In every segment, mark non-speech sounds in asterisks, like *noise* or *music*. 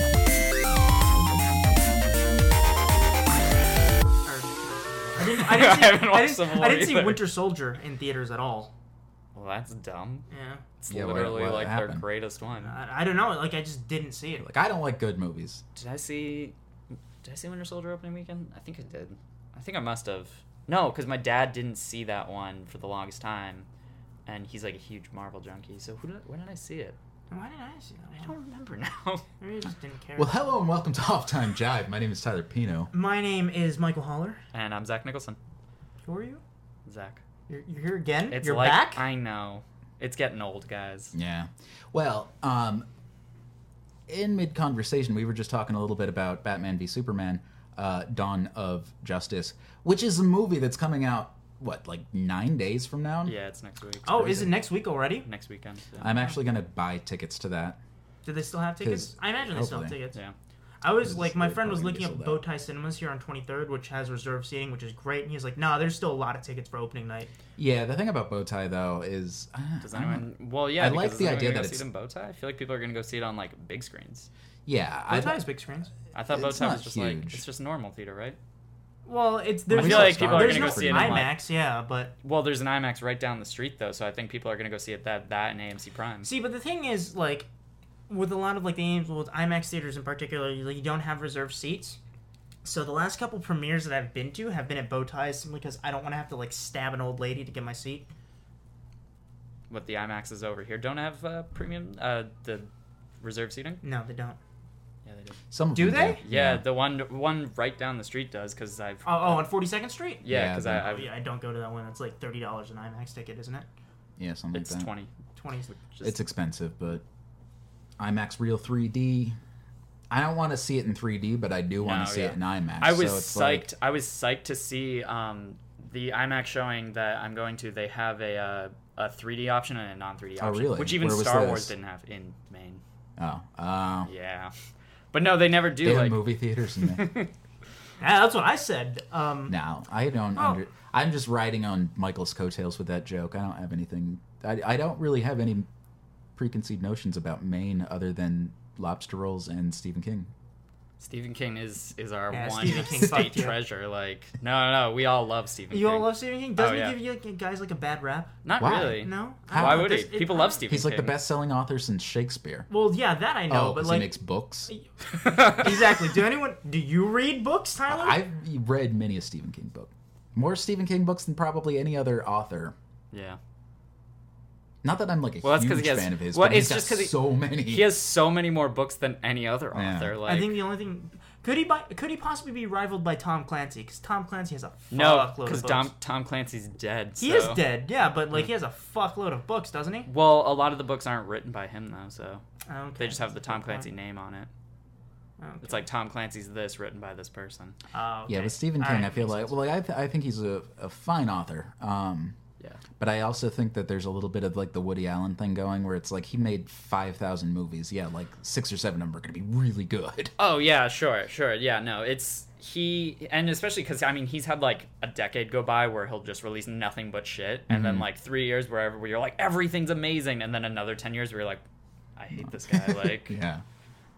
*laughs* I see- haven't watched didn't- Civil War I didn't see either. Winter Soldier in theaters at all. Well, that's dumb. Yeah, It's Yeah, what- literally what like their happened? greatest one. I, I don't know. Like I just didn't see it. Like I don't like good movies. Did I see? Did I see Winter Soldier opening weekend? I think I did. I think I must have. No, because my dad didn't see that one for the longest time, and he's like a huge Marvel junkie. So who did, when did I see it? Why didn't I see that? I One? don't remember *laughs* now. Maybe I just didn't care. Well, hello and welcome to *laughs* Off Time Jive. My name is Tyler Pino. My name is Michael Holler. And I'm Zach Nicholson. Who are you? Zach. You're, you're here again. It's you're like back. I know. It's getting old, guys. Yeah. Well, um, in mid conversation, we were just talking a little bit about Batman v Superman, uh, Dawn of Justice, which is a movie that's coming out what like nine days from now. Yeah, it's next week. oh, is it next week already? next weekend? so- I'm actually gonna buy tickets to that. Do they still have tickets? 'Cause- I imagine they still have hopefully. tickets. yeah. I was It's like, my really friend was probably looking gonna up be sold Bowtie Cinemas here on 23rd, which has reserved seating, which is great. And he was like, nah, there's still a lot of tickets for opening night. Yeah. The thing about Bowtie though is, uh, Does I don't- anyone? Well, yeah. I because like is the anyone idea gonna that go see it in bow tie. I feel like people are gonna go see it on like big screens. yeah, I Bowtie's big screens. I thought bow It's tie was not just like huge. it's just normal theater, right? Well, it's there's I feel no, like people are there's gonna no go see it in, IMAX, like- yeah, but Well, there's an IMAX right down the street though, so I think people are gonna go see it that that and AMC Prime. see, but the thing is, like, with a lot of like the aims with IMAX theaters in particular, you, like, you don't have reserved seats. So the last couple premieres that I've been to have been at Bowties simply because I don't want to have to like stab an old lady to get my seat. What the IMAX is over here don't have uh, premium uh, the reserve seating. No, they don't. Yeah, they do. Some of Do them they? Yeah, the one one right down the street does because I've Oh, oh on 42nd Street. yeah Yeah, because the- I Oh, I've, yeah, I don't go to that one. It's like thirty dollars an IMAX ticket, isn't it? Yeah, something it's like that. twenty. Twenty. Just, It's expensive, but IMAX Real 3D. I don't want to see it in 3D, but I do want No, to see yeah. it in IMAX. I was so it's like- psyched. I was psyched to see um, the IMAX showing that I'm going to. They have a uh, a 3D option and a non 3D Oh, option, really? which even Where was Star this? Wars didn't have in Maine. oh, uh, Yeah, but no, they never do. they have like movie *laughs* theaters in there. Yeah, that's what I said. Um, no, I don't. Oh. Under, I'm just riding on Michael's coattails with that joke. I don't have anything. I, I don't really have any preconceived notions about Maine other than lobster rolls and Stephen King. *laughs* Stephen King is is our Yeah, one Stephen King, state fuck you. treasure. Like no, no, no, we all love Stephen. you King. all love Stephen King. Doesn't Oh, yeah. he give you like, guys like a bad rap? Not Why? really. No. I How? Why don't know, would he? this- it- People love Stephen. He's like the King. *laughs* best-selling author since Shakespeare. Well, yeah, that I know, oh, but 'cause like he makes books. exactly. Do anyone? Do you read books, Tyler? I've read many a Stephen King book, more Stephen King books than probably any other author. yeah. Not that I'm like a Well, that's 'cause huge he has- fan of his, well, but he's it's just got 'cause he- so many. He has so many more books than any other Yeah. author. Like I think the only thing could he buy, could he possibly be rivaled by Tom Clancy? Because Tom Clancy has a no, fuckload because of books. Tom Tom Clancy's dead. he so- Hmm. is dead, yeah, but like he has a fuckload of books, doesn't he? Well, a lot of the books aren't written by him though, so Okay. they just have the that's a Tom good point. Clancy name on it. Okay. It's like Tom Clancy's this written by this person. Oh, Yeah, okay. but Stephen All King, right, I feel makes like, well, I, th- I think he's a, a fine author. Um, Yeah. but I also think that there's a little bit of like the Woody Allen thing going where it's like he made 5,000 movies. Yeah, like six or seven of them are going to be really good. Oh yeah, sure, sure. Yeah, no, it's he and especially cuz I mean, he's had like a decade go by where he'll just release nothing but shit and then like 3 years wherever where you're like everything's amazing and then another 10 years where you're like I hate this *laughs* guy like Yeah.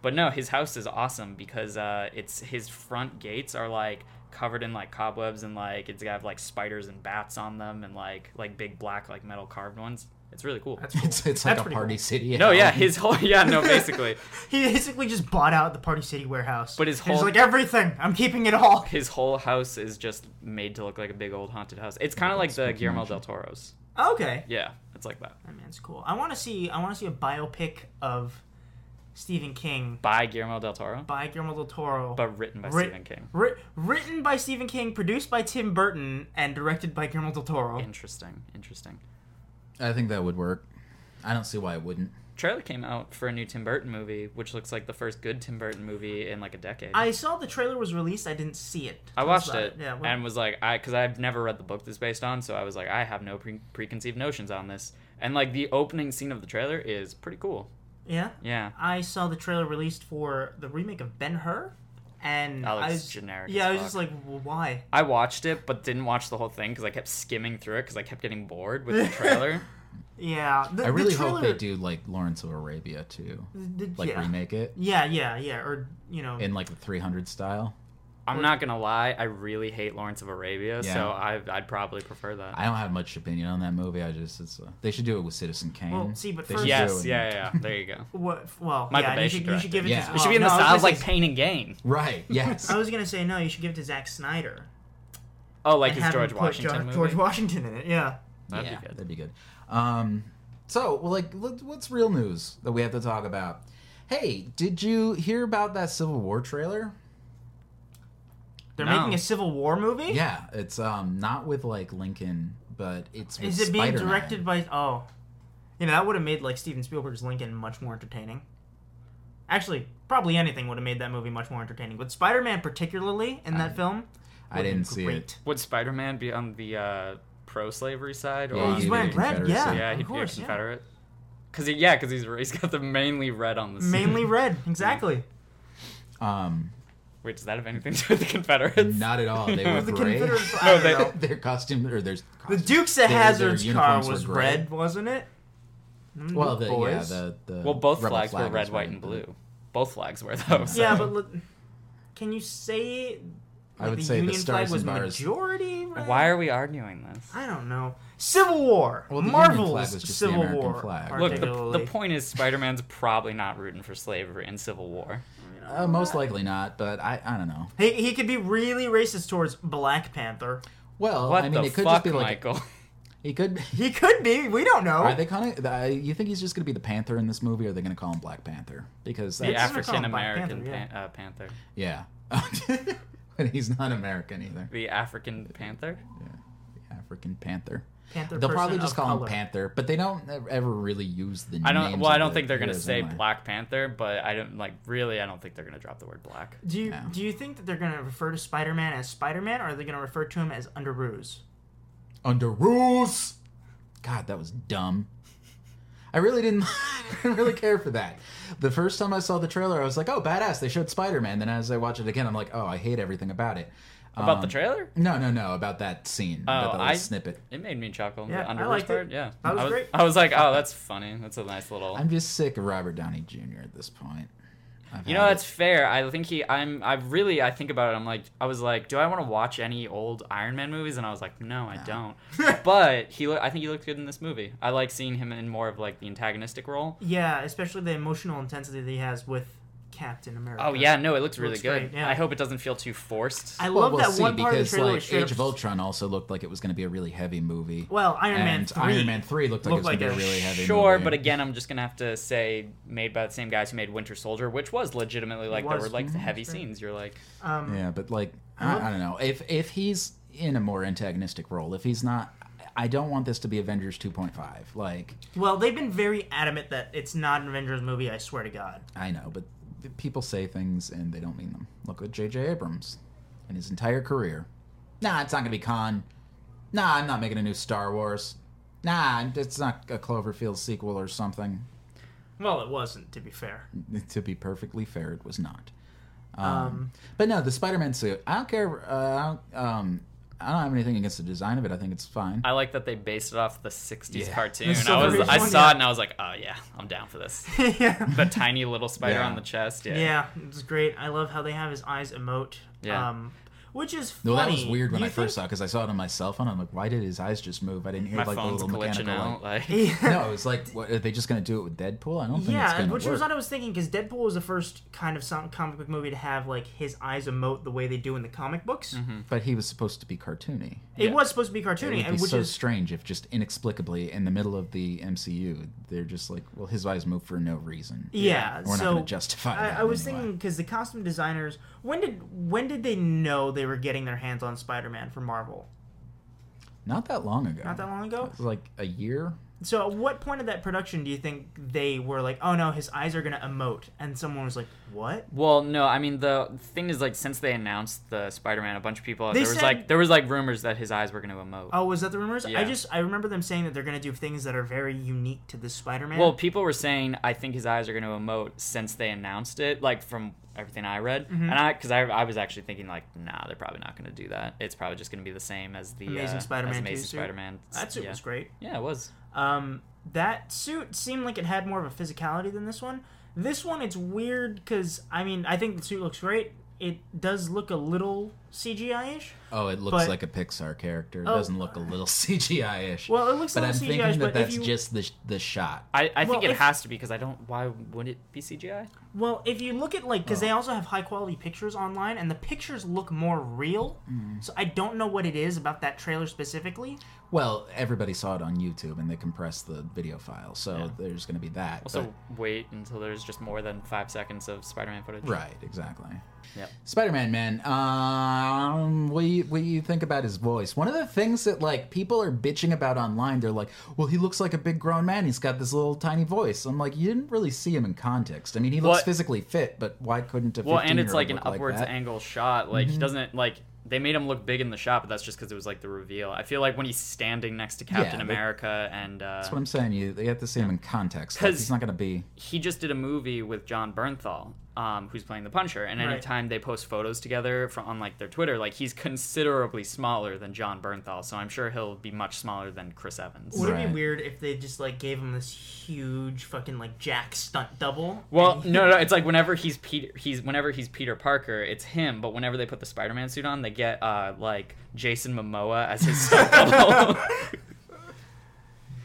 But no, his house is awesome because uh, it's his front gates are like covered in like cobwebs and like it's got like spiders and bats on them and like like big black like metal carved ones. It's really cool. That's cool. It's, it's like That's a pretty party cool. city. no, *laughs* yeah, album. his whole yeah, no, basically He basically just bought out the Party City warehouse. But his He's whole- like everything. I'm keeping it all. his whole house is just made to look like a big old haunted house. It's kind of like the Spooky Guillermo mansion. del Toro's. Okay. Yeah, it's like that That man's cool. I want to see. I want to see a biopic of Stephen King by Guillermo del Toro, by Guillermo del Toro, but written by Writ- Stephen King. Wri- written by Stephen King, produced by Tim Burton, and directed by Guillermo del Toro. Interesting, interesting. I think that would work. I don't see why it wouldn't. Trailer came out for a new Tim Burton movie, which looks like the first good Tim Burton movie in like a decade. I saw the trailer was released. I didn't see it. I watched saw it Yeah. what- and was like, I because I've never read the book this based on, so I was like, I have no pre- preconceived notions on this. And like the opening scene of the trailer is pretty cool. yeah. Yeah, I saw the trailer released for the remake of Ben Hur, and That looks I was generic Yeah, as I was fuck. just like, well, why? I watched it, but didn't watch the whole thing because I kept skimming through it because I kept getting bored with the trailer. Yeah. The, I really the trailer, hope they do like Lawrence of Arabia too. the- Like yeah. remake it Yeah, yeah, yeah. Or you know, in like the 300 style. I'm not gonna lie, I really hate Lawrence of Arabia, Yeah. so I, I'd probably prefer that. I don't have much opinion on that movie. I just it's uh, they should do it with Citizen Kane. Well, see, but They first- should do yes, it. yeah, yeah, yeah. *laughs* There you go. What? Well, Michael yeah, Bay you should should, you direct should give it. it. To, Yeah. It oh, should be in the no, I was style of gonna like say- Pain and Gain. *laughs* Right. Yes. I was gonna say no. You should give it to Zack Snyder. Oh, and like his have him George put Washington George, movie. George Washington in it. Yeah. That'd yeah, be good. that'd be good. Um, so, well, like, let- what's real news that we have to talk about? Hey, did you hear about that Civil War trailer? They're No. making a Civil War movie. Yeah, it's um not with like Lincoln, but it's with Is it being Spider-Man. directed by? Oh, you know that would have made like Steven Spielberg's Lincoln much more entertaining. Actually, probably anything would have made that movie much more entertaining. But Spider-Man, particularly in that film, I would've been didn't see it. great. Would Spider Man be on the uh, pro slavery side? Yeah, or on he'd He's be the- a wearing red. Confederate, Yeah, so- yeah, of he'd course. be a yeah. Confederate. Cause he, yeah, cause he's he's got the mainly red on the suit. Mainly red, exactly. Um, *laughs* Wait, does that have anything to do with the Confederates? not at all. *laughs* They were The *laughs* gray. Confederates. I No, don't they- know. *laughs* their costume or their The costume. Dukes Their- of their Hazzard's car uniforms were was gray. red, wasn't it? Mm, well, the the, yeah, boys. the, the Well, both rebel flags were flag red, was white, and blue. Both flags were those. Yeah, so- but look, can you say? I like, would the say the Union stars flag was and bars- majority. Red? why are we arguing this? I don't know. Civil War. Well, the Union Marvel's flag was just the Civil American War. flag. Look, the, the particularly. point is Spider Man's probably not rooting for slavery and civil war. Uh, most likely not, but I I don't know. He, he could be really racist towards Black Panther. Well, What I mean, the it could fuck, just be like *laughs* Michael? it could. He could be. We don't know. Are they kind of? Uh, you think he's just going to be the Panther in this movie, or are they going to call him Black Panther? Because the that's, just gonna call African him Black American Panther, yeah. pan- uh, Panther. yeah, *laughs* but he's not American either. The African Panther? The African Panther. Panther They'll probably person just of call color. him Panther, but they don't ev- ever really use the. I don't. names Well, I of don't the think they're gonna heroes say anyway. Black Panther, but I don't like. Really, I don't think they're gonna drop the word black. Do you No. do you think that they're going to refer to Spider-Man as Spider-Man, or are they going to refer to him as Under Ruse? under rules. God, that was dumb. I really didn't. *laughs* I didn't really care for that. The first time I saw the trailer, I was like, "Oh, badass!" They showed Spider Man. Then as I watch it again, I'm like, "Oh, I hate everything about it." About the Um, trailer, No, no, no. About that scene. Oh, about that little I- snippet. it made me chuckle. Yeah, the I Underwood's liked it. part, yeah. That was I was great. I was like, oh, that's funny. That's a nice little. I'm just sick of Robert Downey Jr. at this point. I've You know had that's fair. I think he. I'm. I really. I think about it. I'm like. I was like, do I want to watch any old Iron Man movies? And I was like, no, I *laughs* don't. but he. Lo- I think he looked good in this movie. I like seeing him in more of like the antagonistic role. Yeah, especially the emotional intensity that he has with Captain America. Oh yeah, no, it looks really Looks good. great, yeah. I hope it doesn't feel too forced. I it. love Well, we'll that see, one part of the because trailer. like straight up- Age of Ultron also looked like it was going to be a really heavy movie. Well, Iron Man and three. Iron Man three looked like it was looked going like to be a a really heavy Sure, movie. but again, I'm just gonna have to say, made by the same guys who made Winter Soldier, which was legitimately like there was. were like Mhm. heavy scenes. You're like, Um, Yeah, but like I, I don't know if if he's in a more antagonistic role. If he's not, I don't want this to be Avengers 2.5. Like Well, they've been very adamant that it's not an Avengers movie. I swear to God. I know, but th- people say things and they don't mean them. Look at J.J. Abrams and his entire career. Nah, it's not gonna be Khan. Nah, I'm not making a new Star Wars. Nah, it's not a Cloverfield sequel or something. *laughs* Well, it wasn't, to be fair. To be perfectly fair, it was not. Um, But no, the Spider-Man suit. I don't care. Uh, I don't, um, I don't have anything against the design of it. I think it's fine. I like that they based it off the '60s Yeah. cartoon. The I was, Silver I Age one, saw yeah. it and I was like, oh yeah, I'm down for this. Um, *laughs* yeah. the tiny little spider Yeah. on the chest. Yeah. yeah, it's great. I love how they have his eyes emote. Yeah. Um, which is funny. No, that was weird when You I first saw think- it because I saw it on my cell phone. I'm like, why did his eyes just move? I didn't hear My like the phone's little glitching mechanical. out. Like... *laughs* Like, *laughs* No, it was like, what, are they just going to do it with Deadpool? I don't think it's Yeah, going to which work. was what I was thinking because Deadpool was the first kind of some comic book movie to have like his eyes emote the way they do in the comic books. But he was supposed to be cartoony. It Yeah. was supposed to be Mm-hmm. It cartoony, would be and which so is strange if just inexplicably in the middle of the MCU, they're just like, well, his eyes move for no reason. yeah. We're so not going to justify I, that I was anyway. thinking because the costume designers when did when did they know they were getting their hands on Spider-Man for Marvel? Not that long ago. Not that long ago. It was like a year. So, at what point of that production do you think they were like, "Oh no, his eyes are gonna emote," and someone was like, "What?" well, no, I mean the thing is like since they announced the Spider-Man, a bunch of people They there was said- like there was like rumors that his eyes were going to emote. Oh, was that the rumors? Yeah. I just I remember them saying that they're gonna do things that are very unique to this Spider-Man. Well, people were saying I think his eyes are going to emote since they announced it, like from everything I read, Mm-hmm. and I because I, I was actually thinking like, nah, they're probably not going to do that. It's probably just going to be the same as the Amazing uh, Spider-Man as 2 Amazing suit. Spider-Man. that suit yeah. was great. Yeah, it was. Um, that suit seemed like it had more of a physicality than this one. This one, it's weird because I mean, I think the suit looks great. it does look a little CGI ish. Oh, it looks But- like a Pixar character. It Oh. doesn't look a little *laughs* CGI-ish. Well, it looks but a I'm little thinking CGI ish, that but if that's you just the sh- the shot. I, I think Well, it if- has to because I don't. Why would it be CGI? well, if you look at like because they also have high quality pictures online, and the pictures look more real. So I don't know what it is about that trailer specifically. Well, everybody saw it on YouTube and they compressed the video file, so there's going to be that. Also, but- wait until there's just more than five seconds of Spider-Man footage. right, exactly. Yep. Spider-Man, man. Um, what do you, what do you think about his voice? One of the things that like people are bitching about online, they're like, "Well, he looks like a big grown man. He's got this little tiny voice." I'm like, you didn't really see him in context. I mean, he looks What- physically fit, but why couldn't a Well, and it's 15-year-old like an look upwards that? angle shot. Like he doesn't like they made him look big in the shot, but that's just because it was like the reveal. I feel like when he's standing next to Captain but- America and uh, That's what I'm saying. You, you have to see him in context. Like, 'Cause- he's not going to be. he just did a movie with John Bernthal, um, who's playing the Puncher. And Right. anytime they post photos together from on like their Twitter, like he's considerably smaller than John Bernthal, so I'm sure he'll be much smaller than Chris Evans. Would it Right. be weird if they just like gave him this huge fucking like Jack stunt double? Well, *laughs* no, no, it's like whenever he's Peter, he's whenever he's Peter Parker, it's him. But whenever they put the Spider-Man suit on, they get uh, like Jason Momoa as his stunt double.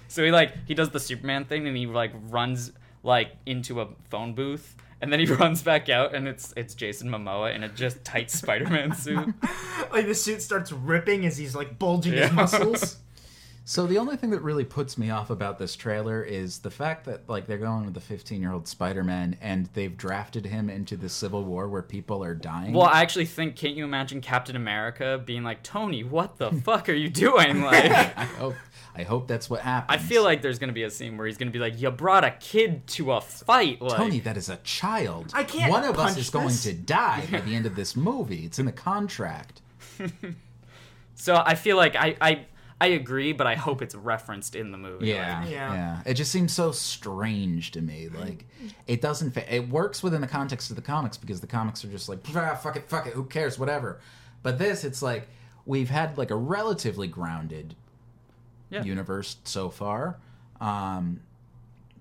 so he like he does the Superman thing and he like runs like into a phone booth and then he *laughs* runs back out and it's it's Jason Momoa in a just tight Spider-Man suit. like the suit starts ripping as he's like bulging Yeah. his *laughs* muscles. So the only thing that really puts me off about this trailer is the fact that like they're going with the 15 year old Spider Man and they've drafted him into the Civil War where people are dying. Well, I actually think can't you imagine Captain America being like Tony, what the fuck are you doing? Like. I hope I hope that's what I happens. feel like there's gonna be a scene where he's gonna be like, "You brought a kid to a fight." Like, Tony, that is a child. I can't One of us punch is going this. to die by the end of this movie. It's in the contract. So I feel like I, I I agree, but I hope it's referenced in the movie. Like, Yeah. It just seems so strange to me. Like, it doesn't fit. It works within the context of the comics because the comics are just like, "Ah, fuck it, fuck it, who cares, whatever. But this, it's like, we've had like a relatively grounded Yeah. universe so far. Um,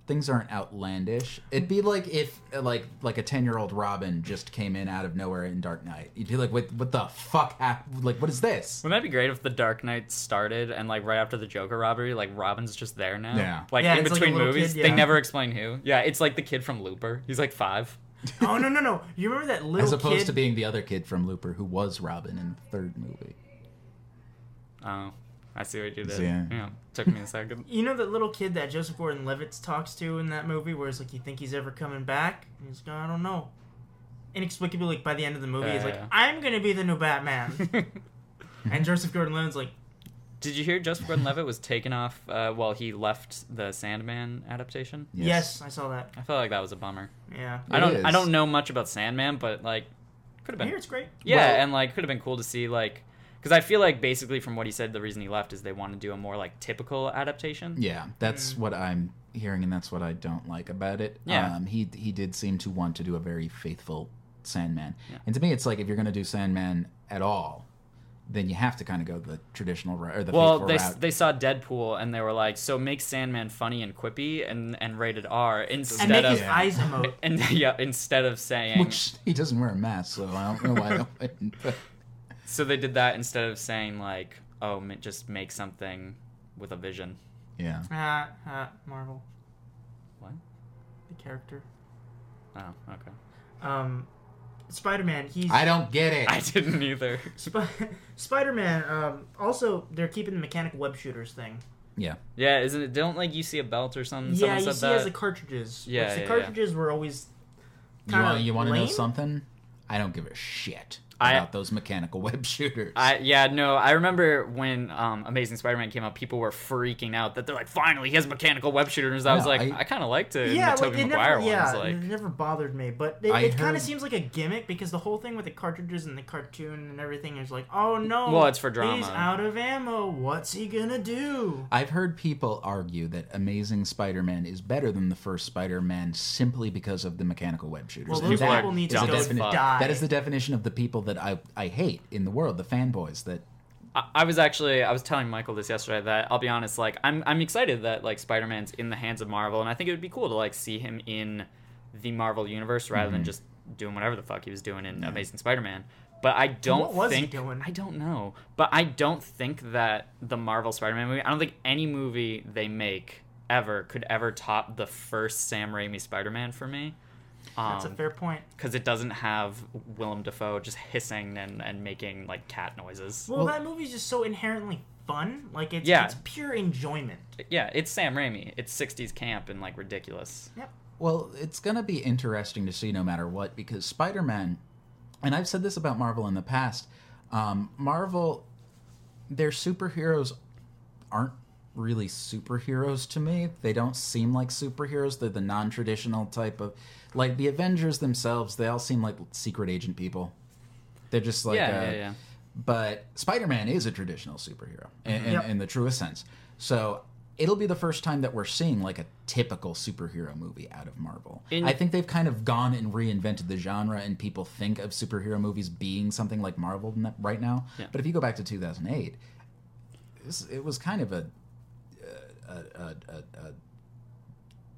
things aren't outlandish. It'd be like if uh, like like a ten year old Robin just came in out of nowhere in Dark Knight. You'd be like, what what the fuck? hap- Like, what is this? wouldn't that be great if the Dark Knight started and like right after the Joker robbery, like Robin's just there now? Yeah. Like Yeah, in it's like a between little movies, kid, they yeah. never explain who. Yeah, it's like the kid from Looper. He's like five. oh no no no! You remember that little As opposed kid? to being the other kid from Looper who was Robin in the third movie. Oh, I see what you did. Yeah. yeah. Took me a second. *laughs* you know that little kid that Joseph Gordon-Levitt talks to in that movie, where it's like, "You think he's ever coming back?" And he's like, "I don't know." Inexplicably, like by the end of the movie, he's like, Yeah. "I'm gonna be the new *laughs* Batman," and Joseph Gordon-Levitt's like, Did you hear Joseph Gordon-Levitt was taken off uh, while he left the Sandman adaptation? yes. I saw that." I felt like that was a bummer. Yeah, I It don't I is. don't know much about Sandman, but like could have been here it's great. Yeah, Well- and like could have been cool to see like because I feel like basically from what he said, the reason he left is they want to do a more like typical adaptation. Yeah, that's what I'm hearing, and that's what I don't like about it. Mm. Yeah. um, he he did seem to want to do a very faithful Sandman, Yeah. and to me, it's like if you're going to do Sandman at all, then you have to kind of go the traditional route or the Well, faithful they route. they saw Deadpool and they were like, so make Sandman funny and quippy and and rated R and instead make of his eyes emote. *laughs* and yeah instead of saying which he doesn't wear a mask, so I don't know why. they wouldn't, but- *laughs* so they did that instead of saying like oh ma- just make something with a vision. yeah, Ah, ah, Marvel, What? the character. Oh, okay. Um, Spider-Man, he's I don't get *laughs* it. I didn't either. Sp- *laughs* Spider-Man. Um, also, they're keeping the mechanic web shooters thing. yeah, Yeah, isn't it? Don't like you see a belt or something? yeah, Mm, Someone you said see, that. as the cartridges. Yeah, which yeah, the yeah. cartridges were always. you kinda want you want to know lame? something? I don't give a shit I- about those mechanical *laughs* web shooters. I yeah no I remember when um, Amazing Spider-Man came out, people were freaking out that they're like, finally he has mechanical web shooters. I was No, like, I, I- kind of liked Yeah, it. in the like, Tobey it Maguire never, yeah, ones, it like never bothered me, but it, I it kind heard- of seems like a gimmick because the whole thing with the cartridges and the cartoon and everything is like, oh no, Well, it's for drama. He's out of ammo. What's he gonna do? I've heard people argue that Amazing Spider-Man is better than the first Spider-Man simply because of the mechanical web shooters. Well, And those that people need to is dumb the go as fuck. die. That is the definition of the people that I, I hate in the world, the fanboys that I, I was actually I was telling Michael this yesterday that I'll be honest, like I'm I'm excited that like Mm-hmm. Spider-Man's in the hands of Marvel, and I think it would be cool to like see him in the Marvel universe rather than just doing whatever the fuck he was doing in Amazing Spider-Man. But I don't What was he think doing? I don't know. But I don't think that the Marvel Spider-Man movie. I don't think any movie they make ever could ever top the first Sam Raimi Spider-Man for me. That's a Um, fair point. because it doesn't have Willem Dafoe just hissing and, and making like cat noises. Well, that movie's just so inherently fun. Like it's Yeah. it's pure enjoyment. Yeah, it's Sam Raimi. It's 60s camp and like ridiculous. Yep. Well, it's going to be interesting to see no matter what because Spider Man, and I've said this about Marvel in the past, um, Marvel, their superheroes aren't really superheroes to me. They don't seem like superheroes. They're the non traditional type of. Like the Avengers themselves, they all seem like secret agent people. They're just like. yeah, uh, yeah, yeah. but Spider-Man is a traditional superhero in, in, Yep. in the truest sense. So it'll be the first time that we're seeing like a typical superhero movie out of Marvel. In- I think they've kind of gone and reinvented the genre, and people think of superhero movies being something like Marvel n- right now. Yeah. But if you go back to 2008, this, it was kind of a, a, a, a, a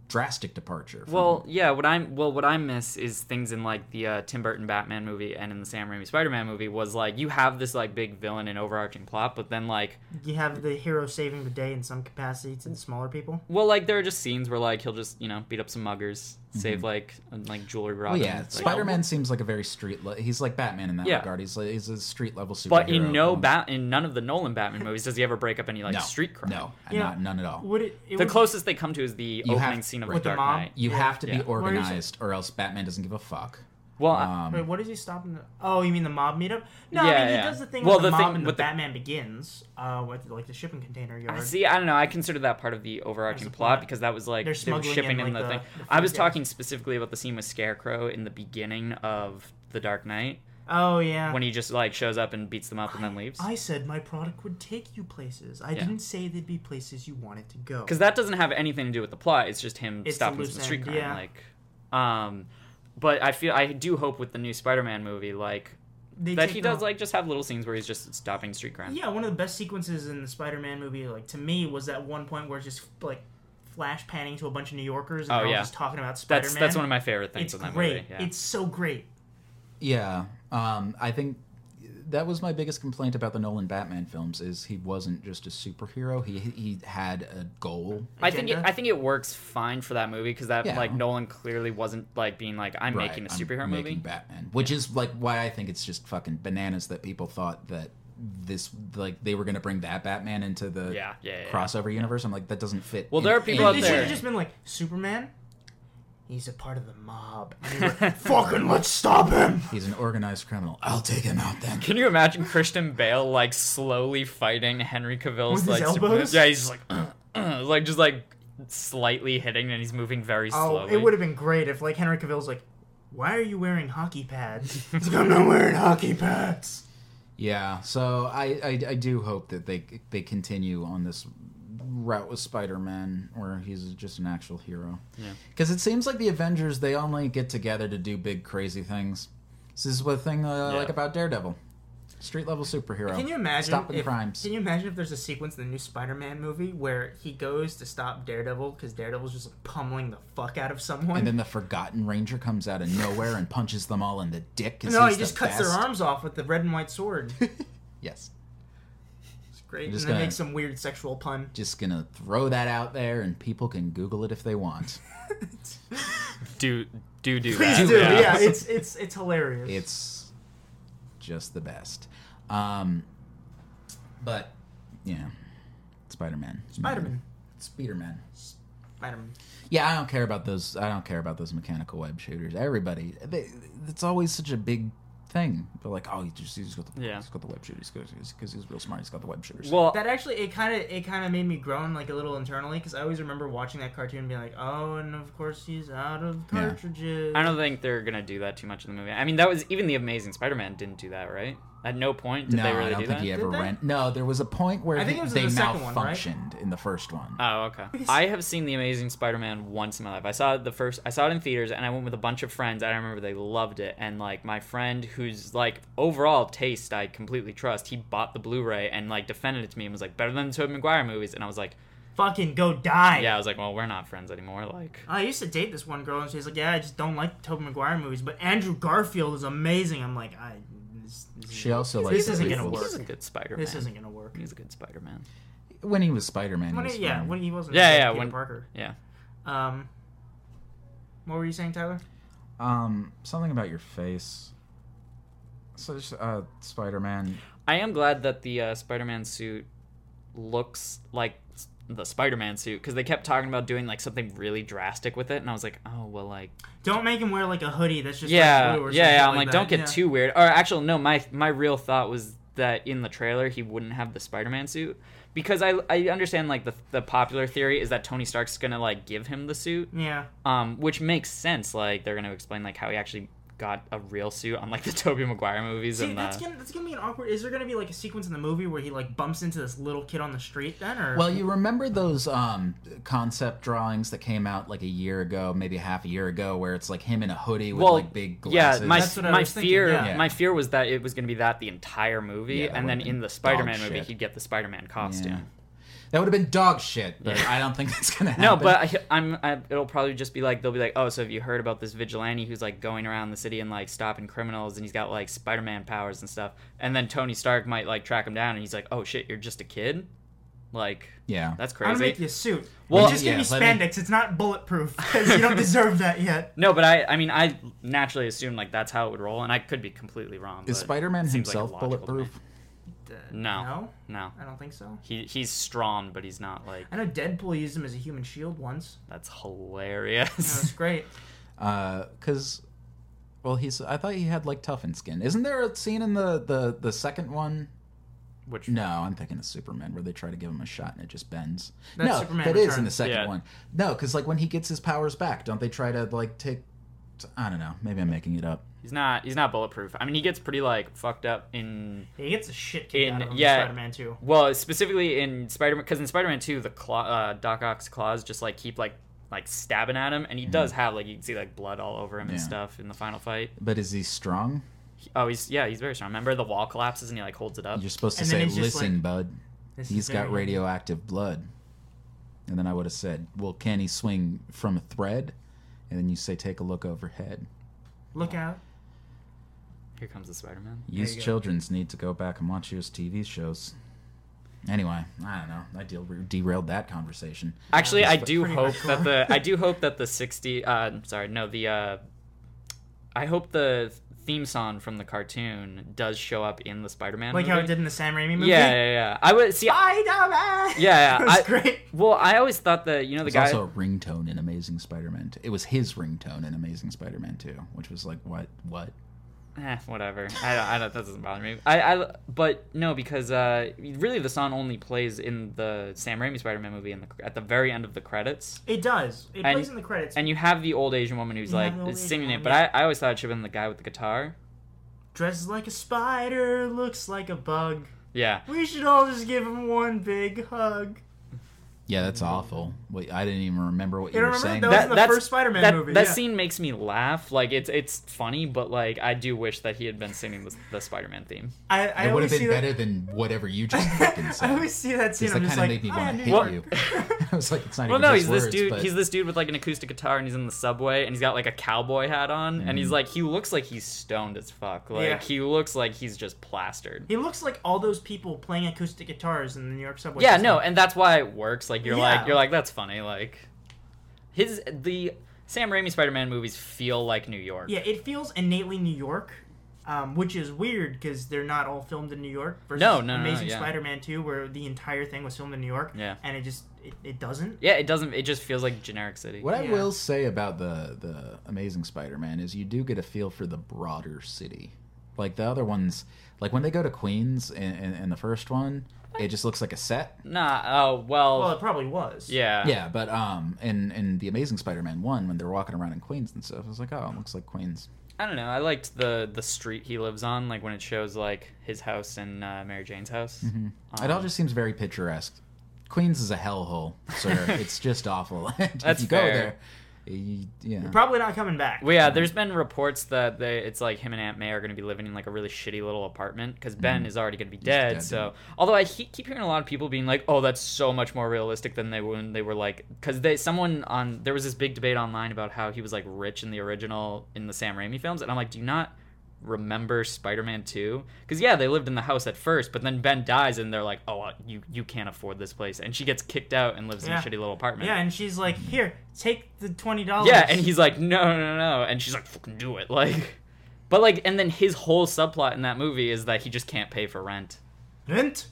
drastic departure. From, Well, yeah. What I'm well, what I miss is things in like the uh, Tim Burton Batman movie and in the Sam Raimi Spider-Man movie was like you have this like big villain and overarching plot, but then like You have the hero saving the day in some capacity to the smaller people. well, like there are just scenes where like he'll just you know beat up some muggers, save like um, like jewelry Oh robbers. Mm-hmm. yeah, like- Spider Man seems like a very street. Le- he's like Batman in that Yeah. regard. He's like, he's a street level superhero. But in no almost. bat in none of the Nolan Batman movies does he ever break up any like no, street crime. No, Yeah. not, none at all. Would it? it The would- closest they come to is the You have- opening scene of With the the Dark mob? Knight. You Yeah. have to Yeah. be Where is it? organized, or else Batman doesn't give a fuck. Well, I- Um, Wait, what does he stop in the? Oh, you mean the mob meetup? No, Yeah, I mean yeah. he does the thing Well, with the, the mob thing and the with the- Batman Begins, uh, with like the shipping container yard. I see. I don't know. I consider that part of the As overarching a plot plot. because that was like They're they were smuggling shipping in, in the, like, thing. the- the I was food, yeah. talking specifically about the scene with Scarecrow in the beginning of The Dark Knight Oh yeah. when he just like shows up and beats them up and then leaves. I said my product would take you places. I Yeah. didn't say they'd be places you wanted to go. Because that doesn't have anything to do with the plot. It's just him It's stopping the some loose street end, crime. yeah. Like, um, but I feel I do hope with the new Spider-Man movie like They that take he the- does like just have little scenes where he's just stopping street crime. Yeah, one of the best sequences in the Spider-Man movie, like to me, was that one point where it's just like flash panning to a bunch of New Yorkers and Oh, they're all yeah. just talking about Spider-Man. That's that's one of my favorite It's things in that great. movie. Yeah. It's so great. Yeah, um, I think that was my biggest complaint about the Nolan Batman films is he wasn't just a superhero. He he had a goal. I think it, agenda. I think it works fine for that movie because that Yeah. like Nolan clearly wasn't like being like I'm Right, making a I'm superhero making movie. Batman, which is like why I think it's just fucking bananas that people thought that this like they were going to bring that Batman into the Yeah, yeah, yeah. crossover universe. I'm like that doesn't fit. Well, in there are people out they any there- should way. have just been like Superman. He's a part of the mob. And they *laughs* were, Fucking let's stop him. He's an organized criminal. I'll take him out then. Can you imagine Christian Bale like slowly fighting Henry Cavill's With like his Superman? elbows? Yeah, he's just like *clears throat* like just like slightly hitting and he's moving very Oh, slowly. it would have been great if like Henry Cavill's like, why are you wearing hockey pads? *laughs* He's like, I'm not wearing hockey pads. Yeah, so I, I I do hope that they they continue on this route with Spider-Man, where he's just an actual hero. Yeah. Because it seems like the Avengers they only get together to do big crazy things. This is the thing uh, Yeah. like about Daredevil, street level superhero. Can you imagine stopping if, crimes? Can you imagine if there's a sequence in the new Spider-Man movie where he goes to stop Daredevil because Daredevil's just like, pummeling the fuck out of someone? *laughs* and then the Forgotten Ranger comes out of nowhere and punches them all in the dick. 'cause no, he's he the just cuts their best. arms off with the red and white sword. *laughs* Yes, It's great. I'm And just then gonna- makes some weird sexual pun. just gonna throw that out there, and people can Google it if they want. do do do Please that. do. yeah. Yeah. it's it's it's hilarious. it's just the best. Um, but yeah, Spider Man. Spider-Man. Spider Man. Spider-Man. Yeah, I don't care about those. I don't care about those mechanical web shooters. Everybody, they, it's always such a big thing. They're like, oh, he just, he's got the Yeah. he's got the web shooters because he's real smart. He's got the web shooters. Well, That actually it kind of it kind of made me groan like a little internally because I always remember watching that cartoon and being like, oh, and of course he's out of Yeah. cartridges. I don't think they're gonna do that too much in the movie. I mean, that was even the Amazing Spider-Man didn't do that, right? At no point did no, they really I don't do think that. he ever Did they? ran. No, there was a point where I think he- it was in they the second one, right? malfunctioned in the first one. Oh, *laughs* okay. I have seen The Amazing Spider-Man once in my life. I saw it the first. I saw it in theaters, and I went with a bunch of friends. And I remember they loved it. And like my friend, who's like overall taste, I completely trust. He bought the Blu-ray and like defended it to me and was like better than the Tobey Maguire movies. And I was like, fucking go die. Yeah, I was like, well, we're not friends anymore. Like, I used to date this one girl, and she's like, "Yeah, I just don't like Tobey Maguire movies, but Andrew Garfield is amazing." I'm like, "I this, this, She also this likes isn't the gonna prequels. work. he's a good Spider Man. this isn't gonna work." He's a good Spider Man. When he was Spider Man, When he, yeah, when he wasn't Yeah, just yeah, Peter when- Parker. Yeah. Um, what were you saying, Tyler? um, something about your face. So, just, uh, Spider Man. I am glad that the uh, Spider-Man suit looks like s- the Spider-Man suit because they kept talking about doing like something really drastic with it, and I was like, oh well, like Don't make him wear like a hoodie that's just yeah, like, blue or yeah, yeah. I'm something like, that. don't get Yeah. too weird. Or actually, no, my my real thought was that in the trailer he wouldn't have the Spider-Man suit because I I understand like the the popular theory is that Tony Stark's gonna like give him the suit, Yeah, um, which makes sense. Like they're gonna explain like how he actually got a real suit on like the *laughs* Tobey Maguire movies see, and that's the. gonna that's gonna be an awkward. Is there gonna be like a sequence in the movie where he like bumps into this little kid on the street then, or Well, you remember those um, concept drawings that came out like a year ago, maybe half a year ago, where it's like him in a hoodie with Well, like big glasses. Yeah, my That's what I my was thinking, fear yeah. my fear was that it was going to be that the entire movie, Yeah, that and then would've been in the Spider-Man dog movie shit. he'd get the Spider-Man costume. Yeah. That would have been dog shit, but Yeah. I don't think that's gonna happen. No, but I, I'm I, it'll probably just be like they'll be like, oh, so have you heard about this vigilante who's like going around the city and like stopping criminals, and he's got like Spider-Man powers and stuff, and then Tony Stark might like track him down, and he's like, oh shit, you're just a kid, like yeah, that's I'm gonna crazy. make you a suit. Well, it's just gonna yeah, be let me- spandex. It's not bulletproof because *laughs* you don't deserve that yet. No, but I I mean I naturally assumed like that's how it would roll, and I could be completely wrong. is but Spider-Man it seems like a himself logical to me. bulletproof? Uh, No. no, No, I don't think so. he he's strong, but he's not like I know Deadpool used him as a human shield once. *laughs* that's That hilarious. was great. Because, Uh, well, he's. I thought he had like toughened skin. Isn't there a scene in the the the second one? *laughs* Which No, I'm thinking of Superman where they try to give him a shot and it just bends. That's no, Superman that is in the Returns. second Yeah. one. No, because like when he gets his powers back, don't they try to like take? I don't know. Maybe I'm making it up. He's not. He's not bulletproof. I mean, he gets pretty like fucked up in. He gets a shit kicked In- out of him in yeah. Spider-Man 2. Well, specifically in Spider Man, because in Spider Man Two, the claw, uh, Doc Ock's claws just like keep like like stabbing at him, and he does have like you can see like blood all over him and Mm-hmm. Yeah. stuff in the final fight. But is he strong? He- oh, he's yeah, he's very strong. Remember the wall collapses and he like holds it up. You're supposed to And then say, he's just "Listen, like- bud, This is he's got very- radioactive blood." And then I would have said, "Well, can he swing from a thread?" And then you say, "Take a look overhead." Look out. Here comes the Spider Man. Use you go. children's need to go back and watch those TV shows. Anyway, I don't know. I del- derailed that conversation. Actually, I but do pretty hope much that the I do hope that the sixty. Uh, I'm sorry, no, the. Uh, I hope the theme song from the cartoon does show up in the Spider Man. Like how it did in the Sam Raimi movie? Yeah, yeah, yeah. I would see. Spider-Man! Yeah, *laughs* yeah, that was I- great. Well, I always thought that you know the There's guy. also a ringtone in Amazing Spider-Man. T- it was his ringtone in Amazing Spider-Man 2, which was like, what? What? Eh, whatever. I don't. I don't. That doesn't bother me. I. I. But no, because uh, really, the song only plays in the Sam Raimi Spider-Man movie in the, at the very end of the credits, It does. It And- plays in the credits. and you have the old Asian woman who's You like have the old is Asian singing it. woman, But yeah. I, I always thought it should have been the guy with the guitar. Dresses like a spider, looks like a bug. Yeah. We should all just give him one big hug. Yeah, Mm. that's awful. Wait, I didn't even remember what you, You don't were remember? saying. That was in the first Spider-Man that, movie, That yeah. scene makes me laugh. Like it's it's funny, but like I do wish that he had been singing the, the Spider-Man theme. I, I it would always have see been that. better than *laughs* whatever you just fucking said. I always see that scene. Because I'm that just kind of like, made me I want to knew hate Well- you. *laughs* I was like, it's not Well, even no, just he's words, this dude. but- He's this dude with like an acoustic guitar, and he's in the subway, and he's got like a cowboy hat on, and Mm-hmm. he's like, he looks like he's stoned as fuck. Like Yeah. he looks like he's just plastered. *laughs* He looks like all those people playing acoustic guitars in the New York subway. yeah, system. no, and that's why it works. Like you're Yeah. like you're like that's funny. Like his the Sam Raimi Spider-Man movies feel like New York. Yeah, it feels innately New York, um, which is weird because they're not all filmed in New York. Versus No, no, no, Amazing yeah. Spider-Man Two, where the entire thing was filmed in New York. Yeah. and it just it, it doesn't. Yeah, it doesn't. It just feels like generic city. What I Yeah. will say about the the Amazing Spider-Man is you do get a feel for the broader city. Like the other ones, like when they go to Queens in, in, in the first one, it just looks like a set. Nah. Oh well. Well, it probably was. yeah. Yeah, but um, in in the Amazing Spider-Man one, when they're walking around in Queens and stuff, I was like, oh, it looks like Queens. I don't know. I liked the the street he lives on. Like when it shows like his house and uh, Mary Jane's house. Mm-hmm. Um, It all just seems *laughs* very picturesque. Queens is a hellhole, sir. it's just awful. *laughs* if That's you go fair. there, He- yeah. Probably not coming back. Well, yeah, there's been reports that they, it's like him and Aunt May are going to be living in like a really shitty little apartment because Ben Mm-hmm. is already going to be dead. dead, so, although I he- keep hearing a lot of people being like, "Oh, that's so much more realistic than they were when they were like," because they someone on there was this big debate online about how he was like rich in the original in the Sam Raimi films, and I'm like, do you not remember Spider-Man 2? Because yeah, they lived in the house at first, but then Ben dies, and they're like, "Oh, well, you you can't afford this place," and she gets kicked out and lives Yeah. in a shitty little apartment. Yeah, and she's like, "Here, take the twenty dollars." Yeah, and he's like, no, no, no, and she's like, fucking do it, *laughs* like. But like, and then his whole subplot in that movie is that he just can't pay for rent. Hint?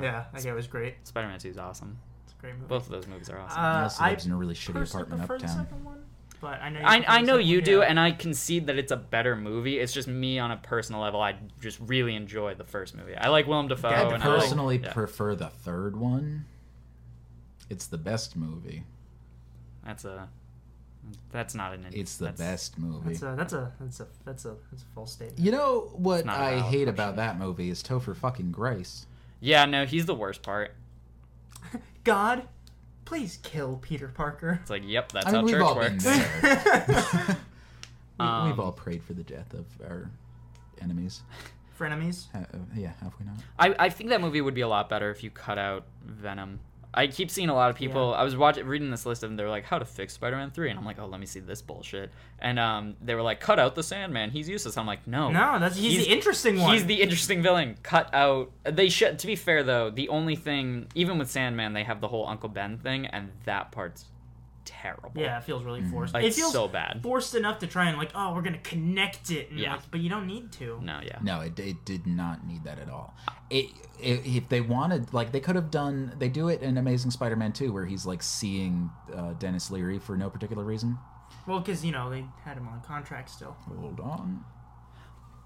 Yeah, that guy was great. Spider-Man Two is awesome. It's a great movie. Both of those movies are awesome. He uh, also I lives in a really shitty personally apartment prefer the uptown. second one, but I know you I, prefer I the know second you one, do, yeah. and I concede that it's a better movie. It's just me on a personal level. I just really enjoy the first movie. I like Willem Dafoe. Yeah, I Oh, and personally I like, yeah, prefer the third one. It's the best movie. that's a. That's not an. It's the that's- best movie. That's a that's a that's a that's a that's a false statement. you know what not I allowed, hate about that movie is Topher fucking Grace. Yeah, no, he's the worst part. God, please kill Peter *laughs* Parker. *laughs* It's like, yep, that's I mean, how we've church all works. been there. *laughs* we, Um, we've all prayed for the death of our enemies. Frenemies. Uh, uh, yeah, have we not? I, I think that movie would be a lot better if you cut out Venom. I keep seeing a lot of people. I was watching, reading this list, and they're like, "How to fix Spider-Man 3. and I'm like, "Oh, let me see this bullshit." And um, they were like, "Cut out the Sandman. He's useless." I'm like, "No, No, that's he's, the interesting one. Oh, He's the interesting villain. Cut out. They should. To be fair, though, the only thing, even with Sandman, they have the whole Uncle Ben thing, and that part's terrible. yeah, it feels really Mm-hmm. forced. like it feels so bad. forced enough to try and like, oh, we're gonna connect it. And Yeah. like, but you don't need to. No, yeah. No, it, it did not need that at all. It, it, if they wanted, like, they could have done. They do it in Amazing Spider-Man 2, where he's like seeing uh, Dennis Leary for no particular reason. Well, because you know they had him on contract still. Hold on.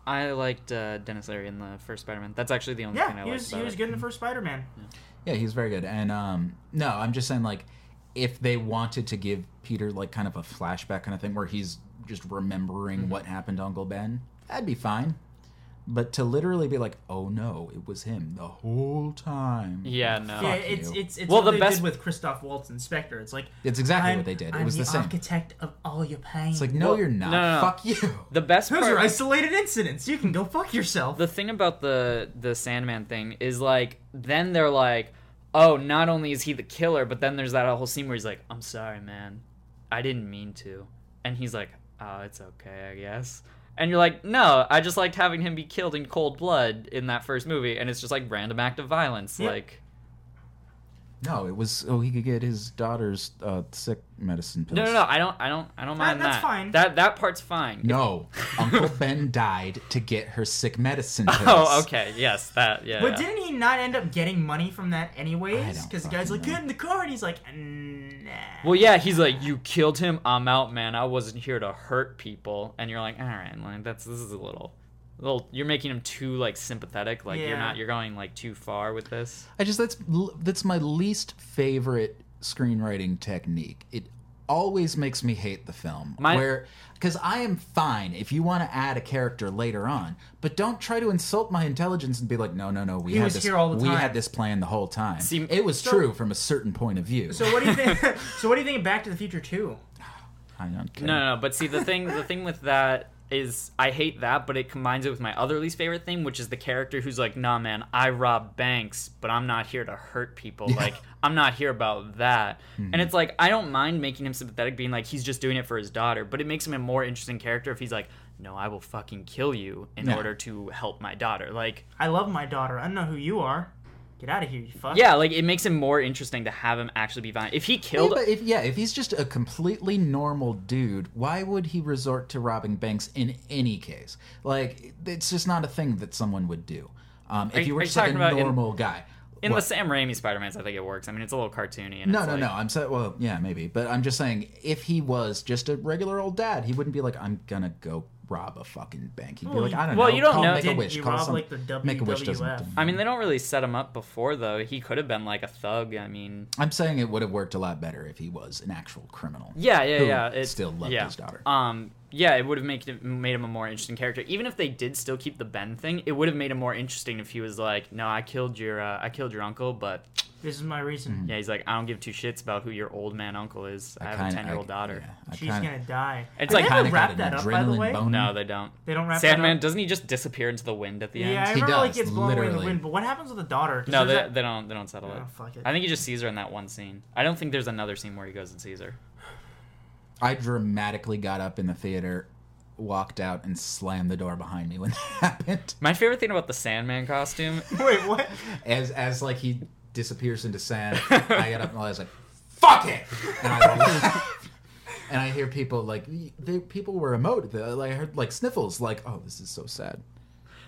I liked uh, Dennis Leary in the first Spider-Man. That's actually the only thing Yeah, I liked he was about he was it. good in the first Spider-Man. Yeah, he's very good. And um no, I'm just saying like if they wanted to give Peter like kind of a flashback kind of thing where he's just remembering Mm-hmm. what happened to Uncle Ben, that'd be fine. But to literally be like, "Oh no, it was him the whole time." Yeah, no. Yeah, Fuck it's you. it's it's Well, what the they best- did with Christoph Waltz and Spectre. It's like It's exactly I'm- what they did. I'm it was the, same. architect of all your pain. It's like, "No, Well, you're not. no, no, no. Fuck you." The best those part. are isolated incidents. You can go fuck yourself. the thing about the the Sandman thing is like then they're like, oh, not only is he the killer, but then there's that whole scene where he's like, I'm sorry, man, I didn't mean to, and he's like, oh, it's okay, I guess. And you're like, no, I just liked having him be killed in cold blood in that first movie, and it's just like random act of violence, Yeah. like. No, it was so he could get his daughter's uh, sick medicine pills. No, no, no! I don't, I don't, I don't mind that's that. fine. That that part's fine. No, Uncle Ben died to get her sick medicine pills. *laughs* *laughs* Oh, okay. Yes, that. Yeah. but yeah. didn't he not end up getting money from that I anyways? don't Because the guy's fucking like, know. get in the car, and he's like, nah. Well, yeah, he's like, you killed him. I'm out, man. I wasn't here to hurt people. And you're like, all right, like that's this is a little, little. You're making him too like sympathetic. Like Yeah. you're not. You're going like too far with this. I just that's l- that's my least favorite screenwriting technique. It always makes me hate the film My- where because I am fine if you want to add a character later on, but don't try to insult my intelligence and be like, no, no, no, we He had was this, here all the we time." had this plan the whole time. See, it was true from a certain point of view. So what do you think? *laughs* so what do you think of Back to the Future Two? I don't care. No, no, no. But see, the thing, the thing with that is, I hate that, but it combines it with my other least favorite thing, which is the character who's like, nah, man, I rob banks, but I'm not here to hurt people. Like, I'm not here about that. Hmm. And it's like, I don't mind making him sympathetic, being like, he's just doing it for his daughter, but it makes him a more interesting character if he's like, no, I will fucking kill you in Yeah. order to help my daughter. Like, I love my daughter. I don't know who you are. Get out of here, you fuck. yeah, like it makes him more interesting to have him actually be violent. If he Yeah, killed but if, yeah, if he's just a completely normal dude, why would he resort to robbing banks in any case? Like, it's just not a thing that someone would do. Um, if Are- you are were you just like talking a about in- normal guy. in What? the Sam Raimi Spider-Mans, I think it works. I mean, it's a little cartoony. And No, it's no, like, no. I'm saying, well, yeah, maybe, but I'm just saying, if he was just a regular old dad, he wouldn't be like, "I'm gonna go rob a fucking bank." He'd be Well, like, you- "I don't well, know." you don't call know. Make a Didn't wish. you Call rob, some, like, the Make a wish WWF? doesn't. I mean, they don't really set him up before though. He could have been like a thug. I mean, I'm saying it would have worked a lot better if he was an actual criminal. yeah, yeah, Who yeah. It still loved yeah. his daughter. Um, yeah, it would have made him- made him a more interesting character. Even if they did still keep the Ben thing, it would have made him more interesting if he was like, "No, I killed your uh, I killed your uncle, but This is my reason. Mm, Yeah, he's like, I don't give two shits about who your old man uncle is. I, have kinda- a ten year old I- daughter. yeah, I She's kinda- gonna die. It's They like- I haven't kinda wrapped got that an up, by the adrenaline way. boner. No, they don't. They don't wrap that Sandman up. doesn't he just disappear into the wind at the Yeah, I end? He remember like does, gets blown away in the literally. wind. But what happens with the daughter? 'Cause *laughs* No, there's they, that- they don't. They don't settle it. Oh, fuck it. I think he just sees her in that one scene. I don't think there's another scene where he goes and sees her. I dramatically got up in the theater, walked out, and slammed the door behind me when *laughs* that happened. My favorite thing about the Sandman costume. *laughs* Wait, *laughs* what? As as like he disappears into sand, I got up and I was like, "Fuck it!" And I *laughs* laughed. and I hear people like they, people were emote. The- like, I heard like sniffles, like, "Oh, this is so sad."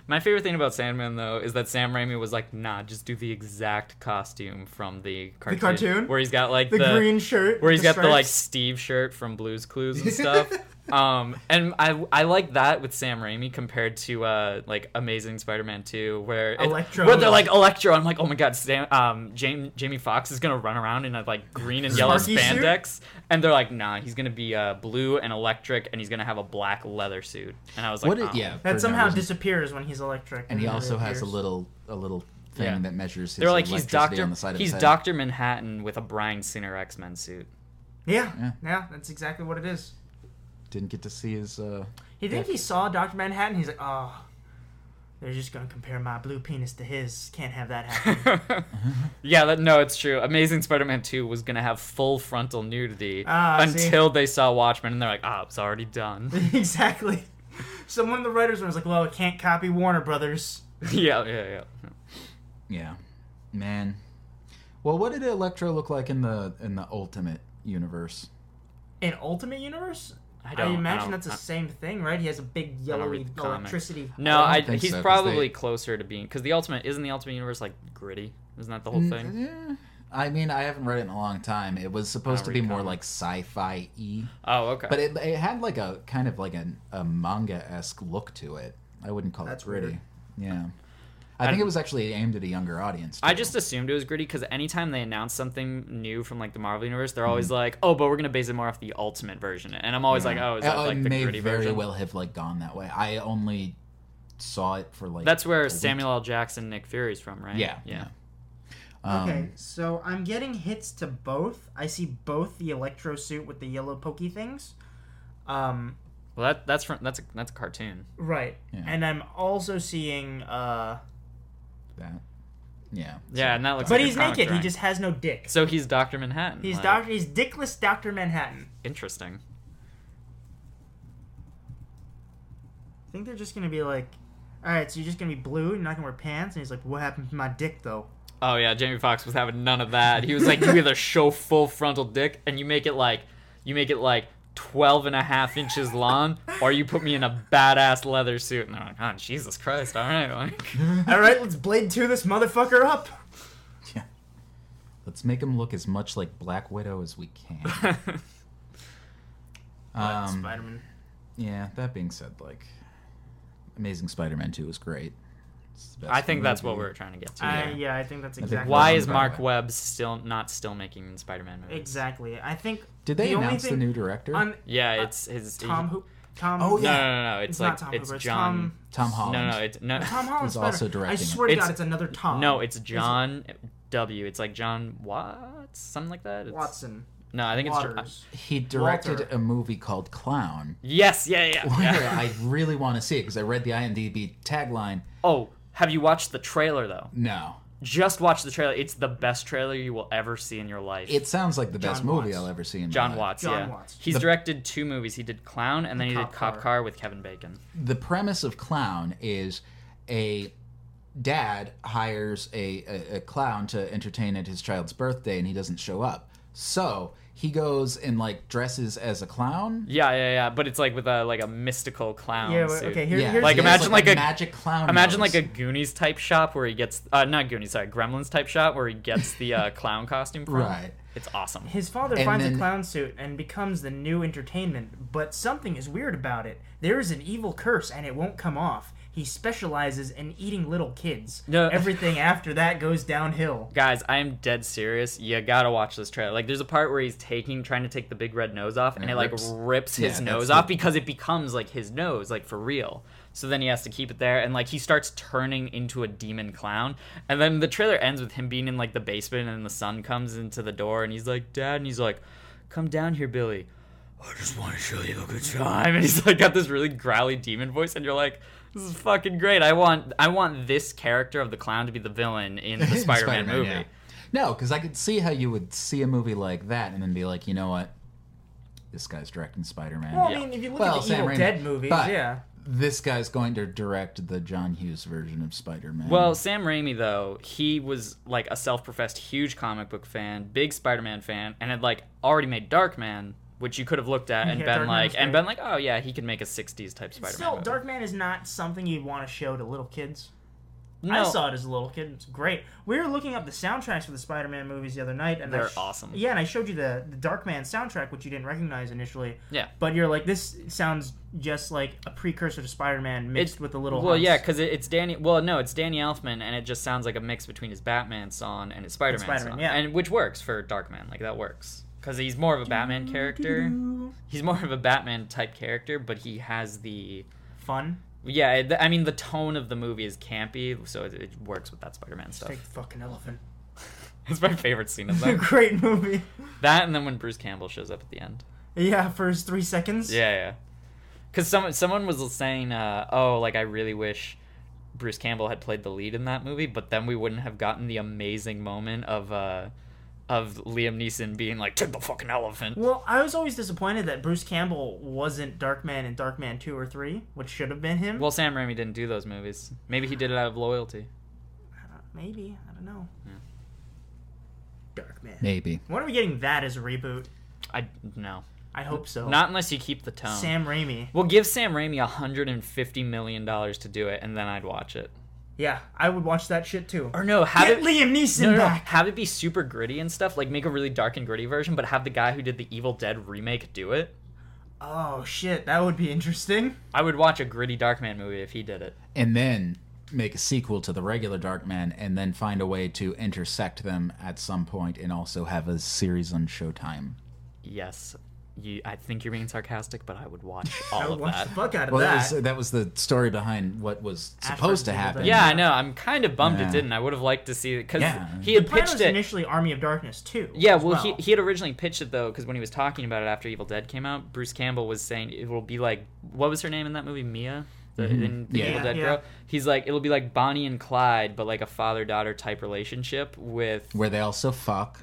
My favorite thing about Sandman though is that Sam Raimi was like, nah, just do the exact costume from the cartoon. cartoon? where he's got like The, the, green shirt. where he's he's got the like Steve shirt from Blue's *laughs* Clues and stuff. um, and I I like that with Sam Raimi compared to uh like Amazing Spider-Man 2 where it- Electro. where they're like Electro. I'm like, oh my god, Sam um Jamie, Jamie Fox is gonna run around in a like green and yellow Sparky suit? spandex, and they're like, nah, he's gonna be uh blue and electric, and he's gonna have a black leather suit. And I was like, What? oh. It, yeah, for no that somehow reason. disappears when he's electric. And he then also has a reappears. little a little thing Yeah. that measures. His They're like he's electricity Doctor on the side of he's his head. Doctor Manhattan with a Brian Singer X Men suit. Yeah, Yeah. yeah, That's exactly what it is. Didn't get to see his. uh He think he saw Doctor Manhattan. He's like, oh, they're just gonna compare my blue penis to his. Can't have that happen. *laughs* yeah, that, no, it's true. Amazing Spider-Man Two was gonna have full frontal nudity Ah, I see. until they saw Watchmen, and they're like, ah, it's *laughs* already done. *laughs* exactly. Someone in the writers' room was like, well, it can't copy Warner Brothers. yeah, yeah, yeah. Yeah, man. Well, what did Electro look like in the in the Ultimate universe? In Ultimate Universe, I I, don't imagine I don't- that's the I- same thing, right? He has a big yellowy read the comic. electricity. no. I, think he's so, 'cause probably they- closer to being because the Ultimate isn't the Ultimate Universe like gritty. Isn't that the Mm, whole thing? Yeah. I mean, I haven't read it in a long time. It was supposed I to be read more comics. like sci-fi e, Oh, okay. but it, it had like a kind of like an, a manga esque look to it. I wouldn't call That's it gritty. weird. Yeah, I, I think it don't- was actually aimed at a younger audience. I too. just assumed it was gritty because anytime they announce something new from like the Marvel universe, they're always Mm-hmm. like, "Oh, but we're gonna base it more off the Ultimate version," and I'm always like, "Oh, is that Uh, like it the may gritty very version?" well have like gone that way. I only saw it for like That's a where week. Samuel L. Jackson, Nick Fury's from, right? Yeah, yeah. Um, Oh, okay, so I'm getting hits to both. I see both the electro suit with the yellow pokey things. Um, Well, that that's from that's a, that's a cartoon. right. Yeah. And I'm also seeing uh that. Yeah. Yeah, and that looks. But like a he's comic naked. He drawing. just has no dick. So he's Doctor Manhattan. He's like, doctor. He's dickless Doctor Manhattan. Interesting. I think they're just gonna be like, all right, so you're just gonna be blue. You're not gonna wear pants. And he's like, what happened to my dick though? Oh yeah, Jamie Foxx was having none of that. He was like, you either show full frontal dick and you make it like, you make it like 12 and a half inches long, or you put me in a badass leather suit. And they're like, oh Jesus Christ, all right. like- *laughs* all right, let's blade two this motherfucker up. *laughs* Let's make him look as much like Black Widow as *laughs* we can. um, Spider-Man. yeah. That being said, like, Amazing Spider-Man Two was great. It's the best I think that's what movie. we're trying to get to. I, uh, yeah, I think that's think exactly. Why Well, is by Mark the Webb still not still making Spider-Man movies? Exactly. I think. Did they the only announce thing- the new director? On Yeah, it's his uh, Tom he- who? Tom. Oh, No, yeah. no, no, no. It's, It's like not Tom it's Hooper, it's John. Tom- Tom Holland. No, no, it's no. Tom Holland. Who's also I directing it. swear to It's- God, it's another Tom. No, it's John W. It's like John Watts, something like that. It's, Watson. No, I think it's. Jo- Waters. He directed Walter. a movie called Clown, yes, yeah, *laughs* yeah. where yeah. I really want to see it because I read the IMDb tagline. *laughs* oh, have you watched the trailer though? No, Just watch the trailer. It's the best trailer you will ever see in your life. it sounds like the best John movie Watts. I'll ever see in my John life. Watts. John yeah, Watts. he's The- directed two movies. He did Clown, and then he Cop did Cop Car. Car. with Kevin Bacon. the premise of clown is a dad hires a, a, a clown to entertain at his child's birthday and he doesn't show up so he goes and like dresses as a clown Yeah, yeah, yeah. But it's like with a like a mystical clown. Yeah. well, suit. Okay. Here, yeah here's Like, he the- has, imagine like a- magic clown Imagine nose. like a Goonies type shop where he gets uh, not Goonies, sorry, Gremlins type shop where he gets the uh, clown costume from. Right. It's awesome. His father And finds then- a clown suit and becomes the new entertainment, but something is weird about it. There is an evil curse and it won't come off. He specializes in eating little kids. No. Everything after that goes downhill. Guys, I am dead serious. You gotta watch this trailer. Like, there's a part where he's taking, trying to take the big red nose off, and, it it like rips. rips his Yeah, nose that's off the- because it becomes like his nose, like for real. So then he has to keep it there, and like he starts turning into a demon clown. And then the trailer ends with him being in like the basement, and the son comes into the door, and he's like, "Dad," and he's like, "Come down here, Billy." I just want to show you a good time. *laughs* And he's like got this really growly demon voice, and you're like, this is fucking great. I want I want this character of the clown to be the villain *laughs* in *laughs* the Spider-Man, movie. yeah. No, because I could see how you would see a movie like that and then be like, you know what, this guy's directing Spider-Man. Well, Yeah. I mean, if you look Well, at the Sam Evil Raimi. Dead movies, But- yeah. This guy's going to direct the John Hughes version of Spider-Man. Well, Sam Raimi though, he was like a self-professed huge comic book fan, big Spider-Man fan, and had like already made Darkman, which you could have looked at and Yeah, been Darkman like was and great. been like, oh yeah, he could make a '60s type Spider-Man. Still, movie. Darkman is not something you'd want to show to little kids. No, I saw it as a little kid. It's great. We were looking up the soundtracks for the Spider-Man movies the other night, and I They're awesome. Yeah, and I showed you the the Darkman soundtrack, which you didn't recognize initially. Yeah. But you're like, this sounds just like a precursor to Spider-Man mixed It's- with a little. Well, Hans yeah, because it, it's Danny. Well, no, it's Danny Elfman, and it just sounds like a mix between his Batman song and his Spider-Man, Spider-Man, song, yeah. and which works for Darkman. Like that works because he's more of a Batman character. He's more of a Batman type character, but he has the fun. yeah. it- I mean, the tone of the movie is campy, so it, it works with that Spider-Man Just stuff. take the fucking elephant. *laughs* It's my favorite scene of *laughs* that. great movie. that, and then when Bruce Campbell shows up at the end. Yeah, first three seconds. Yeah, yeah. Because someone someone was saying, uh, "Oh, like I really wish Bruce Campbell had played the lead in that movie, but then we wouldn't have gotten the amazing moment of uh, of Liam Neeson being like, take the fucking elephant." Well, I was always disappointed that Bruce Campbell wasn't Darkman in Darkman two or three, which should have been him. Well, Sam Raimi didn't do those movies. Maybe he did it out of loyalty. Uh, maybe I don't know. Darkman. maybe. When are we getting that as a reboot? I no, I hope so. not unless you keep the tone. Sam Raimi. well, give Sam Raimi 150 million dollars to do it, and then I'd watch it. Yeah, I would watch that shit too. Or no, have Get it Liam Neeson No, no, no. back. Have it be super gritty and stuff. Like make a really dark and gritty version, but have the guy who did the Evil Dead remake do it. Oh shit, that would be interesting. I would watch a gritty Darkman movie if he did it. And then make a sequel to the regular Darkman, and then find a way to intersect them at some point, and also have a series on Showtime. Yes, you. I think you're being sarcastic, but I *laughs* would watch I all would of watch that. the fuck out of Well, that. that, was that was the story behind what was Ash supposed versus to Evil happen. Dead. Yeah, I know. I'm kind of bummed Yeah. it didn't. I would have liked to see it because Yeah. he had The plan pitched was it. initially Army of Darkness too. Yeah, as well, He, he had originally pitched it though, because when he was talking about it after Evil Dead came out, Bruce Campbell was saying it will be like what was her name in that movie, Mia, the, in the Yeah. Evil Dead Yeah. girl. He's like it'll be like Bonnie and Clyde, but like a father daughter type relationship with Where they also fuck.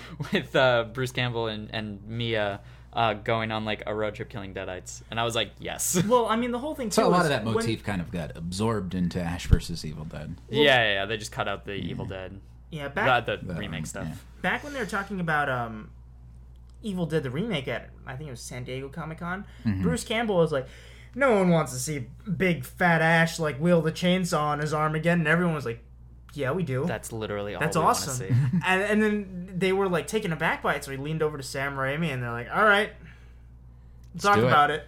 *laughs* with uh, Bruce Campbell and and Mia uh, going on like a road trip killing Deadites, and I was like, yes, *laughs* yeah, Well, I mean, the whole thing. So too a lot is of that when- motif kind of got absorbed into Ash versus Evil Dead. yeah, yeah. They just cut out the Evil Dead, Yeah, back uh, the That remake one, stuff. yeah. back when they were talking about um, Evil Dead the remake at I think it was San Diego Comic Con, Mm-hmm. Bruce Campbell was like, "No one wants to see big fat Ash like wield a chainsaw on his arm again," and everyone was like, "Yeah, we do." That's literally all That's we wanna awesome. see. *laughs* and, and then they were like taken aback by it, so he leaned over to Sam Raimi, and they're like, "All right, talk do it." about it.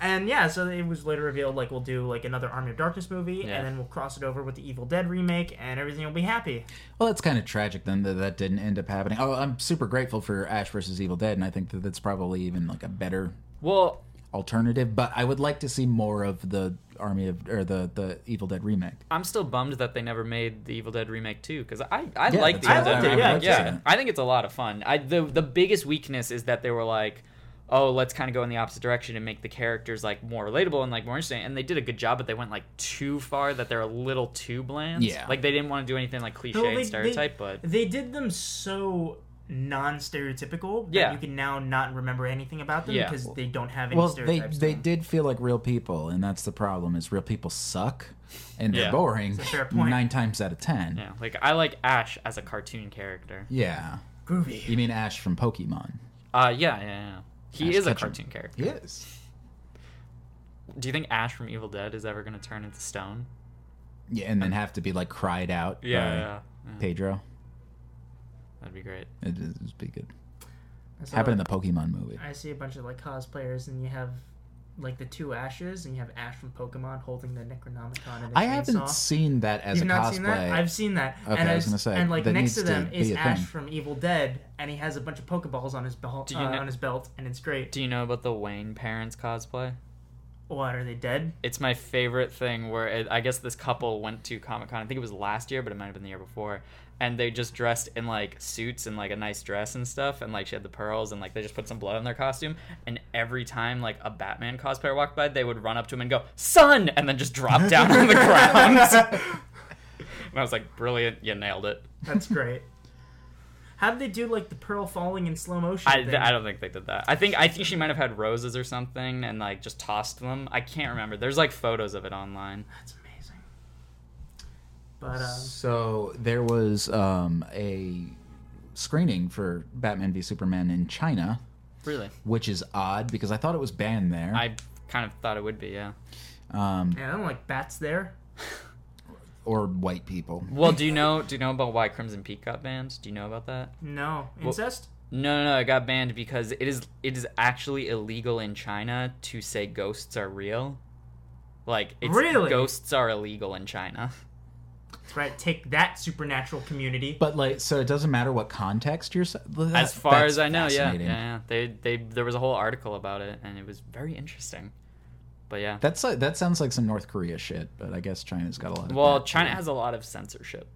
And yeah, so it was later revealed like we'll do like another Army of Darkness movie, Yeah. and then we'll cross it over with the Evil Dead remake, and everything will be happy. Well, that's kind of tragic then that that didn't end up happening. Oh, I'm super grateful for Ash versus Evil Dead, and I think that that's probably even like a better Well, alternative. But I would like to see more of the Army of or the the Evil Dead remake. I'm still bummed that they never made the Evil Dead remake too, because I, I Yeah, like that's what the Evil I Dead would remake. like to Yeah, see. I think it's a lot of fun. I the the biggest weakness is that they were like, oh, let's kind of go in the opposite direction and make the characters like more relatable and like more interesting. And they did a good job, but they went like too far that they're a little too bland. Yeah. like they didn't want to do anything like cliche No, they- and stereotype, but They did them so non-stereotypical that Yeah. you can now not remember anything about them Yeah. because they don't have any Well, they stereotypes. to they them. did feel like real people, and that's the problem. Is real people suck, and they're Yeah. boring That's a fair point. nine times out of ten. yeah, like I like Ash as a cartoon character. Yeah. groovy. you mean Ash from Pokemon? Uh, yeah, yeah, yeah. He Ash is a Ketchum. cartoon character. Yes. Do you think Ash from Evil Dead is ever going to turn into stone? Yeah, and then have to be like cried out. by Yeah, yeah, yeah. Pedro. that'd be great. It would it'd be good. So, Happened in the Pokemon movie. I see a bunch of like cosplayers, and you have like the two Ashes, and you have Ash from Pokemon holding the Necronomicon. And the I haven't chainsaw. seen that as You've a not cosplay. seen that? I've seen that. Okay, and I was I've- gonna say, And like that needs needs to to them be is a Ash thing. from Evil Dead, and he has a bunch of Pokeballs on his belt, Do uh, you know- on his belt, and it's great. Do you know about the Wayne parents cosplay? What are they dead? It's my favorite thing where it, I guess this couple went to Comic Con. I think it was last year, but it might have been the year before. And they just dressed in like suits and like a nice dress and stuff. And like she had the pearls and like they just put some blood on their costume. And every time like a Batman cosplayer walked by, they would run up to him and go, Son! And then just drop down on the ground. And I was like, Brilliant, you nailed it. That's great. How did they do like the pearl falling in slow motion? I, thing? I don't think they did that. I think I think she might have had roses or something and like just tossed them. I can't remember. There's like photos of it online. That's amazing. But uh, So there was um, a screening for Batman v Superman in China, Really? which is odd because I thought it was banned there. I kind of thought it would be, yeah. um, yeah, I don't like bats there. or white people. Well, do you know do you know about why Crimson Peak got banned? Do you know about that? No incest. No, no, no, it got banned because it is it is actually illegal in China to say ghosts are real. Like it's Really? ghosts are illegal in China. That's right. Take that supernatural community. But like, so it doesn't matter what context you're. s- That, As far that's as I know, yeah, yeah, fascinating. yeah. They they there was a whole article about it and it was very interesting. But yeah. That's like, that sounds like some North Korea shit, but I guess China's got a lot of. Well, that, China too. has a lot of censorship.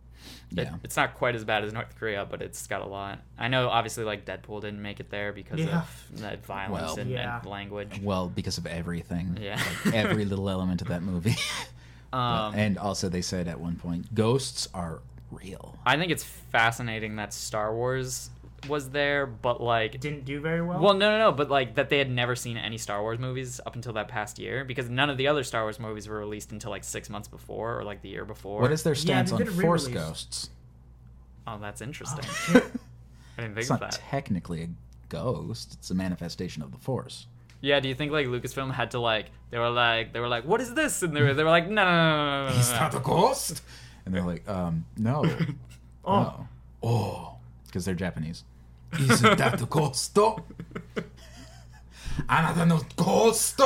It- Yeah. it's not quite as bad as North Korea, but it's got a lot. I know, obviously, like Deadpool didn't make it there because Yeah. of the violence Well. and, Yeah. and language. Well, because of everything. Yeah. *laughs* *laughs* Every little element of that movie. um, and also, they said at one point, ghosts are real. I think it's fascinating that Star Wars was there, but like. Didn't do very well. Well, no, no, no, but like that they had never seen any Star Wars movies up until that past year because none of the other Star Wars movies were released until like six months before or like the year before. What is their stance they on did a force re-release. ghosts? Oh, that's interesting. I didn't think *laughs* It's of not that. technically a ghost; it's a manifestation of the force. Yeah, do you think like Lucasfilm had to like they were like they were like what is this and they were they were like no no no no, no, no, no, no. a ghost. And they're like, um, no, *laughs* Oh. oh, oh, because they're Japanese. Isn't that a ghost? Another no ghost.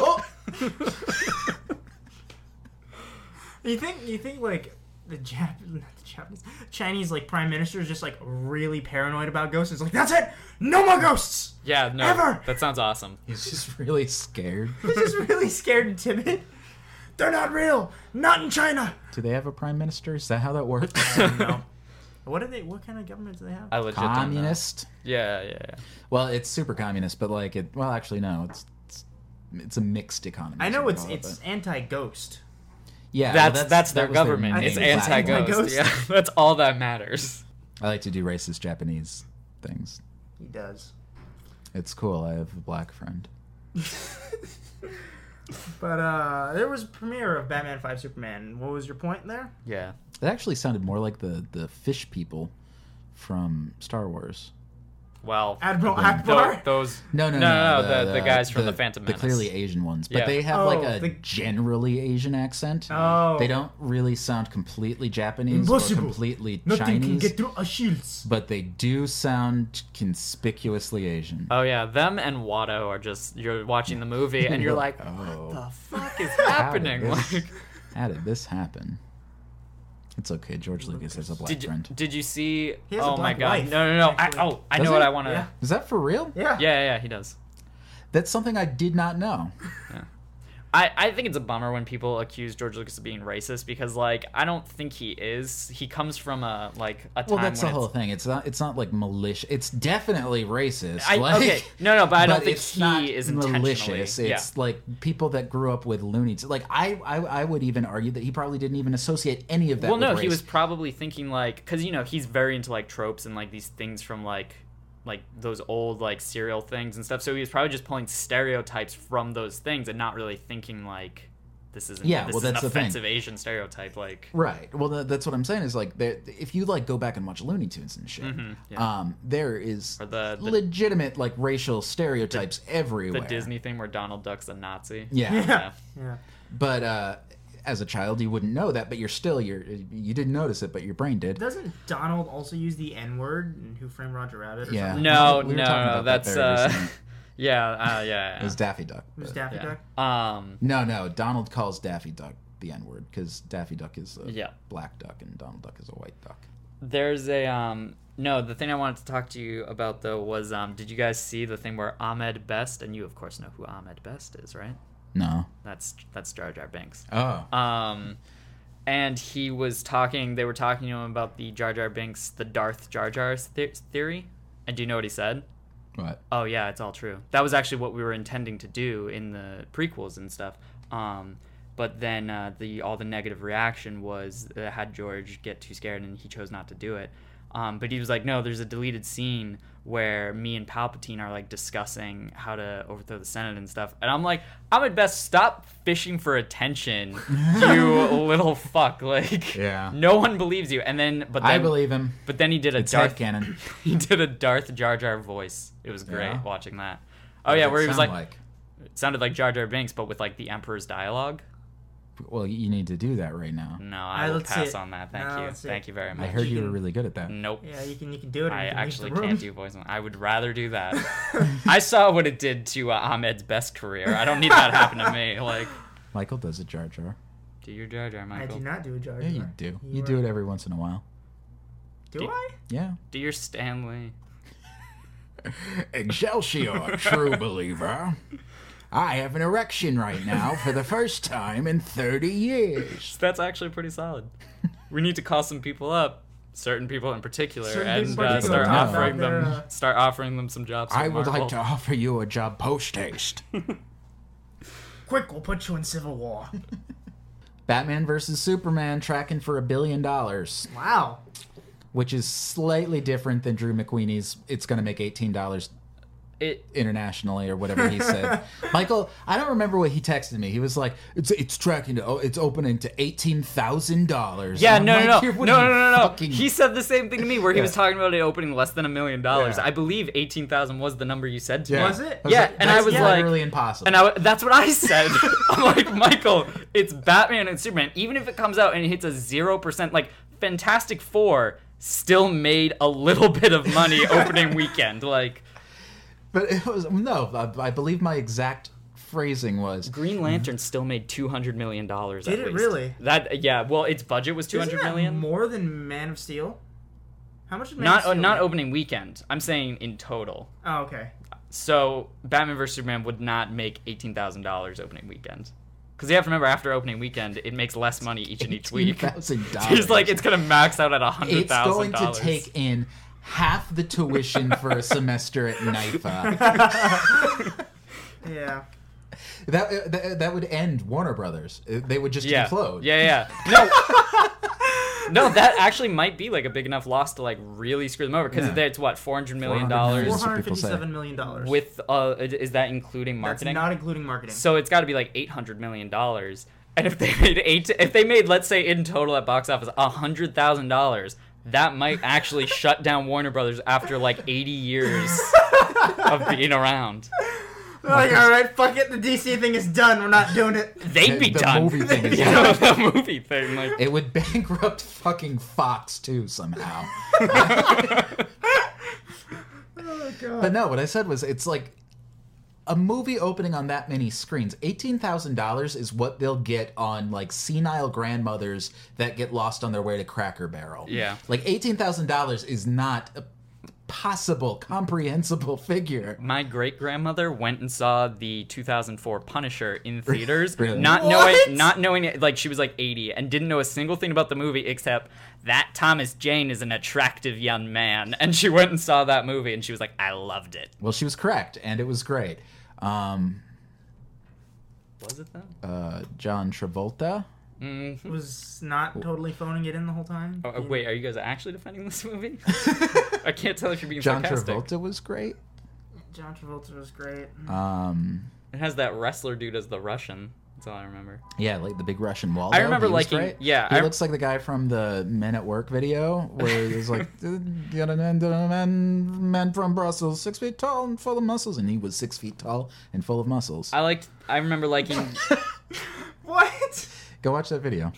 You think you think like the Jap *laughs* not the Japanese Chinese like prime minister is just like really paranoid about ghosts. It's like that's it, no more ghosts. *laughs* Yeah, no. Ever! That sounds awesome. He's just really scared. He's just really scared and timid. They're not real. Not in China. Do they have a prime minister? Is that how that works? no. What are they? What kind of government do they have? I legit don't know. communist. Yeah, yeah, yeah. Well, it's super communist, but like it. Well, actually, no. It's it's, it's a mixed economy. I is know what it's they call it, it's anti-ghost. but- yeah. well, That's that's, their that was government. main it's name. platform. anti ghost. Anti-ghost. Yeah. *laughs* That's all that matters. I like to do racist Japanese things. He *laughs* does. It's cool. I have a black friend. But uh, there was a premiere of Batman Five Superman. What was your point there? Yeah. That actually sounded more like the the fish people from Star Wars. Well Admiral Boom. tho- Akbar. those No, no, No, no, no, the- the guys from the Phantom the Menace. clearly Asian ones, but Yeah. they have Oh, like a the- generally Asian accent. *laughs* Oh. They don't really sound completely Japanese Impossible. or completely Nothing can Chinese, get through our shields. but they do sound conspicuously Asian. Oh yeah, them and Watto are just you're watching the movie and *laughs* you're like oh, *laughs* the fuck is how did happening? this- Like how did this happen? It's okay. George Lucas has a black did you, friend. did you see He has a Oh my black god. wife, no, no, no. I, actually. oh, I Does know what he? I want to Yeah. Is that for real? Yeah. yeah, yeah, yeah, he does. That's something I did not know. I, I think it's a bummer when people accuse George Lucas of being racist because like I don't think he is. He comes from a like a time Well, that's the when whole it's, thing. It's not. It's not like malicious. It's definitely racist. I, *laughs* like, okay, no, no, but I don't think it's not he is intentionally. malicious. It's yeah. like people that grew up with Looney Tunes. Like I, I, I would even argue that he probably didn't even associate any of that. Well, with no, he race. was probably thinking like because you know he's very into like tropes and like these things from like like those old like serial things and stuff. So he was probably just pulling stereotypes from those things and not really thinking like this isn't Yeah, this well, is an that's the thing. offensive Asian stereotype like Right. Well, tha- that's what I'm saying is like there. If you like go back and watch Looney Tunes and shit, um, there is Mm-hmm. Or the- the- legitimate like racial stereotypes the everywhere. Disney thing where Donald Duck's a Nazi. *laughs* Yeah. Yeah. Yeah. But uh, as a child, you wouldn't know that, but you're still you're you didn't notice it, but your brain did. Doesn't Donald also use the N word in Who Framed Roger Rabbit? Or *laughs* Yeah. Something? No, We were no, talking no, about that that's very uh, recently. *laughs* yeah, uh, yeah, It was Daffy Duck. It was but- Daffy yeah, Duck. yeah. Um, No, no. Donald calls Daffy Duck the N word because Daffy Duck is a Yeah. black duck and Donald Duck is a white duck. there's a um, no. The thing I wanted to talk to you about though was um, did you guys see the thing where Ahmed Best and you of course know who Ahmed Best is, right? No. That's that's Jar Jar Binks. Oh. Um, and he was talking. They were talking to him about the Jar Jar Binks, the Darth Jar Jar the- theory. And do you know what he said? What? Oh yeah, it's all true. That was actually what we were intending to do in the prequels and stuff. Um, but then uh, the all the negative reaction was uh, had George get too scared and he chose not to do it. Um, but he was like, no, there's a deleted scene where me and Palpatine are like discussing how to overthrow the Senate and stuff. And I'm like, I'm at best stop fishing for attention, *laughs* you little fuck. Like, Yeah. no one believes you. And then, but then, I believe him. But then he did a It's Darth headcanon. *laughs* he did a Darth Jar Jar voice. It was great Yeah? watching that. *coughs* Oh yeah, What where does he was it like, sound it sounded like Jar Jar Binks, but with like the Emperor's dialogue. like. Well, you need to do that right now. No, Ah, I will let's see pass it. on that. Thank No, you. let's see it. Thank you very I much. heard You you were can- really good at that. Nope. Yeah, you can you can do it. I You can leave the actually room. *laughs* can't do voice. I would rather do that. I saw what it did to uh, Ahmed's best career. I don't need that to happen to *laughs* me. Like, Michael does a Jar Jar. do your Jar Jar, I Michael. do not do a Jar Jar. Yeah, you do. You, are- do it every once in a while. Do Do- I? Yeah. Do your Stanley. *laughs* Excelsior, *laughs* true believer. I have an erection right now for the first time in 30 *laughs* years. That's actually pretty solid. We need to call some people up, certain people in particular, Certain and people in uh, particular. start Talk about offering their, them uh, start offering them some jobs. I at would like Marvel. to offer you a job post haste. Quick, we'll put you in Civil War. *laughs* Batman versus Superman tracking for a billion dollars, Wow. which is slightly different than Drew McQueenie's. It's going to make $18 It internationally or whatever *laughs* he said. Michael, I don't remember what he texted me. He was like, "It's it's tracking to oh, it's opening to eighteen thousand dollars." Yeah, no, no, no, no, no, no, no. He *laughs* said the same thing to me where he was Yeah. talking about it opening less than a million dollars. Yeah. I believe eighteen thousand was the number you said to me. Was it? Yeah, and I was like- literally impossible. And I, w- that's what I said. *laughs* I'm like, Michael, it's Batman and Superman. Even if it comes out and it hits a zero percent, like Fantastic Four still made a little bit of *laughs* money opening weekend. Like but it was no. I, I believe my exact phrasing was Green Lantern still made two hundred million dollars. Did at it least. really? That yeah. Well, its budget was two Isn't hundred that million. more than Man of Steel? How much? Did Man Not uh, of Steel not make? opening weekend. I'm saying in total. Oh, okay. So Batman vs Superman would not make eighteen thousand dollars opening weekend, because you have to remember after opening weekend it makes less money each and each week. *laughs* $18,000. It's like it's gonna max out at a hundred It's thousand going to dollars. take in half the tuition for a semester at *laughs* NYFA. Yeah. That, that that would end Warner Brothers. Uh, They would just yeah. implode. yeah, yeah, no. *laughs* No, that actually might be like a big enough loss to like really screw them over because Yeah. it's what four hundred million $400 Four dollars million. hundred what people say. fifty-seven million dollars. with uh is that including that's marketing? not including marketing. So it's got to be like eight hundred million dollars. And if they made eight, if they made let's say in total at box office hundred thousand dollars, that might actually shut down Warner Brothers after like eighty years of being around. They're like, Oh, all right, fuck it. The DC thing is done. We're not doing *laughs* it. They'd be The- the done. movie *laughs* thing is yeah, done. the movie thing. Like It would *laughs* bankrupt fucking Fox *laughs* too somehow. Oh god. But no, what I said was it's like a movie opening on that many screens. Eighteen thousand dollars is what they'll get on like senile grandmothers that get lost on their way to Cracker Barrel. Yeah. like eighteen thousand dollars is not a possible comprehensible figure. my great grandmother went and saw the 2004 Punisher in theaters, Really? not What? knowing, not knowing it. Like she was like 80 and didn't know a single thing about the movie except that Thomas Jane is an attractive young man, *laughs* and she went and saw that movie, and she was like, I loved it. Well, she was correct, and it was great. Um, Was it then? uh, *laughs* John Travolta. was not totally phoning it in the whole time. Oh, uh, wait, are you guys actually defending this *laughs* movie? I can't tell if you're being John sarcastic. Travolta was great. John Travolta was great. Um, It has that wrestler dude as the Russian. That's all I remember. yeah, like the big Russian wall. I remember liking- yeah, he I- looks like the guy from the Men at Work video where he was *laughs* like, "Get a man, get a man, man from Brussels, six feet tall and full of muscles," and he was six feet tall and full of muscles. I liked. I remember *laughs* liking. What? Go watch that video.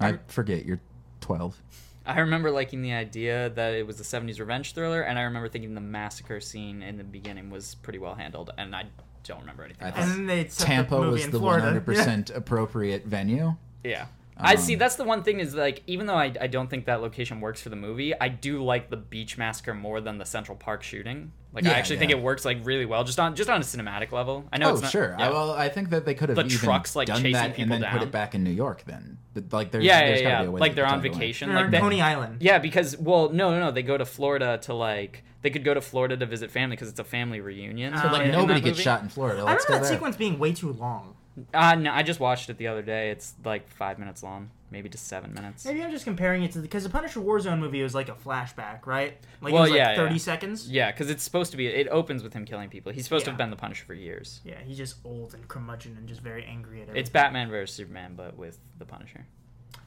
I forget you're twelve. I remember liking the idea that it was a 70s revenge thriller, and I remember thinking the massacre scene in the beginning was pretty well handled, and I don't remember anything I else. And then they set Tampa the movie was in the one Florida. hundred percent appropriate venue. Yeah. I see. That's the one thing is like, even though I, I don't think that location works for the movie, I do like the beach massacre more than the Central Park shooting. Like, Yeah, I actually think yeah. it works like really well, just on just on a cinematic level. I know. Oh it's not, sure. Yeah. I, well, I think that they could have The even trucks, like, done chasing that and people then put down. it back in New York. Then, But, like there's, yeah, yeah, there's gotta yeah. be a way Like they could they're on tuck it away. vacation. They're Like on they, Coney Island. Yeah, because well, no, no, no. They go to Florida to like they could go to Florida to visit family because it's a family reunion. So, like, in- in Nobody that gets movie. shot in Florida. I Let's remember that go there. sequence being way too long. Uh, no, I just watched it the other day. It's like five minutes long, maybe just seven minutes. Maybe I'm just comparing it to because the, Punisher Warzone movie was like a flashback, right? Like Well, it was yeah, like 30 yeah. seconds. Yeah, because it's supposed to be. It opens with him killing people. He's supposed to Yeah. have been the Punisher for years. Yeah, he's just old and curmudgeon and just very angry at everything. It's Batman versus Superman, but with the Punisher.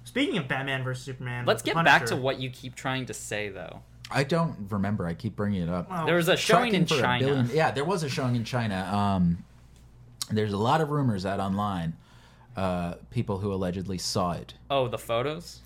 Speaking of Batman versus Superman, Let's with the get back to Punisher- what you keep trying to say, though. I don't remember. I keep bringing it up. Wow. There was a showing Tracking in for a China. billion- yeah, there was a showing in China. Um, there's a lot of rumors out online. Uh, people who allegedly saw it. Oh, the photos.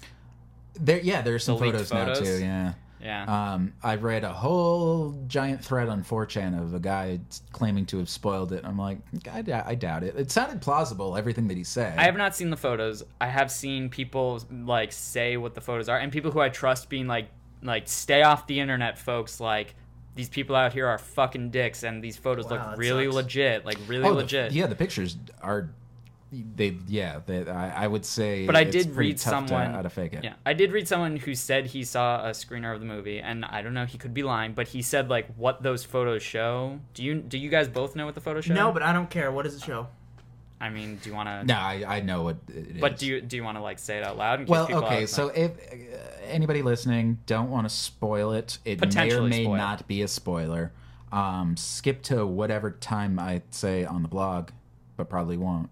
There, yeah, there's some The leaked photos, now photos? too. Yeah. Yeah. Um, I read a whole giant thread on 4chan of a guy claiming to have spoiled it. I'm like, I, dou- I doubt it. It sounded plausible, everything that he said. I have not seen the photos. I have seen people like say what the photos are, and people who I trust being like, like, stay off the internet, folks. Like, these people out here are fucking dicks, and these photos Wow, that look really sucks. legit, like really Oh, the- legit. yeah, the pictures are. They yeah, they, I, I would say. But I it's did pretty read tough to- someone how to fake it. Yeah, I did read someone who said he saw a screener of the movie, and I don't know, he could be lying, but he said like what those photos show. Do you do you guys both know what the photos show? No, but I don't care. What does it show? I mean, do you want to? No, I, I know what it is. But do you do you want to like say it out loud? In case Well, people okay. outside- So if uh, anybody listening don't want to spoil it, it may or Potentially may spoil. not be a spoiler. Um, skip to whatever time I say on the blog, but probably won't.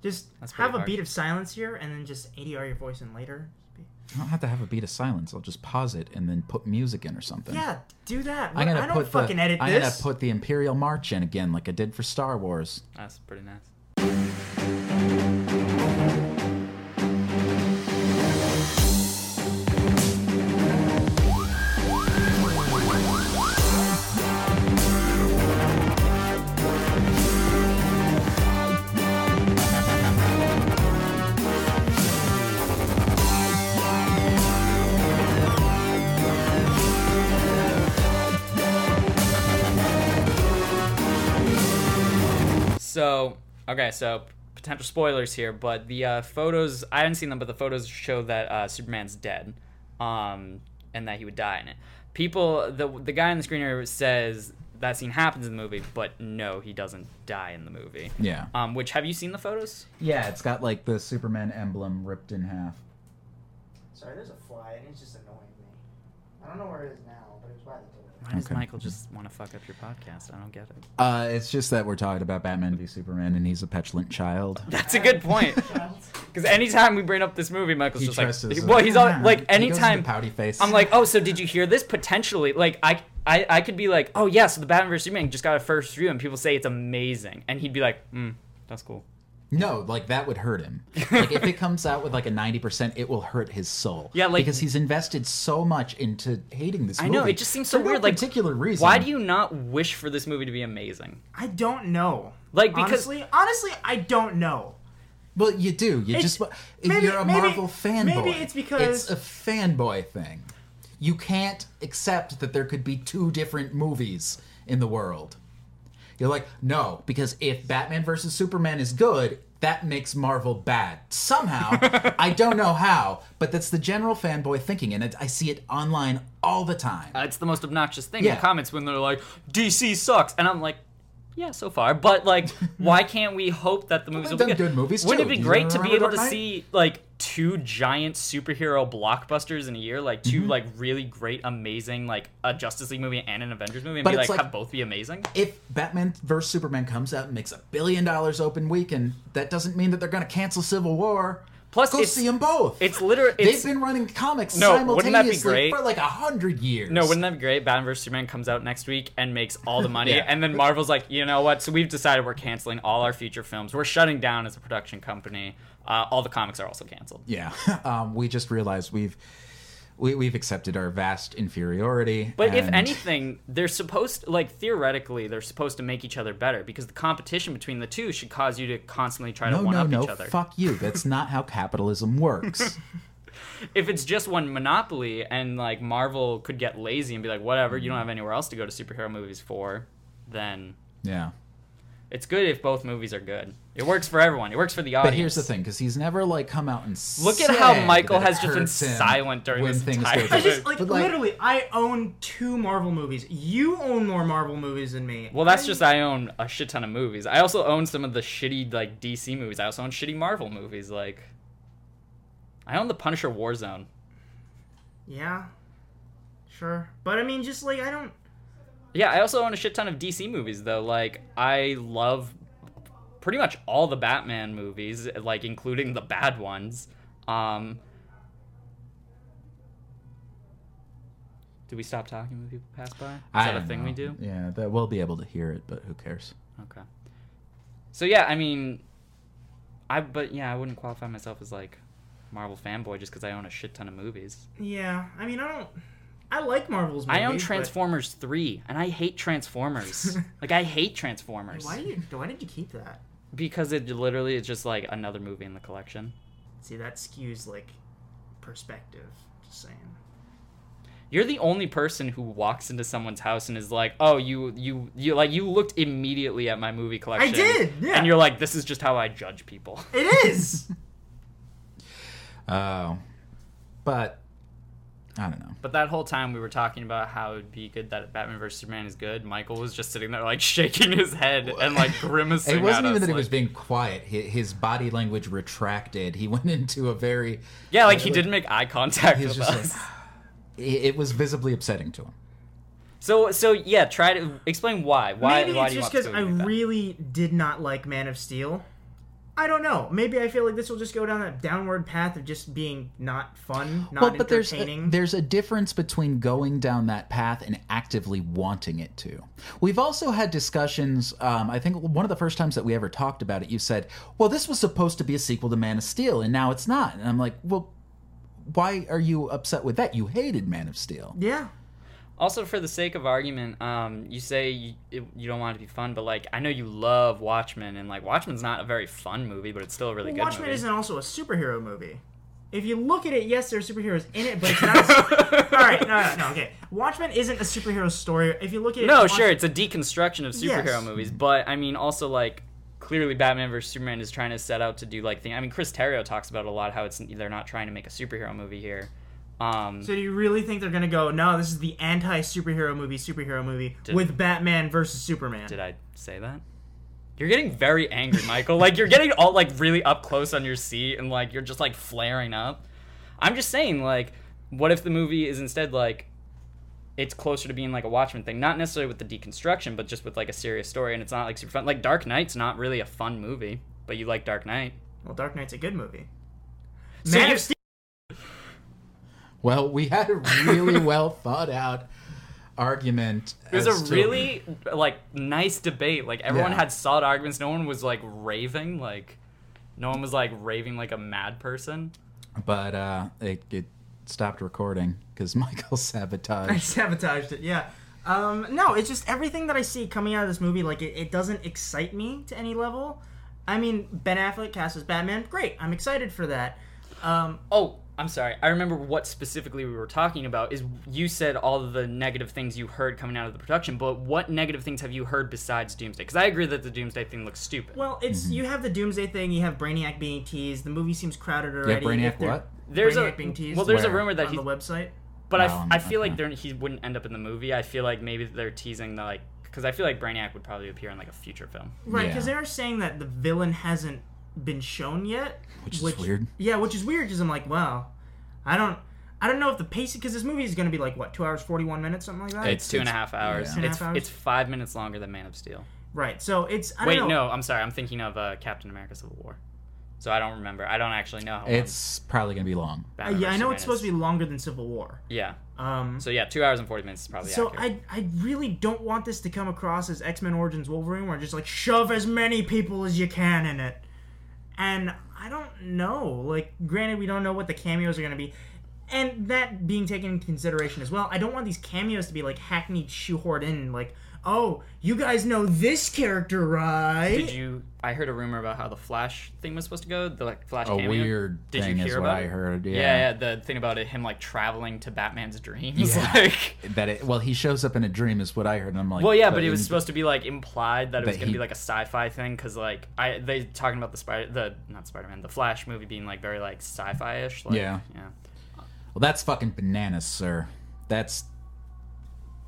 Just That's pretty have a hard. beat of silence here, and then just ADR your voice in later. I don't have to have a beat of silence. I'll just pause it and then put music in or something. Yeah, do that. I'm gonna I don't put fucking the, edit I'm this. gonna put the Imperial March in again, like I did for Star Wars. that's pretty nice. So okay, so potential spoilers here, but the uh, photos I haven't seen them, but the photos show that uh, Superman's dead, um, and that he would die in it. People, the the guy in the screener says that scene happens in the movie, but no, he doesn't die in the movie. Yeah, Um, which have you seen the photos? yeah. It's got like the Superman emblem ripped in half. Sorry, there's a fly, and it's just annoying me. I don't know where it is now, but it's by the Why does Okay. Michael just want to fuck up your podcast? I don't get it. Uh, it's just that we're talking about Batman v Superman, and he's a petulant child. *laughs* That's a *laughs* good point. Because anytime we bring up this movie, Michael's He just dresses like, up. well, he's all, like, He goes into anytime pouty face. I'm like, oh, so did you hear this? Potentially, like I, I, I could be like, oh yeah, so the Batman vs Superman just got a first review, and people say it's amazing, and he'd be like, mm, that's cool. No, like that would *laughs* hurt him. Like if it comes out with like a ninety percent, it will hurt his soul. Yeah, like- because he's invested so much into hating this. I movie. know, it just seems so for no weird, like, particular reason. Why do you not wish for this movie to be amazing? I don't know. Like, because- honestly, honestly, I don't know. Well, you do. You It's- just maybe- you're a maybe- Marvel fanboy. maybe it's because- it's a fanboy thing. You can't accept that there could be two different movies in the world. You're like, no, because if Batman versus Superman is good, that makes Marvel bad *laughs* somehow. I don't know how, but that's the general fanboy thinking, and it, I see it online all the time. Uh, It's the most obnoxious thing in Yeah. the comments when they're like, DC sucks, and I'm like. Yeah, so far, but *laughs* like, why can't we hope that the movies they've will be done good movies, Wouldn't too. it be Do you great to be remember able Dark to Knight? see like two giant superhero blockbusters in a year, like Mm-hmm. 2 like really great, amazing, like a Justice League movie and an Avengers movie, and But be it's like, like- have both be amazing? if Batman vs Superman comes out and makes a billion dollars open weekend, that doesn't mean that they're going to cancel Civil War. Plus, go it's- see them both. It's literally They've been running comics No, simultaneously wouldn't that be great? for like a hundred years. No, wouldn't that be great? Batman vs Superman comes out next week and makes all the money, *laughs* Yeah. and then Marvel's like, you know what? So we've decided we're canceling all our future films. We're shutting down as a *laughs* production company. Uh, all the comics are also canceled. yeah, um, we just realized we've we, we've accepted our vast inferiority. But if and- anything, they're supposed like theoretically they're supposed to make each other better because the competition between the two should cause you to constantly try to no, one no, up no, each other. fuck you. That's not how *laughs* capitalism works. If it's just one monopoly and like Marvel could get lazy and be like, whatever, you don't have anywhere else to go to superhero movies for, then yeah. it's good if both movies are good. It works for everyone. It works for the audience. But here's the thing, because he's never like come out and Look at how said Michael that it has just been hurts him silent during when this things entire- *laughs* Go I But- just like, But, like- literally. I own two Marvel movies. You own more Marvel movies than me. Well, that's I- just I own a shit ton of movies. I also own some of the shitty like DC movies. I also own shitty Marvel movies. Like, I own the Punisher Warzone. yeah, sure. But I mean, just like I don't. Yeah, I also own a shit ton of DC movies though. Like, I love pretty much all the Batman movies, like including the bad ones. Um, do we stop talking when people pass by? Is I that a don't thing we know. do? Yeah, that we'll be able to hear it, but who cares? Okay. So yeah, I mean, I but yeah, I wouldn't qualify myself as like Marvel fanboy just because I own a shit ton of movies. Yeah, I mean, I don't. I like Marvel's movies. I own but- Transformers three, and I *laughs* hate Transformers. like I hate Transformers Why did you? Why did you keep that? because it literally is just like another movie in the collection. See, that skews like perspective. Just saying. You're the only person who walks into someone's house and is like, "Oh, you, you, you, like you looked immediately at my movie collection." did, yeah. And you're like, "This is just how I judge people." It is. Oh, but I don't know. *laughs* But that whole time we were talking about how it'd be good that Batman vs Superman is good. Michael was just sitting there like *laughs* shaking his head and like grimacing. *laughs* It wasn't at even us, that he like- was being quiet. Hi- His body language retracted. He *laughs* went into a very Yeah, like he like- didn't make eye contact He was with just us. like, it it was visibly upsetting to him. *laughs* So so yeah, try to explain why. Why Maybe why it's do you just want because to I really did not like Man of Steel. I don't know. Maybe I feel like this will just go down that downward path of just being not fun, not well, but there's a, entertaining. there's a difference between going down that path and actively wanting it to. We've also had discussions. Um, I think one of the first times that we ever talked about it, you said, "Well, this was supposed to be a sequel to Man of Steel, and now it's not." And I'm like, "Well, why are you upset with that? You hated Man of Steel." yeah. Also, for the sake of argument, um, you say you, it, you don't want it to be fun, but like I know you love Watchmen, and like Watchmen's not a very fun movie, but it's still a really Well, good Watchmen movie. isn't also a superhero movie. If you look at it, yes, there's superheroes in it, but it's not. *laughs* A, all right, no, no, no, okay. Watchmen isn't a superhero story. If you look at it, No, Watch- sure, it's a deconstruction of superhero Yes. movies, but I mean, also like clearly, Batman vs Superman is trying to set out to do like thing. I mean, Chris Terrio talks about it a lot how it's they're not trying to make a superhero movie here. Um, So do you really think they're gonna go? No, this is the anti-superhero movie, superhero movie with Batman versus Superman. did I say that? You're getting very angry, Michael. like you're getting all like really up close on your seat, and like you're just like flaring up. I'm just saying, like, what if the movie is instead like it's closer to being like a Watchmen thing, not necessarily with the deconstruction, but just with like a serious story, and it's not like super fun. Like Dark Knight's not really a fun movie, but you like Dark Knight. Well, Dark Knight's a good movie. So Man you- of Steel. *laughs* Well, we had a *laughs* really well thought out argument. It was a really like nice debate. Like everyone Yeah. had solid arguments. No one was like raving. Like no one was like raving like a mad person. but uh, it, it stopped recording because *laughs* Michael I sabotaged. sabotaged it. Yeah. Um, no, it's just everything that I see coming out of this movie. Like it, it doesn't excite me to any level. I mean, Ben Affleck cast as Batman. Great, I'm excited for that. Um, Oh, I'm sorry. I remember what specifically we were talking about is you said all of the negative things you heard coming out of the production, but what negative things have you heard besides Doomsday? Because I agree that the Doomsday thing looks stupid. well, it's Mm-hmm. you have the Doomsday thing. You have Brainiac being teased. The movie seems crowded Yeah, already. Brainiac. If they're- What? there's Brainiac a being teased well, there's a Where? rumor that on he, the website. but I, No, I'm- I feel like okay. they're, he wouldn't end up in the movie. I feel like maybe they're teasing the like because I feel like Brainiac would probably appear in like a future film. Right, because Yeah. they're saying that the villain hasn't been shown yet, Which is weird. Yeah, which is weird because I'm like, wow, I don't, I don't know if the pacing because this movie is going to be like what two hours forty one minutes something like that. It's two and a half hours. yeah. Two and a It's half hours? it's five minutes longer than Man of Steel. right, so it's I Wait, don't know. no, I'm sorry. I'm thinking of uh, Captain America: Civil War. So I don't remember. I don't actually know. How It's probably gonna be long. long Uh, yeah, I know it's supposed to be longer than Civil War. Yeah. Um, So yeah, two hours and forty minutes is probably so accurate. I I really don't want this to come across as X Men Origins Wolverine, where I just like shove as many people as you can in it, and I don't know. Like, granted, we don't know what the cameos are going to be. and that being taken into consideration as well, I don't want these cameos to be like hackneyed, shoehorned in, like, oh, you guys know this character, right? Did you? I heard a rumor about how the Flash thing was supposed to go. The like Flash A cameo. weird Did thing you is hear what about I it? heard, Yeah. yeah. yeah, the thing about it, him like traveling to Batman's dreams. Yeah. *laughs* Like, that it, well he shows up in a dream is what I heard and I'm like well, yeah, but in- it was supposed to be like implied that it was But gonna he- be like a sci-fi thing because like I they talking about the spider the not Spider-Man the Flash movie being like very like sci-fi-ish. Like, Yeah. yeah. well that's fucking bananas sir that's *laughs*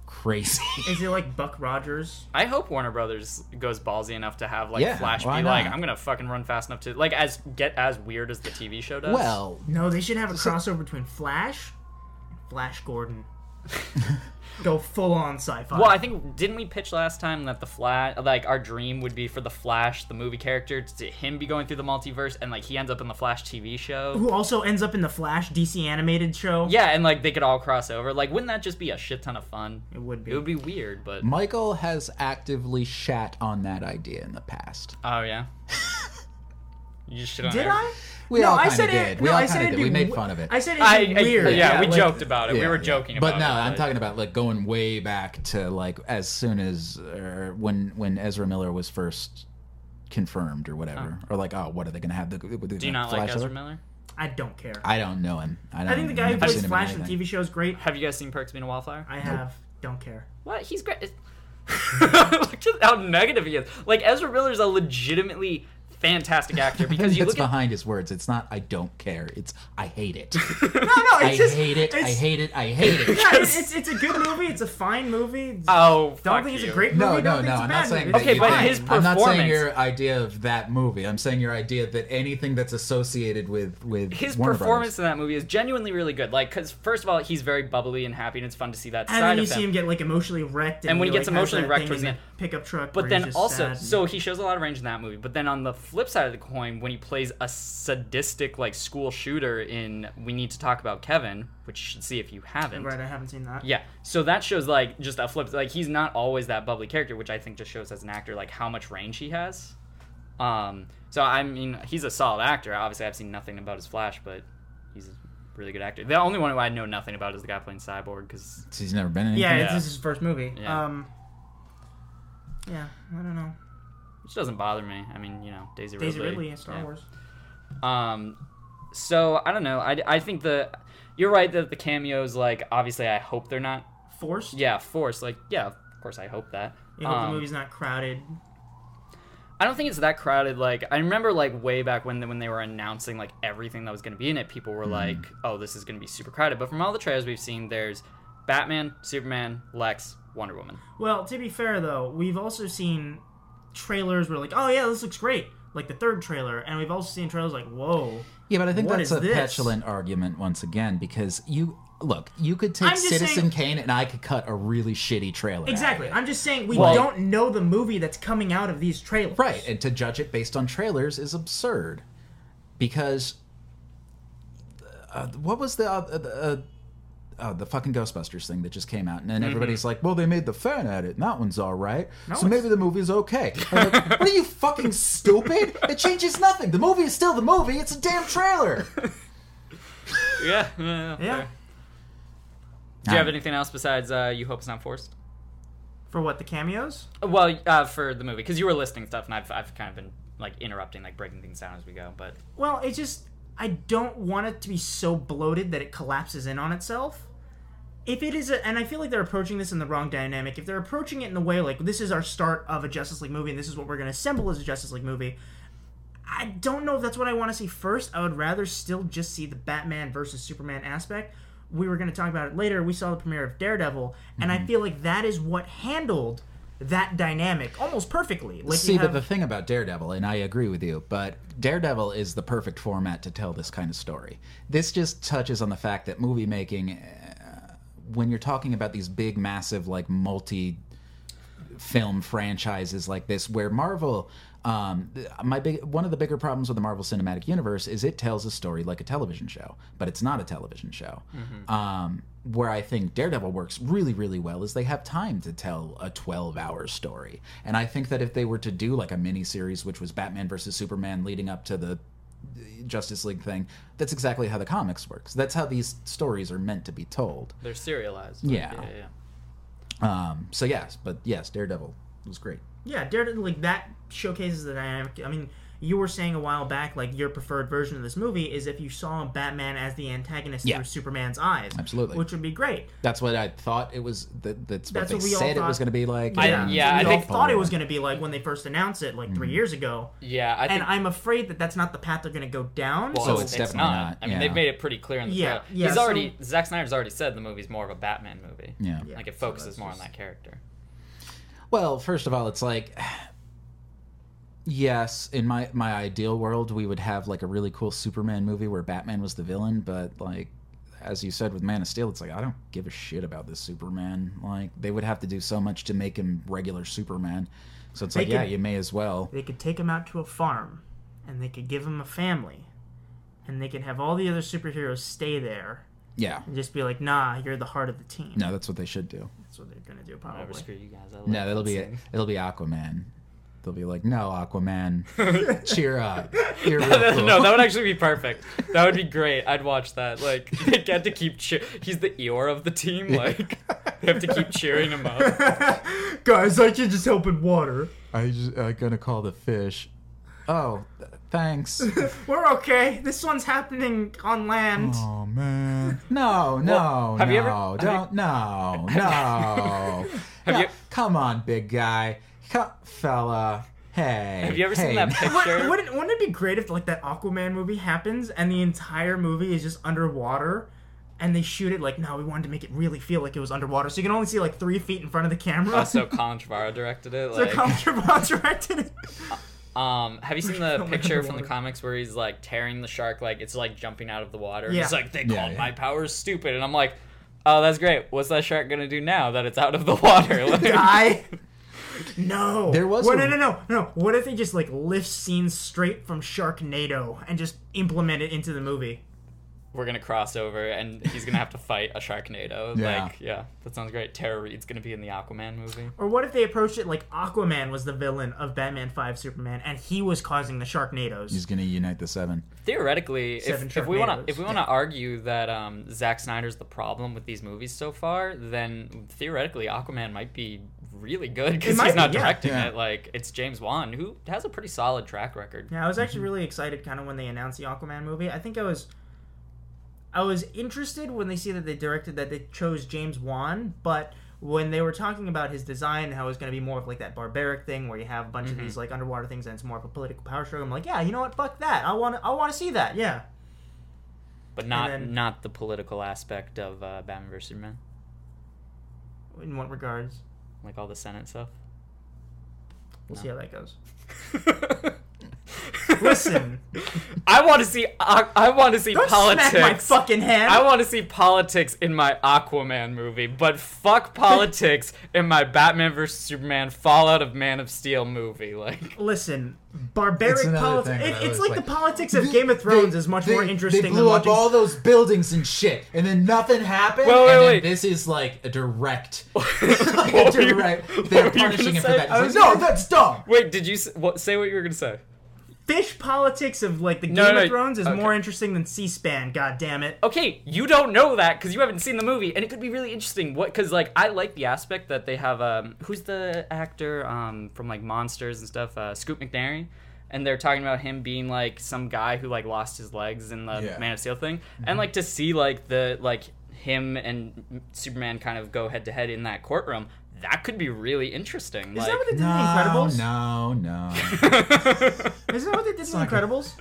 crazy *laughs* Is it like Buck Rogers? I hope Warner Brothers goes ballsy enough to have like Yeah, Flash be why like, not? I'm gonna fucking run fast enough to like as get as weird as the TV show does. well No, they should have a crossover between Flash and Flash *laughs* Gordon. Go full on sci fi. Well, I think didn't we pitch last time that the Flash, like our dream would be for the Flash, the movie character, to him be going through the multiverse, and like he ends up in the Flash TV show. Who also ends up in the Flash DC animated show? Yeah, and like they could all cross over. Like, wouldn't that just be a shit ton of fun? It would be. It would be weird, but Michael has actively shat on that idea in the past *laughs* oh yeah. you just shit on Did every- I? we all I kinda said did It, we no, all I kinda said it'd did be we made we- fun of it I said I, it'd be I- weird. yeah, we like- joked about it. we Yeah, were yeah. joking but about no it. i'm but- talking about like going way back to like as soon as uh, when when ezra miller was first confirmed or whatever or like oh what are they gonna have the Do you not like Ezra Miller? I don't care. I, i don't know him i, don't, think the guy who never seen plays him in Flash in the anything. TV show is great. Have you guys seen Perks of Being a Wallflower? I have. Don't care. What? He's great. *laughs* Look just how negative he is. Like Ezra Miller's a legitimately fantastic actor *laughs* because you it's look at behind his words it's not i don't care it's i *laughs* hate it No, no, it's I just. hate it. I it's- hate it. I hate *laughs* it. Yeah, it's, it's, it's a good movie. It's a fine movie. Oh, don't fuck think it's you. a great movie. *laughs* No, don't think no, no. it's a bad I'm not saying. movie. that Okay, you but think- his I'm not saying performance- your idea of that movie. I'm saying your idea that anything that's associated with with His Warner performance Brothers. in that movie is genuinely really good. Like, because first of all, he's very bubbly and happy, and it's fun to see And that side then you of him. see him get like emotionally wrecked, and, And when he like, gets has emotionally that wrecked thing towards in the the pickup truck. but where then he's just also, sad. so he shows a lot of range in that movie. But then on the flip side of the coin, when he plays a sadistic like school shooter in "We Need to Talk About Kevin," which you should see if you haven't. right, I haven't seen that. Yeah, so that shows like just a flip. Like he's not always that bubbly character, which I think just shows as an actor like how much range he has. Um, so I mean, he's a solid actor. Obviously, I've seen nothing about his Flash, but he's a really good actor. The only one who I know nothing about is the guy playing Cyborg because He's never been in. Anything. yeah, Yeah. It's, this is his first movie. Yeah. Um, yeah, I don't know. which doesn't bother me. I mean, you know, Daisy, Daisy Ridley, Ridley in Star Yeah. Wars. Um, so I don't know. I I think the you're right that the cameos like obviously I hope they're not Forced. yeah forced like yeah of course I hope that. You hope Um, the movie's not crowded. I don't think it's that crowded. Like I remember, like way back when when they were announcing like everything that was going to be in it, people were like, "Oh, this is going to be super crowded." But from all the trailers we've seen, there's Batman, Superman, Lex, Wonder Woman. Well, to be fair though, we've also seen trailers where like, oh yeah, this looks great. Like the third trailer, and we've also seen trailers like, whoa. Yeah, but I think What that's is a this? petulant argument once again because you look, you could I'm take just Citizen saying- Kane and I could cut a really shitty trailer. out. Exactly. I'm just saying we Well- don't know the movie that's coming out of these trailers. Right, and to judge it based on trailers is absurd because uh, what was the uh, uh, uh, the fucking Ghostbusters thing that just came out, and Mm-hmm. then everybody's like, "Well, they made the fan edit, and that one's all right, so it's- maybe the *laughs* movie's okay." I'm like, what are you fucking stupid? It changes nothing. The movie is still the movie. It's a damn trailer. Yeah, yeah. Yeah. Do you have anything else besides uh, "You Hope It's Not Forced"? For what the cameos? Well, uh, for the movie, because you were listing stuff, and I've I've kind of been like interrupting, like breaking things down as we go. But Well, it just I don't want it to be so bloated that it collapses in on itself. If it is, a, and I feel like they're approaching this in the wrong dynamic. If they're approaching it in the way like this is our start of a Justice League movie, and this is what we're going to assemble as a Justice League movie, I don't know if that's what I want to see first. I would rather still just see the Batman versus Superman aspect. We were going to talk about it later. We saw the premiere of Daredevil, and Mm-hmm. I feel like that is what handled that dynamic almost perfectly. Like you See, have- but the thing about Daredevil, and I agree with you, but Daredevil is the perfect format to tell this kind of story. This just touches on the fact that movie making, uh, when you're talking about these big, massive, like multi film franchises like this, where Marvel, um, th- my big one of the bigger problems with the Marvel Cinematic Universe is it tells a story like a television show, but it's not a television show. Um, where I think Daredevil works really, really well is they have time to tell a 12 hour story. And I think that if they were to do like a mini series, which was Batman versus Superman leading up to the Justice League thing. That's exactly how the comics works. That's how these stories are meant to be told. They're serialized. Yeah. yeah, yeah. Um, so yes, but yes, Daredevil was great. Yeah, Daredevil, like that showcases the dynamic. I mean, you were saying a while back, like your preferred version of this movie is if you saw Batman as the antagonist Yeah. through Superman's eyes, Absolutely. which would be great. That's what I thought it was. That, that's what That's they what we all said it thought. was going to be like. I- and- yeah, we I all think- thought it was going to be like when they first announced it, like Mm-hmm. three years ago. Yeah, I think. and I'm afraid that that's not the path they're going to go down. well, So it's, it's it's definitely not. not, I mean, yeah. they've made it pretty clear in the Yeah, trailer. yeah, He's so- already. Zack Snyder's already said the movie's more of a Batman movie. Yeah. Yeah. Like it so focuses that's more on just- that character. Well, first of all, it's like yes, in my my ideal world, we would have like a really cool Superman movie where Batman was the villain, but like as you said with Man of Steel, it's like I don't give a shit about this Superman. Like they would have to do so much to make him regular Superman. So it's They like, yeah, could- you may as well. They could take him out to a farm, and they could give him a family, and they could have all the other superheroes stay there Yeah. and just be like, "Nah, you're the heart of the team." No, that's what they should do. That's what they're going to do Whatever, probably. screw you guys. I love No, that'll *laughs* be scene. it'll be Aquaman. They'll be like, "No, *laughs* Aquaman, cheer up. You're real cool." no, that would actually be perfect. That would be great. I'd watch *laughs* that. Like *laughs* they get to keep cheer. He's the Eeyore of the team. Like they have to keep cheering him up. *laughs* Guys, I can just help in water. *laughs* I just I gonna call the fish. Oh, th- *laughs* thanks. We're okay. This one's happening on land. Oh man. No, no, have no. you ever- have you- *laughs* don't no, no. Have No, you- Come on, big guy. Come, fella. Hey. Have you ever seen hey. *laughs* that picture? What, wouldn't, wouldn't it be great if like that Aquaman movie happens and the entire movie is just underwater, and they shoot it like no, we wanted to make it really feel like it was underwater, so you can only see like three feet in front of the camera. *laughs* Also, Colin Trevorrow directed it. *laughs* so *laughs* Like, Contraband directed it. um, have you seen the *laughs* Film picture from the underwater. comics where he's like tearing the shark? Like it's like jumping out of the water. Yeah. He's like, they Yeah, called yeah. my powers stupid, and I'm like, oh, that's great. What's that shark gonna do now that it's out of the water? *laughs* Like, Die. No. There was What, a- no, no, no, no. What if they just like lift scenes straight from Sharknado and just implement it into the movie? we're gonna cross over, and he's gonna *laughs* have to fight a Sharknado. Yeah. Like, yeah, that sounds great. Tara Reid's gonna be in the Aquaman movie. Or what if they approached it like Aquaman was the villain of Batman Five Superman and he was causing the Sharknados? He's gonna unite the seven. theoretically, Seven if, if we want Sharknadoes. to if we want to argue that um, Zack Snyder's the problem with these movies so far, then theoretically Aquaman might be really good because might he's not be, yeah. directing Yeah. it. Like it's James Wan who has a pretty solid track record. Yeah, I was actually really excited kind of when they announced the Aquaman movie. I think I was I was interested when they see that they directed that they chose James Wan, but when they were talking about his design and how it was going to be more of like that barbaric thing where you have a bunch of these like underwater things and it's more of a political power struggle, I'm like, yeah, you know what? Fuck that. I want to I want to see that. Yeah. but not then- not the political aspect of uh, Batman vs Superman, In what regards? like all the Senate stuff. We'll see how that goes. Listen, *laughs* Listen, I want to see I, I want to see don't politics. smack my fucking hand. I want to see politics in my Aquaman movie, but *laughs* fuck politics in my Batman vs Superman Fallout of Man of Steel movie. *laughs* Like, Listen, barbaric It's another thing politics. that I It, it's was like, like- the politics of Game of Thrones They- is much they- more interesting They than blew up watching all those buildings and shit, and then nothing happened. Wait, wait, and then wait. This is like *laughs* a direct, like *laughs* a What were you- direct. what were They're you gonna punishing him for say? that. I It's was like, no, *laughs* that's dumb. wait, did you s- what, say what you were gonna say? fish politics of like the Game No, of no, Thrones is okay. more interesting than C-SPAN. God damn it! Okay, you don't know that because you haven't seen the movie, and it could be really interesting. What? Because like, I like the aspect that they have. Um, who's the actor um from like Monsters and stuff? Uh, Scoop McNairy. And they're talking about him being like some guy who like lost his legs in the Yeah. Man of Steel thing, Mm-hmm. and like to see like the like him and Superman kind of go head to head in that courtroom. That could be really interesting. Is like, that what they did in The No, Incredibles? no, no. *laughs* Is that what they did in The Incredibles?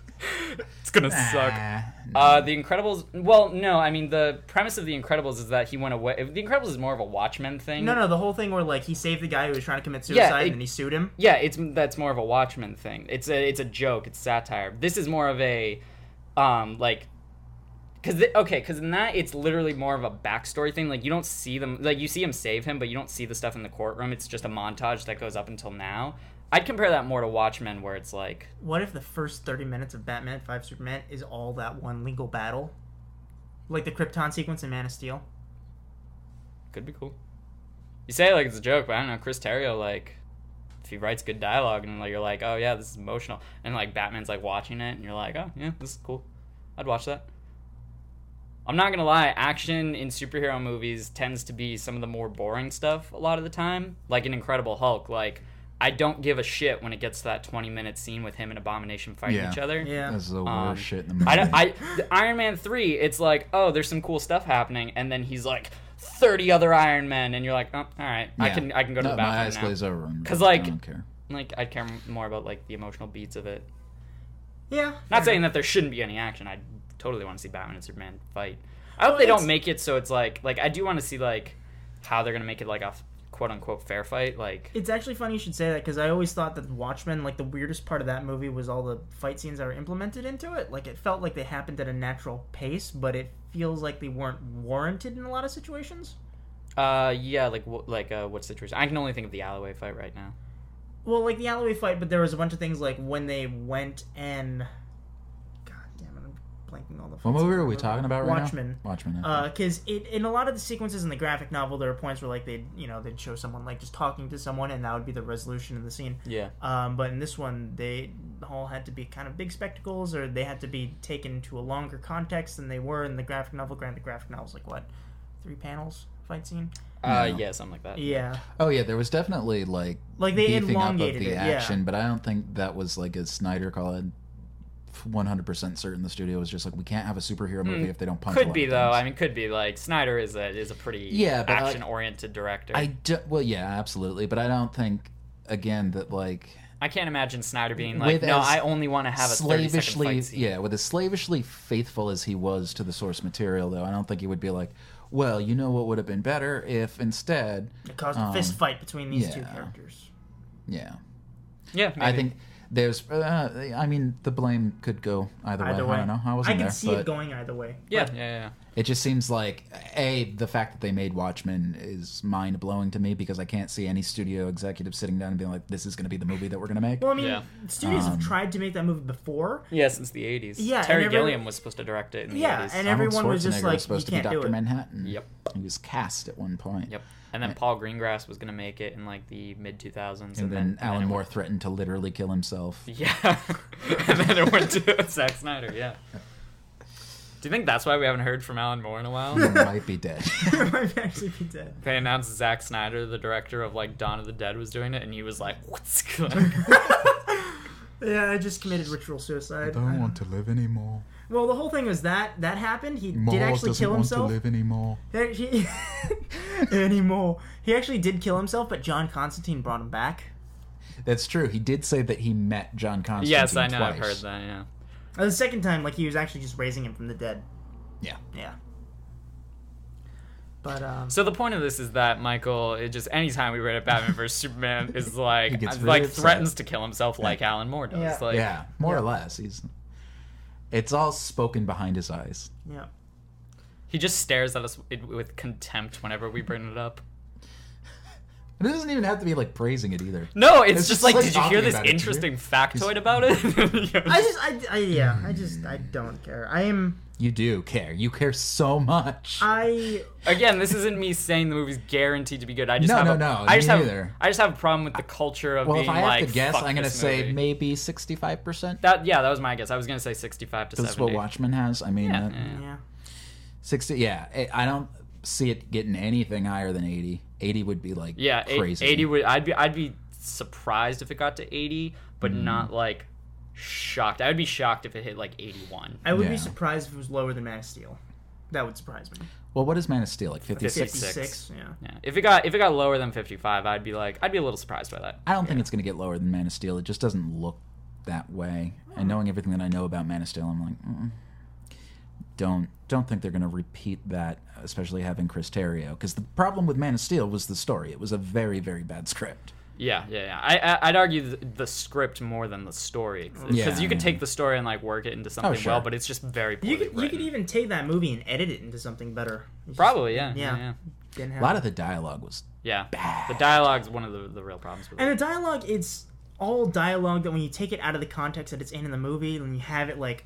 it's gonna suck. Nah. Uh, the Incredibles. Well, no, I mean the premise of the Incredibles is that he went away. The Incredibles is more of a Watchmen thing. No, no, the whole thing where like he saved the guy who was trying to commit suicide Yeah, it- and then he sued him. Yeah, it's that's more of a Watchmen thing. It's a it's a joke. It's satire. This is more of a, um, like, because okay, because in that it's literally more of a backstory thing. Like you don't see them, like you see him save him, but you don't see the stuff in the courtroom. It's just a montage that goes up until now. I'd compare that more to Watchmen, where it's like, What if the first thirty minutes of Batman Five Superman is all that one legal battle, like the Krypton sequence in Man of Steel? could be cool. You say it like it's a joke, but I don't know. Chris Terrio like if he writes good dialogue and like you're like, oh yeah, this is emotional, and like Batman's like watching it and you're like, oh yeah, this is cool, I'd watch that. I'm not gonna lie, action in superhero movies tends to be some of the more boring stuff a lot of the time. Like in Incredible Hulk, like I don't give a shit when it gets to that 20 minute scene with him and Abomination fighting Yeah. each other. Yeah. That's the worst Um, shit in the movie. I, don't- I the Iron Man three, it's like oh, there's some cool stuff happening, and then he's like thirty other Iron Men, and you're like, oh, all right, I Yeah. can I can go to no, the My eyes bathroom now. glaze over. and- 'Cause, like- I don't care. Like I care more about like the emotional beats of it. Yeah. Not saying that there shouldn't be any action. I totally want to see Batman and Superman fight. I hope Well, they it's- don't make it so it's like like I do want to see like how they're gonna make it like a quote unquote fair fight. Like It's actually funny you should say that because I always thought that Watchmen, like the weirdest part of that movie was all the fight scenes that were implemented into it. Like it felt like they happened at a natural pace, but it feels like they weren't warranted in a lot of situations. uh yeah like wh- like uh what situation? I can only think of the alleyway fight right now. Well, like the alleyway fight, but there was a bunch of things like when they went and God damn it, I'm blanking all the. What fights I movie are remember. we talking about right Watchmen. now? Watchmen. Uh, Watchmen. because it in a lot of the sequences in the graphic novel, there are points where like they you know they'd show someone like just talking to someone, and that would be the resolution of the scene. Yeah. Um, but in this one, they all had to be kind of big spectacles, or they had to be taken to a longer context than they were in the graphic novel. Granted, the graphic novel's like what three panels fight scene? Uh No. yeah, something like that. Yeah, oh yeah, there was definitely like like they beefing up of elongated the it. action, but I don't think that was like a Snyder call. I'm 100% certain the studio was just like, we can't have a superhero movie if they don't punch. a Could lot be of though. things." I mean, could be like Snyder is a is a pretty Yeah, but I- action oriented director. I I, do, well, yeah, absolutely, but I don't think again that like can't imagine Snyder being like, With no, as I only want to have a slavishly, thirty second fight scene. yeah, with as slavishly faithful as he was to the source material, though, I don't think he would be like, well, you know what would have been better if instead, It caused Um, a fist fight between these two yeah. characters. yeah, Yeah, I think there's, uh, I mean, the blame could go either, Either way, I don't know, I I wasn't can there, see but it going either way. Yeah, yeah, yeah. it just seems like a the fact that they made Watchmen is mind blowing to me because I can't see any studio executive sitting down and being like, this is going to be the movie that we're going to make. Well, I mean, Yeah. studios Um, have tried to make that movie *laughs* before. Yeah, since the eighties. Yeah, and Terry every- Gilliam was supposed to direct it in the Yeah, eighties. and Arnold everyone was just Schwarzenegger like, supposed "You to be can't do Dr. it." Manhattan. Yep. He was cast at one point. yep. And then Paul Greengrass was gonna make it in like the mid two thousands, And, then, Alan it Moore went- threatened to literally *laughs* kill himself. yeah, *laughs* and then it went to *laughs* Zack Snyder. Yeah. Do you think that's why we haven't heard from Alan Moore in a *laughs* He while? might *laughs* be dead. it might actually be dead. they announced Zack Snyder, the director of like Dawn of the Dead, was doing it, and he was like, "What's going?" on?" Yeah, I just committed ritual suicide. to live anymore. Well, the whole thing was that that happened. He did actually kill himself. anymore. He- *laughs* anymore. He actually did kill himself, but John Constantine brought him back. That's true. He did say that *laughs* he met John Constantine. yes, I know. Twice. I've heard that. Yeah. Uh, the second time, like he was actually just raising him from the dead. Yeah. Yeah. But um, So the point of this is that Michael, it just anytime we read a Batman vs *laughs* Superman, is like gets really like upset. threatens to kill himself like Alan Moore does. Yeah. Like, yeah, more Yeah. or less. He's. It's all spoken behind his eyes. yeah, He just stares at us it- with contempt whenever we bring it up. And it doesn't even have to be like praising it either. No, it's, It's just, just like, like did you hear talking this about it, did you? interesting factoid about it? *laughs* I just, I, I, yeah, I just, I don't care. I am, You do care. You care so much. I, Again, this isn't me saying the movie's guaranteed to be good. I just No, have no, a, no, I just me have neither. I just have a problem with the culture of well, being if I have like to guess, fuck I'm gonna this say movie. maybe 65. percent that yeah, that was my guess. I was gonna say sixty-five to That's what seventy. Watchmen has. I mean, Yeah, that- yeah. yeah, 60 yeah I- i don't see it getting anything higher than 80 80 would be like Yeah, eight- crazy eighty would. I'd be I'd be surprised if it got to eighty, but Mm-hmm. not like shocked. I would be shocked if it hit like eighty-one. I would Yeah. be surprised if it was lower than Man of Steel. That would surprise me. well what is man of steel like 56 56. Fifty-six. Yeah. Yeah, if it got if it got lower than fifty-five, I'd be like I'd be a little surprised by that. i don't think it's going to get lower than man of steel it just doesn't look that way Hmm. and knowing everything that i know about man of steel i'm like mm don't don't think they're going to repeat that especially having chris terrio because the problem with man of steel was the story it was a very very bad script Yeah, yeah, yeah. I, I I'd argue the, the script more than the story because Yeah, you could yeah. take the story and like work it into something sure. well, but it's just very poorly You could, you written. could even take that movie and edit it into something better. It's just- probably yeah yeah Yeah. yeah. Didn't a happen. lot of the dialogue was yeah. The dialogue's one of the, the real problems with And it. the dialogue, it's all dialogue that when you take it out of the context that it's in in the movie, and you have it like,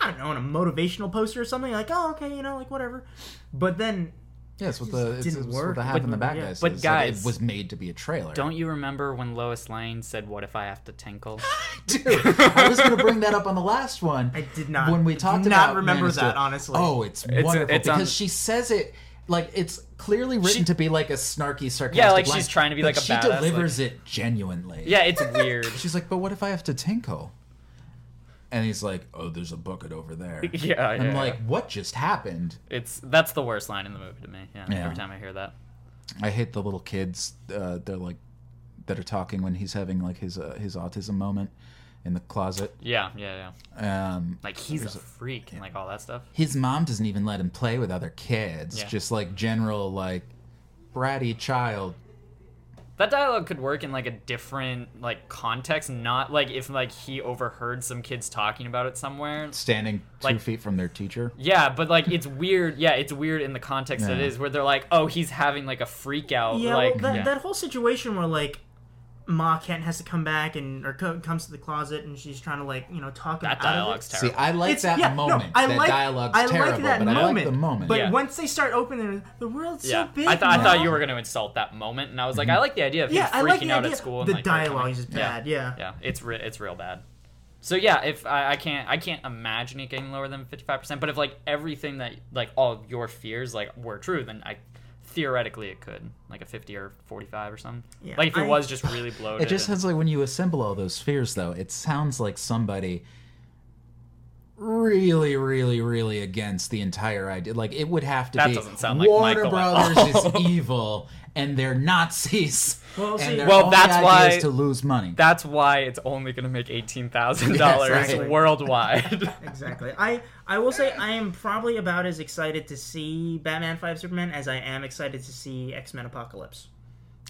I don't know, in a motivational poster or something, like, oh, okay, you know, like whatever. But then Yeah, it's what the it's, didn't it's what work. the half But- in the back yeah. guy says. But Like, guys, it was made to be a trailer. Don't you remember when Lois Lane said, "What if I have to tinkle?" Dude, *gasps* I was going to bring that up on the last one. *laughs* I did not- When we do talked not about remember Man of Steel. that, honestly. Oh, it's wonderful it's on- because she says it like it's clearly written to be like a snarky, sarcastic. Yeah, like, line, she's trying to be, but like, a she badass, delivers it genuinely. *laughs* yeah, it's weird. she's like, but what if I have to tinkle? And he's like, oh, there's a bucket *laughs* over there. *laughs* Yeah, I'm yeah. like, what just happened? It's that's the worst line in the movie to me. Yeah, Yeah. every time I hear that. I hate the little kids. Uh, they're like that are talking when he's having like his uh, his autism moment in the closet. Yeah, yeah, yeah. Um, Like he's a freak and like all that stuff. his mom doesn't even let him play with other kids. Yeah. Just like general like bratty child. That dialogue could work in like a different like context, not like if like he overheard some kids talking about it somewhere. Standing two Like- feet from their teacher. Yeah, but like it's weird. Yeah, it's weird in the context that it Yeah. is where they're like, "Oh, he's having like a freak out." Yeah, like well, that, yeah. that whole situation where like Ma Kent has to come back and or co- comes to the closet and she's trying to like you know talk him That out of it. dialogue's See, terrible. I like It's- that yeah, no, moment. I that like- dialogue's I like terrible, that but I like moment, the moment. But Yeah. once they start opening, the world's yeah, so big. I thought I now. thought you were gonna insult that moment, and I was like, I like the idea of him Yeah, I freaking like the out idea. at school. the and, like, not dialogue coming- is Yeah. bad. Yeah. Yeah, it's re- it's real bad. So yeah, if I, I can't I can't imagine it getting lower than fifty five percent. But if like everything that like all of your fears like were true, then I theoretically it could like a fifty or forty five or something. Yeah, like if it I- was just really bloated. It just and- sounds like when you assemble all those fears, though, it sounds like somebody really, really, really against the entire idea. Like it would have to That be doesn't sound like Warner Michael at Brothers is all. *laughs* evil and they're Nazis. Well, see- and their Well, only that's idea why- is to lose money. that's why it's only gonna make eighteen *laughs* thousand Yes, dollars right. *laughs* worldwide. Exactly. I I will say I am probably about as excited to see Batman Five Superman as I am excited to see X Men Apocalypse.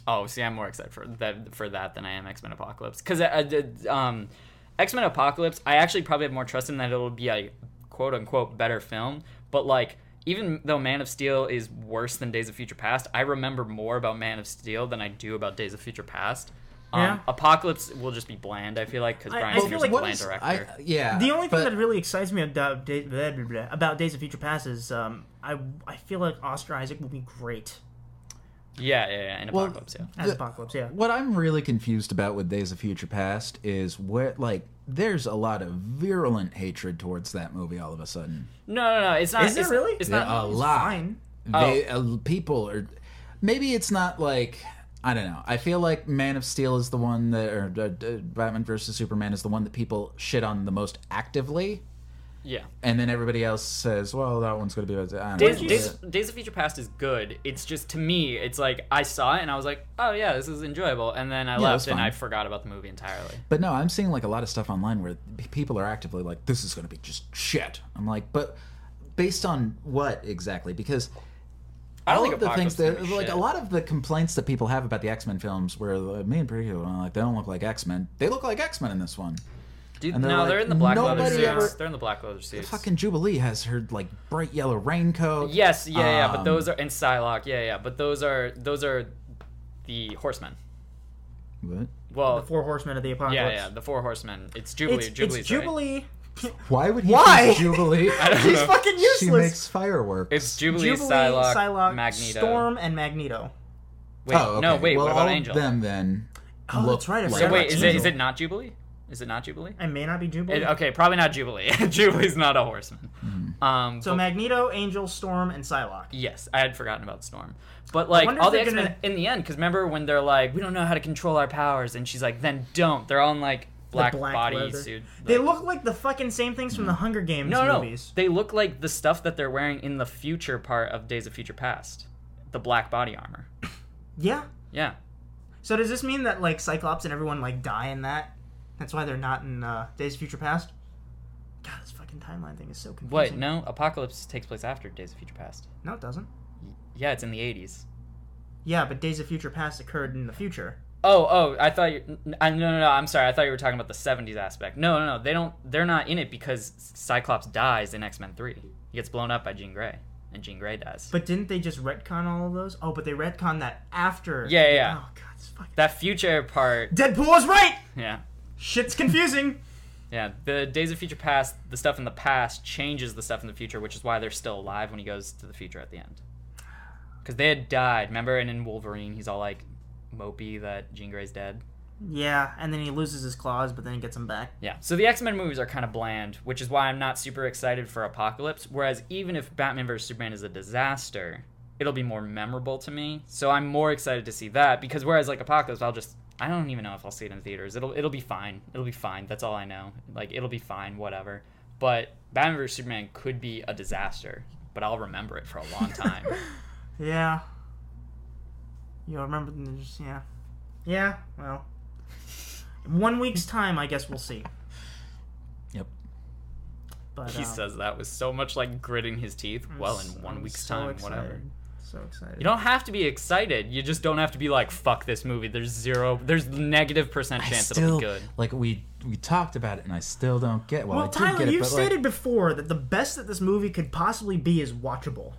Oh, see, I'm more excited for that for that than I am X Men Apocalypse because I, I did, um, X Men Apocalypse. I actually probably have more trust in that it'll be a quote unquote better film. But like, even though Man of Steel is worse than Days of Future Past, I remember more about Man of Steel than I do about Days of Future Past. Um, Yeah. Apocalypse will just just be bland. I feel like because I- Brian I Singer's feel a like- bland director. I, yeah. The only thing but- that really excites me about, Da- blah, blah, blah, about Days of Future Past is um, I I feel like Oscar Isaac will be great yeah, yeah, yeah. In Well, Apocalypse, yeah. as The- Apocalypse. Yeah. What I'm really confused about with Days of Future Past is where, like, there's a lot of virulent hatred towards that movie all of a sudden. No, no, no. It's not. Is it it's, really? It's Yeah, not. a lot. Fine. They, uh, people are. Maybe it's not like. I don't know. I feel like Man of Steel is the one that, or uh, uh, Batman versus Superman is the one that people shit on the most actively, yeah. and then everybody else says, "Well, that one's going to be." about- I don't Days, know. Days, Days of Future Past is good. It's just to me, it's like I saw it and I was like, oh yeah, this is enjoyable, and then I it was left and fine. I forgot about the movie entirely. But no, I'm seeing like a lot of stuff online where p- people are actively like, "This is going to be just shit." I'm like, but based on what exactly? Because I don't all think of the Apocalypse things is that gonna be like shit. a lot of the complaints that people have about the X Men films, where uh, me in particular, I'm like they don't look like X Men. They look like X Men in this one. Dude, and they're no, like, they're in the black leather nobody suits. ever- They're in the black leather suits. Fucking Jubilee has her like bright yellow raincoat. Yes, yeah, yeah, but Um, those are and Psylocke, yeah, yeah, but those are those are the horsemen. What? The Well, Four Horsemen of the Apocalypse. yeah, yeah, the four horsemen. It's Jubilee. It's, Jubilee's it's right. *laughs* Jubilee. Why would he Why? choose *laughs* Jubilee? don't She's know. fucking useless. *laughs* she makes fireworks. It's Jubilee, Jubilee, Psylocke, Psylocke, Magneto. Storm, and Magneto. Wait, oh, okay. no, wait. well, what about all Angel? Of them then. Oh, look that's right, I Like so forgot wait, about is it is Angel. it not Jubilee? Is it not Jubilee? I may not be Jubilee. It- uh, okay, probably not Jubilee. *laughs* Jubilee's not a horseman. Um, so but- Magneto, Angel, Storm, and Psylocke. Yes, I had forgotten about Storm. But like wonder all if the they're X Men gonna- in the end, because remember when they're like, we don't know how to control our powers, and she's like, then don't. They're all in like The black, black body leather. suit. They like- look like the fucking same things from the Hunger Games no, no, no. movies. They look like the stuff that they're wearing in the future part of Days of Future Past, the black body armor. Yeah. Yeah, So does this mean that like Cyclops and everyone like die in that? That's why they're not in uh, Days of Future Past. God, this fucking timeline thing is so confusing. wait, no. Apocalypse takes place after Days of Future Past. No, it doesn't. Yeah, it's in the eighties. Yeah, but Days of Future Past occurred in the future. Oh, oh, I thought you. n- I, no, no, no. I'm sorry. I thought you were talking about the '70s aspect. No, no, no. They don't. They're not in it because Cyclops dies in X Men Three. He gets blown up by Jean Grey, and Jean Grey dies. But didn't they just retcon all of those? Oh, but they retcon that after. Yeah, yeah. Oh god, this fucking. that future part, Deadpool is right. yeah, Shit's confusing. yeah. The Days of Future Past, the stuff in the past changes the stuff in the future, which is why they're still alive when he goes to the future at the end. because they had died. Remember, and in Wolverine, he's all like mopey that Jean Grey's dead. Yeah, and then he loses his claws, but then he gets them back. Yeah. So the X Men movies are kind of bland, which is why I'm not super excited for Apocalypse. Whereas even if Batman vs Superman is a disaster, it'll be more memorable to me. So I'm more excited to see that because whereas like Apocalypse, I'll just I don't even know if I'll see it in theaters. It'll it'll be fine. It'll be fine. That's all I know. Like it'll be fine. Whatever. But Batman vs Superman could be a disaster, but I'll remember it for a long *laughs* time. Yeah. You'll remember. Yeah. Yeah, well. In one *laughs* week's time, I guess we'll see. Yep. But, he um, says that with so much like gritting his teeth. I'm well, s- in one I'm week's so time, excited. whatever. So excited. You don't have to be excited. You just don't have to be like, "Fuck this movie." There's zero. There's negative percent I chance it'll still be good. like we we talked about it, and I still don't get. Well, well, I did Tyler, get it, you've but like, stated before that the best that this movie could possibly be is watchable.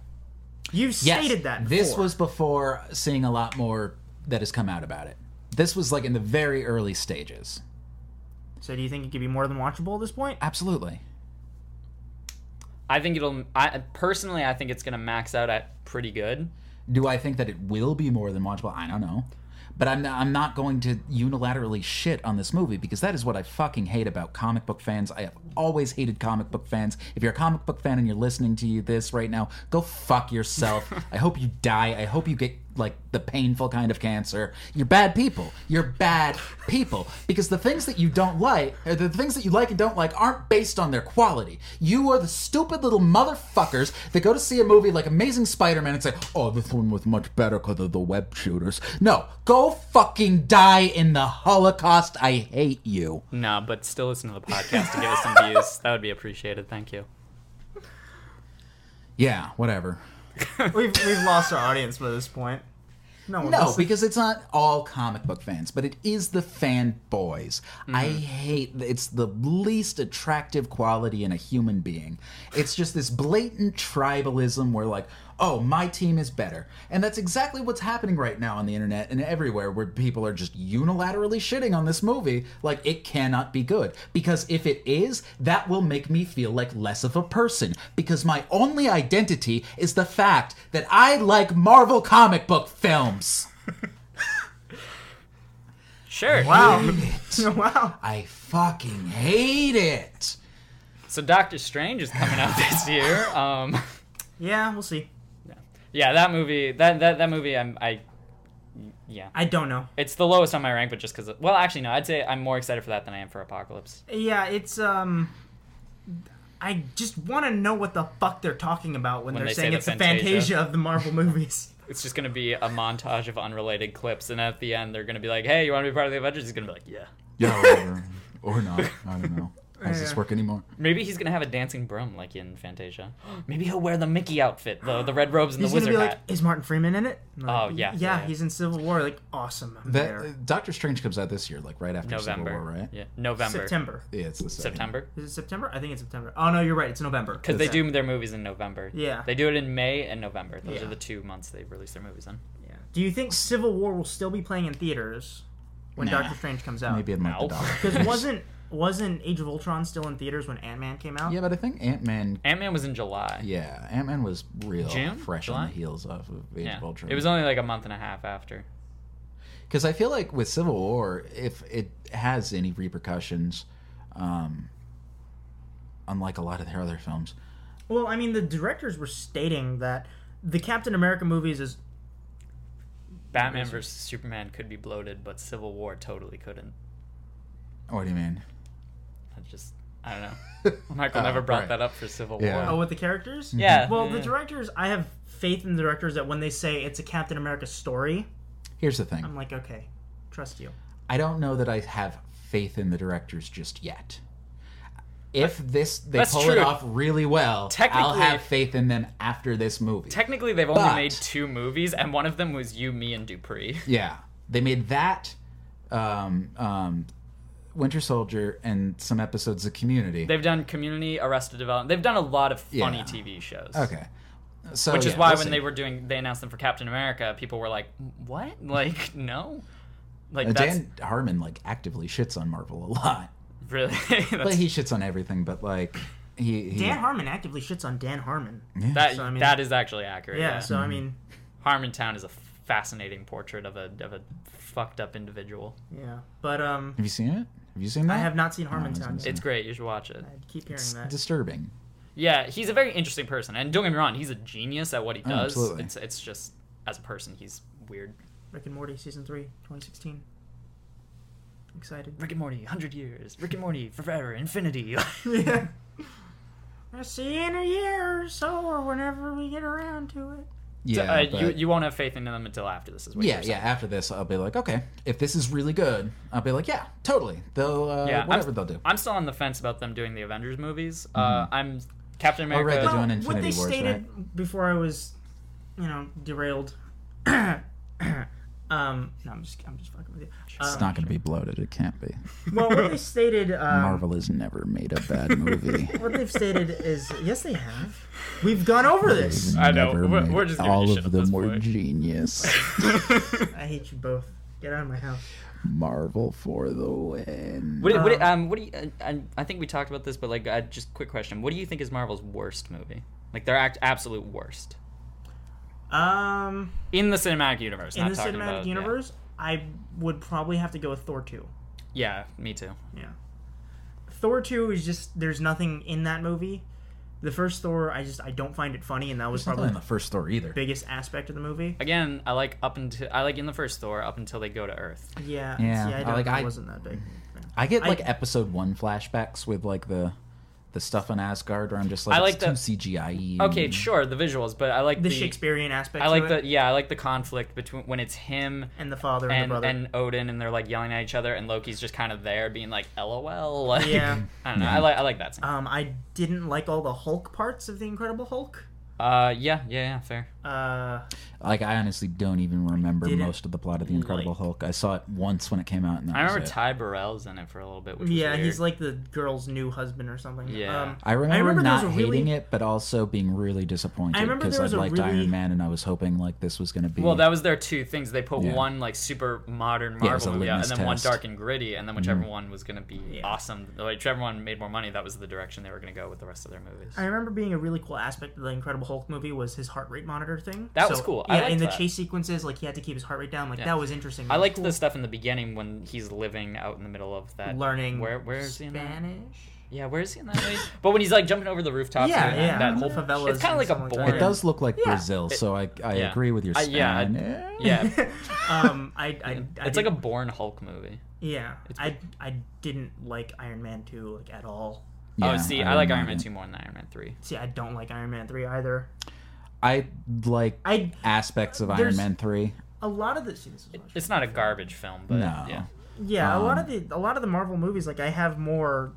You've yes, stated that. Before. This was before seeing a lot more that has come out about it. This was like in the very early stages. So, do you think it could be more than watchable at this *laughs* point? Absolutely. I think it'll. I personally, I think it's gonna max out at pretty good. Do I think that it will be more than watchable? I don't know. But I'm I'm not going to unilaterally shit on this movie because that is what I fucking hate about comic book fans. I have always hated comic book fans. If you're a comic book fan and you're listening to this right now, go *laughs* fuck yourself. I hope you die. I hope you get like the painful kind of cancer. You're bad people. You're bad people because the things that you don't like, or the things that you like and don't like, aren't based on their quality. You are the stupid little motherfuckers that go to see a movie like Amazing Spider-Man and say, "Oh, this one was much better because of the web shooters." No, go fucking die in the Holocaust. I hate you. Nah, but still listen to the podcast to give us some *laughs* views. That would be appreciated. Thank you. Yeah, whatever. we've we've lost our audience by this point. No, one No, listens. because it's not all comic book fans, but it is the fanboys. I hate it's the least attractive quality in a human being. It's just this blatant tribalism where like, oh, my team is better. And that's exactly what's happening right now on the internet and everywhere where people are just unilaterally shitting on this movie like it cannot be good because if it is, that will make me feel like less of a person because my only identity is the fact that I like Marvel comic book films. Sure. Oh. wow, *laughs* wow. I fucking hate it. So Doctor Strange is coming out this year. Um, Yeah, we'll see. yeah, that movie. That that that movie. I'm. I. Yeah, I don't know. it's the lowest on my rank, but just because. Well, actually, no. I'd say I'm more excited for that than I am for Apocalypse. Yeah, it's um. I just want to know what the fuck they're talking about when, When they're they say saying the it's the Fantasia. Fantasia of the *laughs* Marvel movies. It's just gonna be a montage of unrelated clips, and at the end, they're gonna be like, "Hey, you want to be part of the Avengers?" He's gonna be like, "Yeah." Yeah, whatever. *laughs* or not. I don't know. How does Yeah. this work anymore? Maybe he's gonna have a dancing broom like in Fantasia. *gasps* Maybe he'll wear the Mickey outfit, the the red robes and He's the gonna wizard be like, hat. "Is Martin Freeman in it?" And I'm Oh, like, yeah, yeah, yeah. he's in Civil War. Like, awesome. I'm That uh, there. Doctor Strange comes out this year, like right after November, Civil War, right? Yeah, November, September. Yeah, it's the second. September. Is it September? I think it's September. Oh no, you're right. It's November. Because they Okay. do their movies in November. Yeah. They do it in May and November. Those Yeah. are the two months they release their movies in. Yeah. Do you think Civil War will still be playing in theaters when Nah. Doctor Strange comes out? Maybe in like the No. *laughs* dollar. *laughs* Because wasn't wasn't Age of Ultron still in theaters when Ant Man came out? yeah, but I think Ant Man. Ant Man was in July. Yeah, Ant Man was real June? fresh on July? the heels off of Age Yeah. of Ultron. It was only like a month and a half after. because I feel like with Civil War, if it has any repercussions, um, unlike a lot of their other films, Well, I mean, the directors were stating that the Captain America movies is Batman versus Superman could be bloated, but Civil War totally couldn't. what do you mean? *laughs* I just, I don't know. *laughs* Michael Oh, never brought right. that up for Civil Yeah. oh War. with the characters. Yeah. Well, the yeah. directors, I have faith in the directors that when they say it's a Captain America story, Here's the thing. I'm like, okay, trust you. I don't know that I have faith in the directors just yet. If this they That's pull it true. off really well, I'll Technically- have faith in them after this movie. Technically, they've only But- made two movies, and one of them was You, Me, and Dupree. yeah, they made that um, um, Winter Soldier and some episodes of Community. They've done Community, Arrested Development. They've done a lot of funny Yeah. TV shows. okay, so Which is yeah, why listen, when they were doing, they announced them for Captain America, people were like, "What? *laughs* Like, no." Like uh, that's Dan Harmon like actively shits on Marvel a lot, really. *laughs* that's, but he shits on everything. But like he, he Dan Harmon actively shits on Dan Harmon. that so, I mean- that is actually accurate. Yeah. So I mean, Harmontown is a fascinating portrait of a of a fucked up individual. Yeah, but um, Have you seen it? Have you seen that? I have not seen I was Harmontown. gonna yet. say. It's great. You should watch it. I keep hearing It's that. disturbing. Yeah, he's a very interesting person, and don't get me wrong, he's a genius at what he Oh, does. absolutely. it's it's just as a person, he's weird. Rick and Morty season three, 2016. Excited. *laughs* *laughs* Rick and Morty, hundred years. Rick and Morty, forever, infinity. *laughs* yeah. I'll see you in a year or so, or whenever we get around to it. Yeah, uh, you but- you won't have faith in them until after this is. What yeah, you're yeah. saying. After this, I'll be like, okay, if this is really good, I'll be like, yeah, totally. They'll uh, Yeah, I'm- whatever they'll do. I'm still on the fence about them doing the Avengers movies. Uh, Mm-hmm. I'm Captain Oh, right, America. they're doing Well, what Infinity they Wars, stated before I was, you know, derailed. *coughs* um, no, I'm just, I'm just fucking with you. It's uh, Um, not going to be bloated. It can't be. well, *laughs* what they stated, um, Marvel has never made a *laughs* bad movie. what they've stated is, yes, they have. We've gone over this. I know, Never we're- made- we're just giving you all shit of at them this were point. *laughs* genius. *laughs* I hate you both. Get out of my house. Marvel for the win. What, do- what, do- um, what do you? Uh, I, I think we talked about this, but like, uh, just quick question: What do you think is Marvel's worst movie? Like their act absolute worst Um, in the cinematic universe. in not the talking cinematic about- yeah. universe, I would probably have to go with Thor two. Yeah, me too. Yeah. Thor 2 is just there's nothing in that movie. The first Thor, I just I don't find it funny and that was It's not probably in the the first Thor either. biggest aspect of the movie. Again, I like up until I like in the first Thor up until they go to Earth. Yeah. Yeah, see, I I don't, like- it I- wasn't that big. I get I- like episode one flashbacks with like the the stuff in Asgard where I'm just like, I it's like too CGI. Okay, sure, the visuals, but I like The the, Shakespearean aspect I like to it, the yeah, I like the conflict between when it's him and the father and, and the brother. and Odin and they're like yelling at each other and Loki's just kind of there being like LOL. *laughs* Like, Yeah. I don't know. I like I like that scene. um I didn't like all the Hulk parts of the Incredible Hulk. Uh yeah, yeah, yeah, fair. Uh Like I honestly don't even remember Didn't most of the plot of the Incredible like- Hulk. I saw it once when it came out, and that I remember was it. Ty Burrell's in it for a little bit, which was yeah, weird. he's like the girl's new husband or something. Yeah. Um, I remember, remember there was not a hating really- it, but also being really disappointed I remember because there I was a liked really- Iron Man and I was hoping like this was going to be. Well, that was their two things. They put Yeah. one like super modern Yeah, it was Marvel a movie out, and litmus then one test. Mm-hmm. dark and gritty, and then whichever one was going to be Yeah. awesome, like whichever one made more money, that was the direction they were going to go with the rest of their movies. I remember being a really cool aspect of the Incredible Hulk movie was his heart rate monitor thing. That was cool. I Yeah, in liked the that. chase sequences, like he had to keep his heart rate down. Like Yeah. that was interesting. I That was liked cool. the stuff in the beginning when he's living out in the middle of that learning Where where is he in that? Spanish. Yeah, where is he in *laughs* that movie? but when he's like jumping over the rooftops, Yeah, and yeah, that I whole remember that. favela. It's Favelas kind of like a and something boring. like It does look like Yeah. Brazil, so I I yeah. agree with your Eh, I- Spanish. yeah, I- Yeah, um, I, *laughs* I, I it's like a didn't- born Hulk movie. yeah. I, I didn't like Iron Man two like at all. oh, see, I, like Iron Man two more than Iron Man three. See, I don't like Iron Man three either. I like I aspects of Iron There's- Man three. a lot of the see, this is what I- It's not a garbage film, but No. yeah, yeah, a lot of Um, the a lot of the Marvel movies like I have more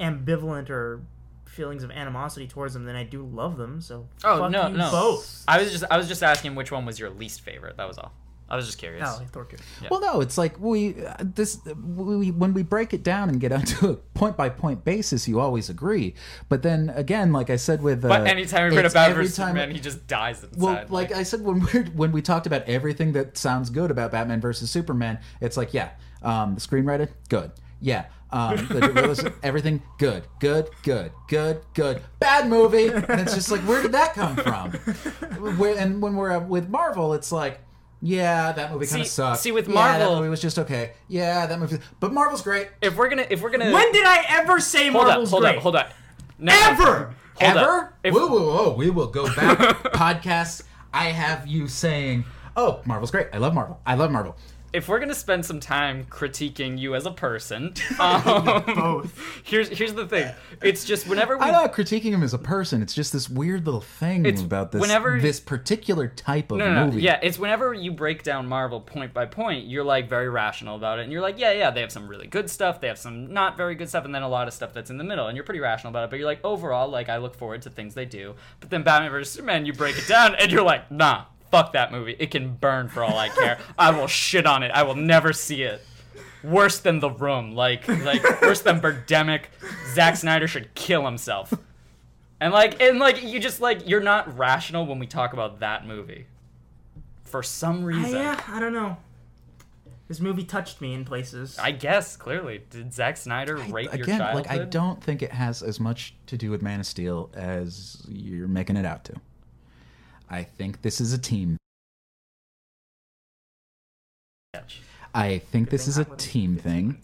ambivalent or feelings of animosity towards them than I do love them. So Oh fuck no, you no. both. I was just I was just asking which one was your least favorite. That was all. I was just curious. Oh, Thor two. Yeah. Well, no, it's like we uh, this we, we- when we break it down and get *laughs* onto a point by point basis, you always agree. But then again, like I said with uh, but anytime we read it's about every versus time- Superman, he just dies inside. Well, like, I said when we when we talked about everything that sounds good about Batman versus Superman, it's like yeah, um, the screenwriter good, yeah, um, *laughs* the realism, everything good, good, good, good, good, bad movie, and it's just like where did that come from? Where, and when we're uh, with Marvel, it's like. Yeah, that movie kind See- of sucked. see, with yeah, that Marvel- movie was just okay. Yeah, that movie, but Marvel's great. if we're gonna if we're gonna When did I ever say hold up, Marvel's hold great? up, hold up. No, *laughs* Ever. Hold up. Ever? If- whoa, whoa, whoa! We will go *laughs* back podcasts. I have you saying, "Oh, Marvel's great. I love Marvel. I love Marvel." if we're gonna spend some time critiquing you as *laughs* a person, um, Here's here's the thing. It's just *laughs* whenever we I'm not critiquing him as a person. It's just this weird little thing It's about this whenever- this particular type of no, no, no. movie. Yeah, it's whenever you break down Marvel point by point, you're like very rational about it, and you're like, yeah, yeah, they have some really good stuff, they have some not very good stuff, and then a lot of stuff that's in the middle, and you're pretty rational about it. But you're like, overall, like I look forward to things they do. But then Batman vs Superman, you break it down, and you're like, nah, fuck that movie. It can burn for all I care. I will shit on it. I will never see it. Worse than the room, like like worse than Birdemic. Zack Snyder should kill himself. And like and like you just like you're not rational when we talk about that movie. For some I, reason. uh, yeah, I don't know. This movie touched me in places. I guess clearly. Did Zack Snyder rape your Again, childhood? like I don't think it has as much to do with Man of Steel as you're making it out to. I think this is a team I think this is a team thing.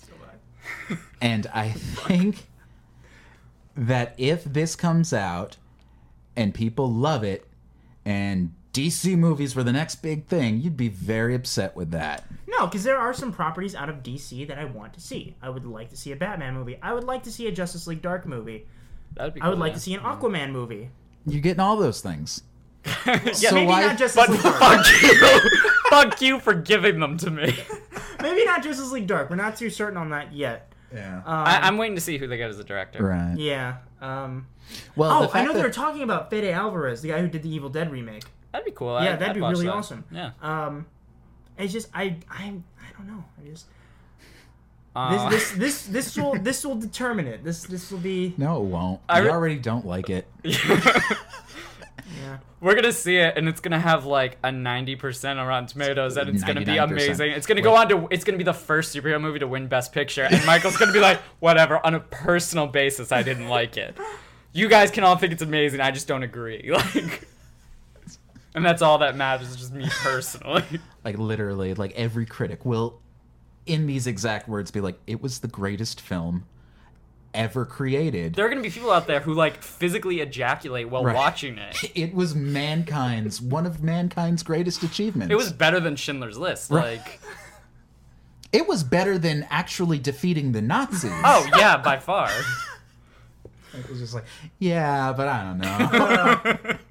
And I think that if this comes out and people love it and DC movies were the next big thing, you'd be very upset with that. No, because there are some properties out of DC that I want to see. I would like to see a Batman movie. I would like to see a Justice League Dark movie. That'd be. I would cool, like yeah. to see an Aquaman movie. You're getting all those things. Yeah, *laughs* so Maybe why, not Justice But League Dark. fuck you. *laughs* fuck you for giving them to *laughs* me. Maybe not Justice League Dark. We're not too certain on that yet. Yeah. Um, I, I'm waiting to see who they get as a director. right. yeah. Um, Well, the oh, I fact know that they were talking about Fede Alvarez, the guy who did the Evil Dead remake. That'd be cool. Yeah, I, that'd I'd be watch really that. awesome. Yeah. Um, it's just I I I don't know. I just Uh, this this this this will this will determine it. This this will *laughs* be no, it won't. I I re- already don't like it. yeah. We're gonna see it, and it's gonna have like a ninety percent on Rotten Tomatoes, and it's gonna be 99%. amazing. It's gonna go on to, it's gonna be the first superhero movie to win Best Picture, and Michael's gonna be like, *laughs* whatever. On a personal basis, I didn't like it. You guys can all think it's amazing. I just don't agree. *laughs* Like, and that's all that matters. is Just me *laughs* personally. Like literally, like every critic will, in these exact words, be like, "It was the greatest film ever created." There are gonna be people out there who like physically ejaculate while Right. watching it. it was mankind's one of mankind's greatest achievements. It was better than Schindler's List. Right. Like, It was better than actually defeating the Nazis. oh yeah, by far. it was just like, yeah, but I don't know. *laughs*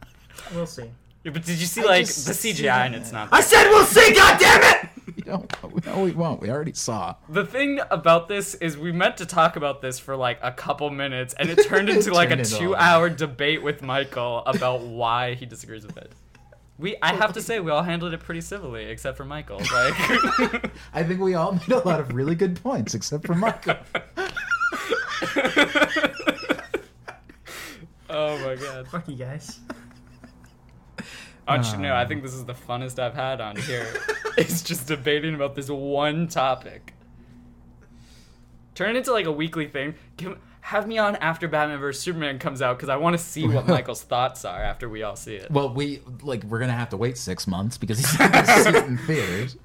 We'll see. Yeah, but did you see like just- the CGI? And it's not. I said we'll see. God damn it! we don't. No, we won't. We already saw. The thing about this is we meant to talk about this for like a couple minutes and *laughs* it turned It into like turned a into a 2 hour debate with Michael about why he disagrees with it. We I have to say we all handled it pretty civilly except for Michael. Like *laughs* *laughs* I think we all made a lot of really good points, except for Michael. Oh my god. *laughs* Fuck you guys. Actually, no, I Um, think this is the funnest I've had on here. *laughs* it's just debating about this one topic. Turn it into like a weekly thing. Give, have me on after Batman vs Superman comes out because I want to *laughs* see what Michael's thoughts are after we all see it. *laughs* Well, we like we're gonna have to wait six months because *laughs* he's not gonna see it in theaters.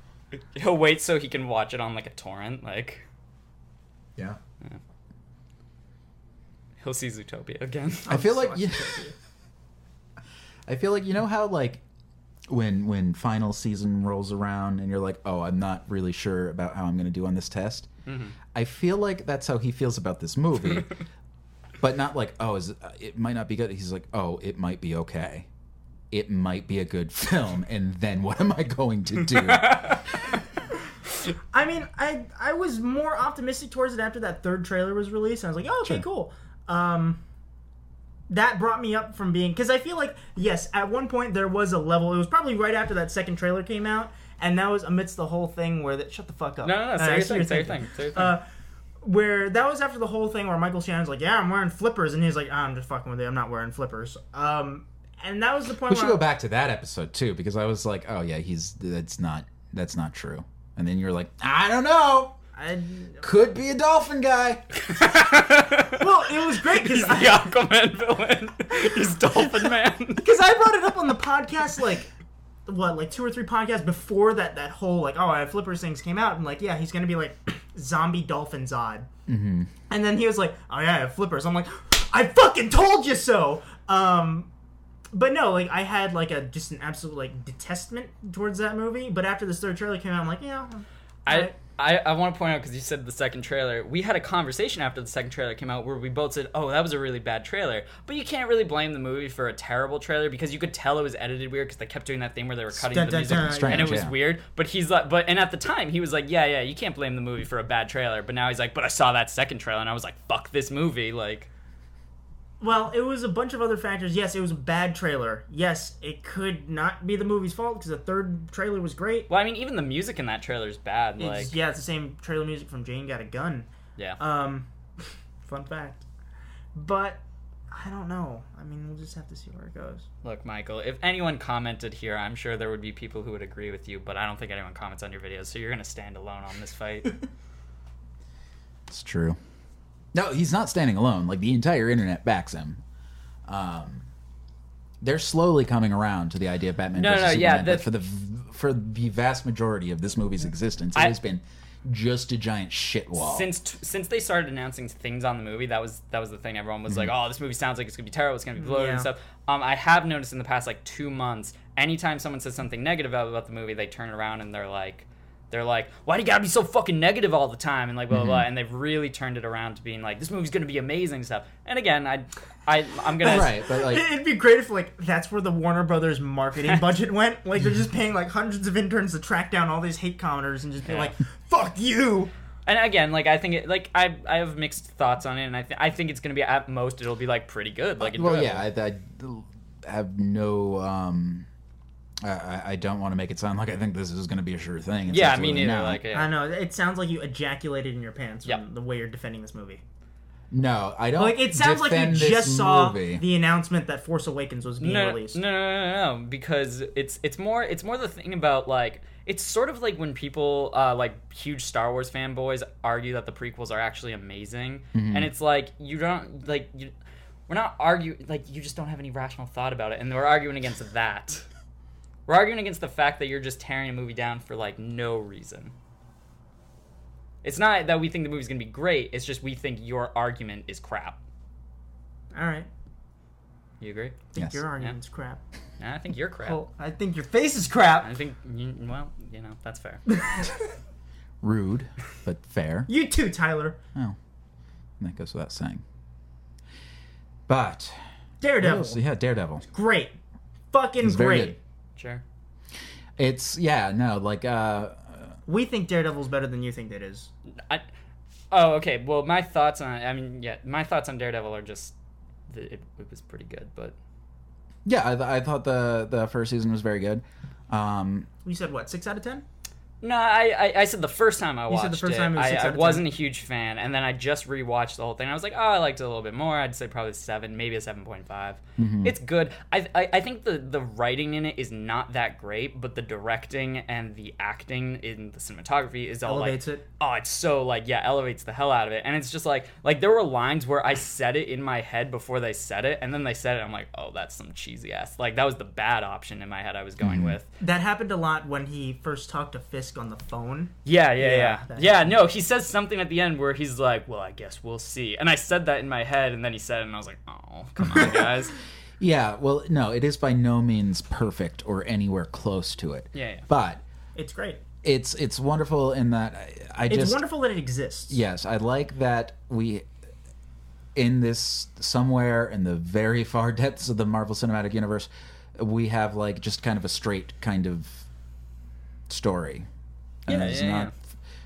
He'll wait so he can watch it on like a torrent. Like Yeah, he'll see Zootopia again. I feel like sorry. you. *laughs* I feel like you know how like when when final season rolls around and you're like, oh, I'm not really sure about how I'm gonna do on this test. I feel like that's how he feels about this movie, but not like, oh, is it, uh, it might not be good. He's like, oh, it might be okay. It might be a good film, and then what am I going to do? I mean, I I was more optimistic towards it after that third trailer was released. And I was like, oh, okay, Sure. cool. Um, that brought me up from being because I feel like yes, at one point there was a level. It was probably right after that second trailer came out, and that was amidst the whole thing where that shut the fuck up. *laughs* No, no, no. Uh, I see Say your what thing. you're Say your thinking. thing. Say your thing. *laughs* Uh, where that was after the whole thing where Michael Shannon's like, yeah, I'm wearing flippers, and he's like, "Ah, I'm just fucking with you. I'm not wearing flippers. Um, and that was the point. We where should I- go back to that episode too, because I was like, oh yeah, he's that's not that's not true. And then you're like, I don't know, I, could be a dolphin guy. Well, it was great *laughs* because He's the Aquaman villain. *laughs* He's *laughs* Dolphin Man. I brought it up on the podcast like what like two or three podcasts before that that whole like oh I have flippers things came out and like yeah he's gonna be like *clears throat* zombie dolphin Zod mm-hmm. and then he was like oh yeah I have flippers I'm like I fucking told you so um but no like I had like a just an absolute like detestment towards that movie but after this third trailer came out I'm like yeah I Right. I, I want to point out because you said the second trailer. We had a conversation after the second trailer came out where we both said, "Oh, that was a really bad trailer." But you can't really blame the movie for a terrible trailer because you could tell it was edited weird because they kept doing that thing where they were cutting Dun, the dun, music dun. Strange, and it was yeah. weird. But he's like, but and at the time he was like, "Yeah, yeah, you can't blame the movie for a bad trailer." But now he's like, "But I saw that second trailer and I was like, fuck this movie!" Like, Well, it was a bunch of other factors. Yes, it was a bad trailer. Yes, it could not be the movie's fault because the third trailer was great. well, I mean, even the music in that trailer is bad. It's- Like, yeah, it's the same trailer music from Jane Got a Gun. yeah. Um, *laughs* fun fact. But I don't know. I mean, we'll just have to see where it goes. Look, Michael, if anyone commented here, I'm sure there would be people who would agree with you, but I don't think anyone comments on your videos, so you're going to stand alone on this fight. It's true. No, he's not standing alone. Like the entire internet backs him. Um, they're slowly coming around to the idea of Batman. No, versus no, yeah, Superman, but the- for the v- for the vast majority of this movie's existence, it I- has been just a giant shit wall. Since t- since they started announcing things on the movie, that was that was the thing. Everyone was like, "Oh, this movie sounds like it's gonna be terrible. It's gonna be bloated Yeah. and stuff." Um, I have noticed in the past like two months, anytime someone says something negative about, about the movie, they turn around and they're like, "They're like, why do you gotta be so fucking negative all the time?" And like blah blah, blah. and they've really turned it around to being like, "This movie's gonna be amazing and stuff." And again, I, I I'm gonna right, but like It'd be great if like that's where the Warner Brothers *laughs* marketing budget went. Like they're just paying like hundreds of interns to track down all these hate commenters and just be Yeah. like, "Fuck you." And again, like I think it, like I I have mixed thoughts on it, and I th- I think it's gonna be at most it'll be like pretty good. Like *laughs* well enjoyable. yeah I, I have no um I- I, I don't want to make it sound like I think this is going to be a sure thing. It's yeah, me absolutely neither. not. Like yeah. I know it sounds like you ejaculated in your pants Yeah. from the way you're defending this movie. no, I don't. Like it sounds like you defend this just saw movie. the announcement that Force Awakens was being no, no, released. no, no, no, no, because it's it's more it's more the thing about like it's sort of like when people uh, like huge Star Wars fanboys argue that the prequels are actually amazing, and it's like you don't like you. We're not arguing like you just don't have any rational thought about it, and we're arguing against that. We're arguing against the fact that you're just tearing a movie down for like no reason. It's not that we think the movie's gonna be great. It's just we think your argument is crap. All right, You agree? I think Yes. your argument's crap. Nah, I think you're crap. Well, I think your face is crap. I think, you- well, you know, that's fair. *laughs* rude, but fair. You too, Tyler. Oh, and that goes without saying. But Daredevil, so yeah, Daredevil. great, fucking It's very great. good. Sure. It's yeah, no, like uh, We think Daredevil's better than you think it is. I, oh, okay. Well, my thoughts on, I mean, yeah, my thoughts on Daredevil are just, that it, it was pretty good, but yeah, I, th- I thought the the first season was very good. Um, You said what? Six out of ten? no, I, I, I said the first time I watched said the first it, time it was I, six I out of wasn't a huge fan, and then I just rewatched the whole thing. I was like, oh, I liked it a little bit more. I'd say probably seven, maybe a seven It's good. I, I, I think the the writing in it is not that great, but the directing and the acting in the cinematography is all Elevates like, it. oh it's so like yeah elevates the hell out of it and it's just like like there were lines where i said it in my head before they said it and then they said it i'm like oh that's some cheesy ass like that was the bad option in my head i was going with That happened a lot when he first talked to Fisk on the phone. yeah yeah Yeah, yeah yeah, that- no he says something at the end where he's like well i guess we'll see and i said that in my head and then he said it and i was like oh come on guys yeah, well, no, it is by no means perfect or anywhere close to it. Yeah, yeah. but It's great. it's it's wonderful in that I, I It's just wonderful that it exists. yes, I like that we in this somewhere in the very far *laughs* depths of the Marvel Cinematic Universe, we have like just kind of a straight kind of story. Yeah, it's yeah, not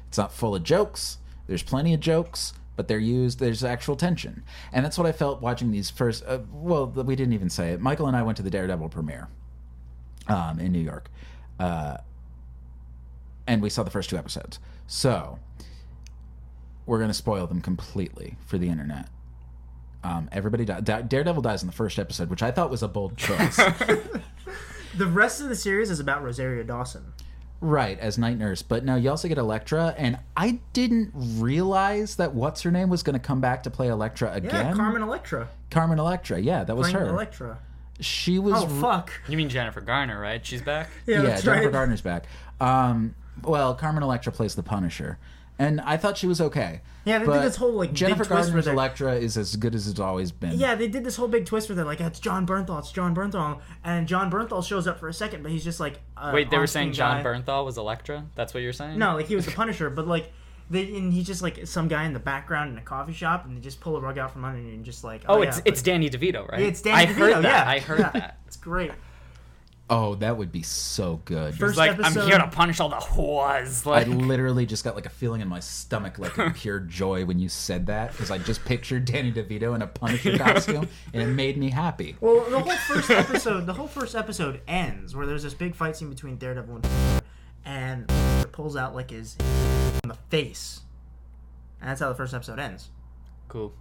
it's not full of jokes. There's plenty of jokes, but they're used. There's actual tension, and that's what I felt watching these first. Uh, well, th- we didn't even say it. Michael and I went to the Daredevil premiere um, in New York, uh, and we saw the first two episodes. So we're going to spoil them completely for the internet. Um, everybody di- Da- Daredevil dies in the first episode, which I thought was a bold choice. The rest of the series is about Rosario Dawson. Right, as night nurse. But no, you also get Elektra, and I didn't realize that what's her name was going to come back to play Elektra Yeah, again. Carmen Electra. Carmen Electra. Yeah, that was Playing her. Electra. she was. Oh, fuck. *laughs* you mean jennifer garner right she's *laughs* back Yeah, yeah, that's Jennifer right. Gardner's back. Um, well, Carmen Electra plays the Punisher, and I thought she was okay. Yeah, they did But this whole, like, big Jennifer twist where Gardner's they're- Electra is as good as it's always been. Yeah, they did this whole big twist with it. Like, it's John Bernthal, it's John Bernthal. And John Bernthal shows up for a second, but he's just like. a wait they were on-screen saying john guy. bernthal was electra that's what you're saying No, like, he was the Punisher, but, like. They, and he's just like some guy in the background in a coffee shop, and they just pull a rug out from under you and just like, oh, oh yeah, it's but- it's danny devito right Yeah, it's Danny i DeVito, heard that yeah. i heard Yeah. that It's great. Oh, that would be so good. First like episode, i'm here to punish all the whores *laughs* I like literally just got like a feeling in my stomach, like *laughs* of pure joy when you said that, because I just pictured Danny DeVito in *laughs* a Punisher costume, and it made me happy. Well, the whole first episode, the whole first episode ends where there's this big fight scene between Daredevil and Punisher, and Punisher pulls out like his on the face, and that's how the first episode ends. cool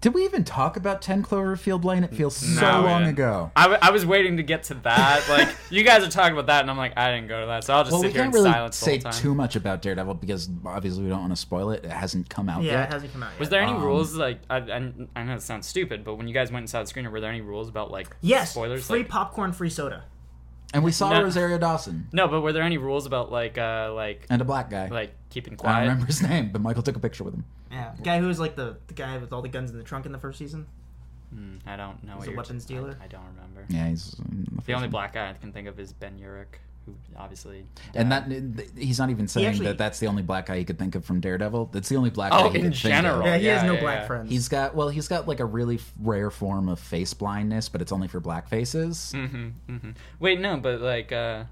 Did we even talk about 10 Cloverfield Lane? It feels so No, we long didn't. ago. I, w- I was waiting to get to that. *laughs* Like you guys are talking about that, and I'm like, I didn't go to that, so I'll just Well, we sit here in can't really silence the say whole time. too much about Daredevil because obviously we don't want to spoil it. It hasn't come out Yeah, yet. it hasn't come out yet. was there any Um, rules like I, I, I know it sounds stupid, but when you guys went inside the screener, were there any rules about like yes, spoilers? free Like, popcorn, free soda. And we saw No. Rosario Dawson No, but were there any rules about like uh like and a black guy. like keeping I don't quiet? remember his *laughs* name, but Michael took a picture with him. Yeah, the guy who was like the, the guy with all the guns in the trunk in the first season. Hmm, I don't know. He's what a you're weapons t- I- dealer. I, don't remember. Yeah, he's in the, The first only one. black guy I can think of is Ben Urich, who obviously. And died. that he's not even saying actually- that that's the only black guy he could think of from Daredevil. That's the only black Oh, guy he in could think of. general. Oh, yeah, he has yeah, no yeah, black yeah. friends. He's got well, he's got like a really f- rare form of face blindness, but it's only for black faces. Mhm, mhm. Wait, no, but like. uh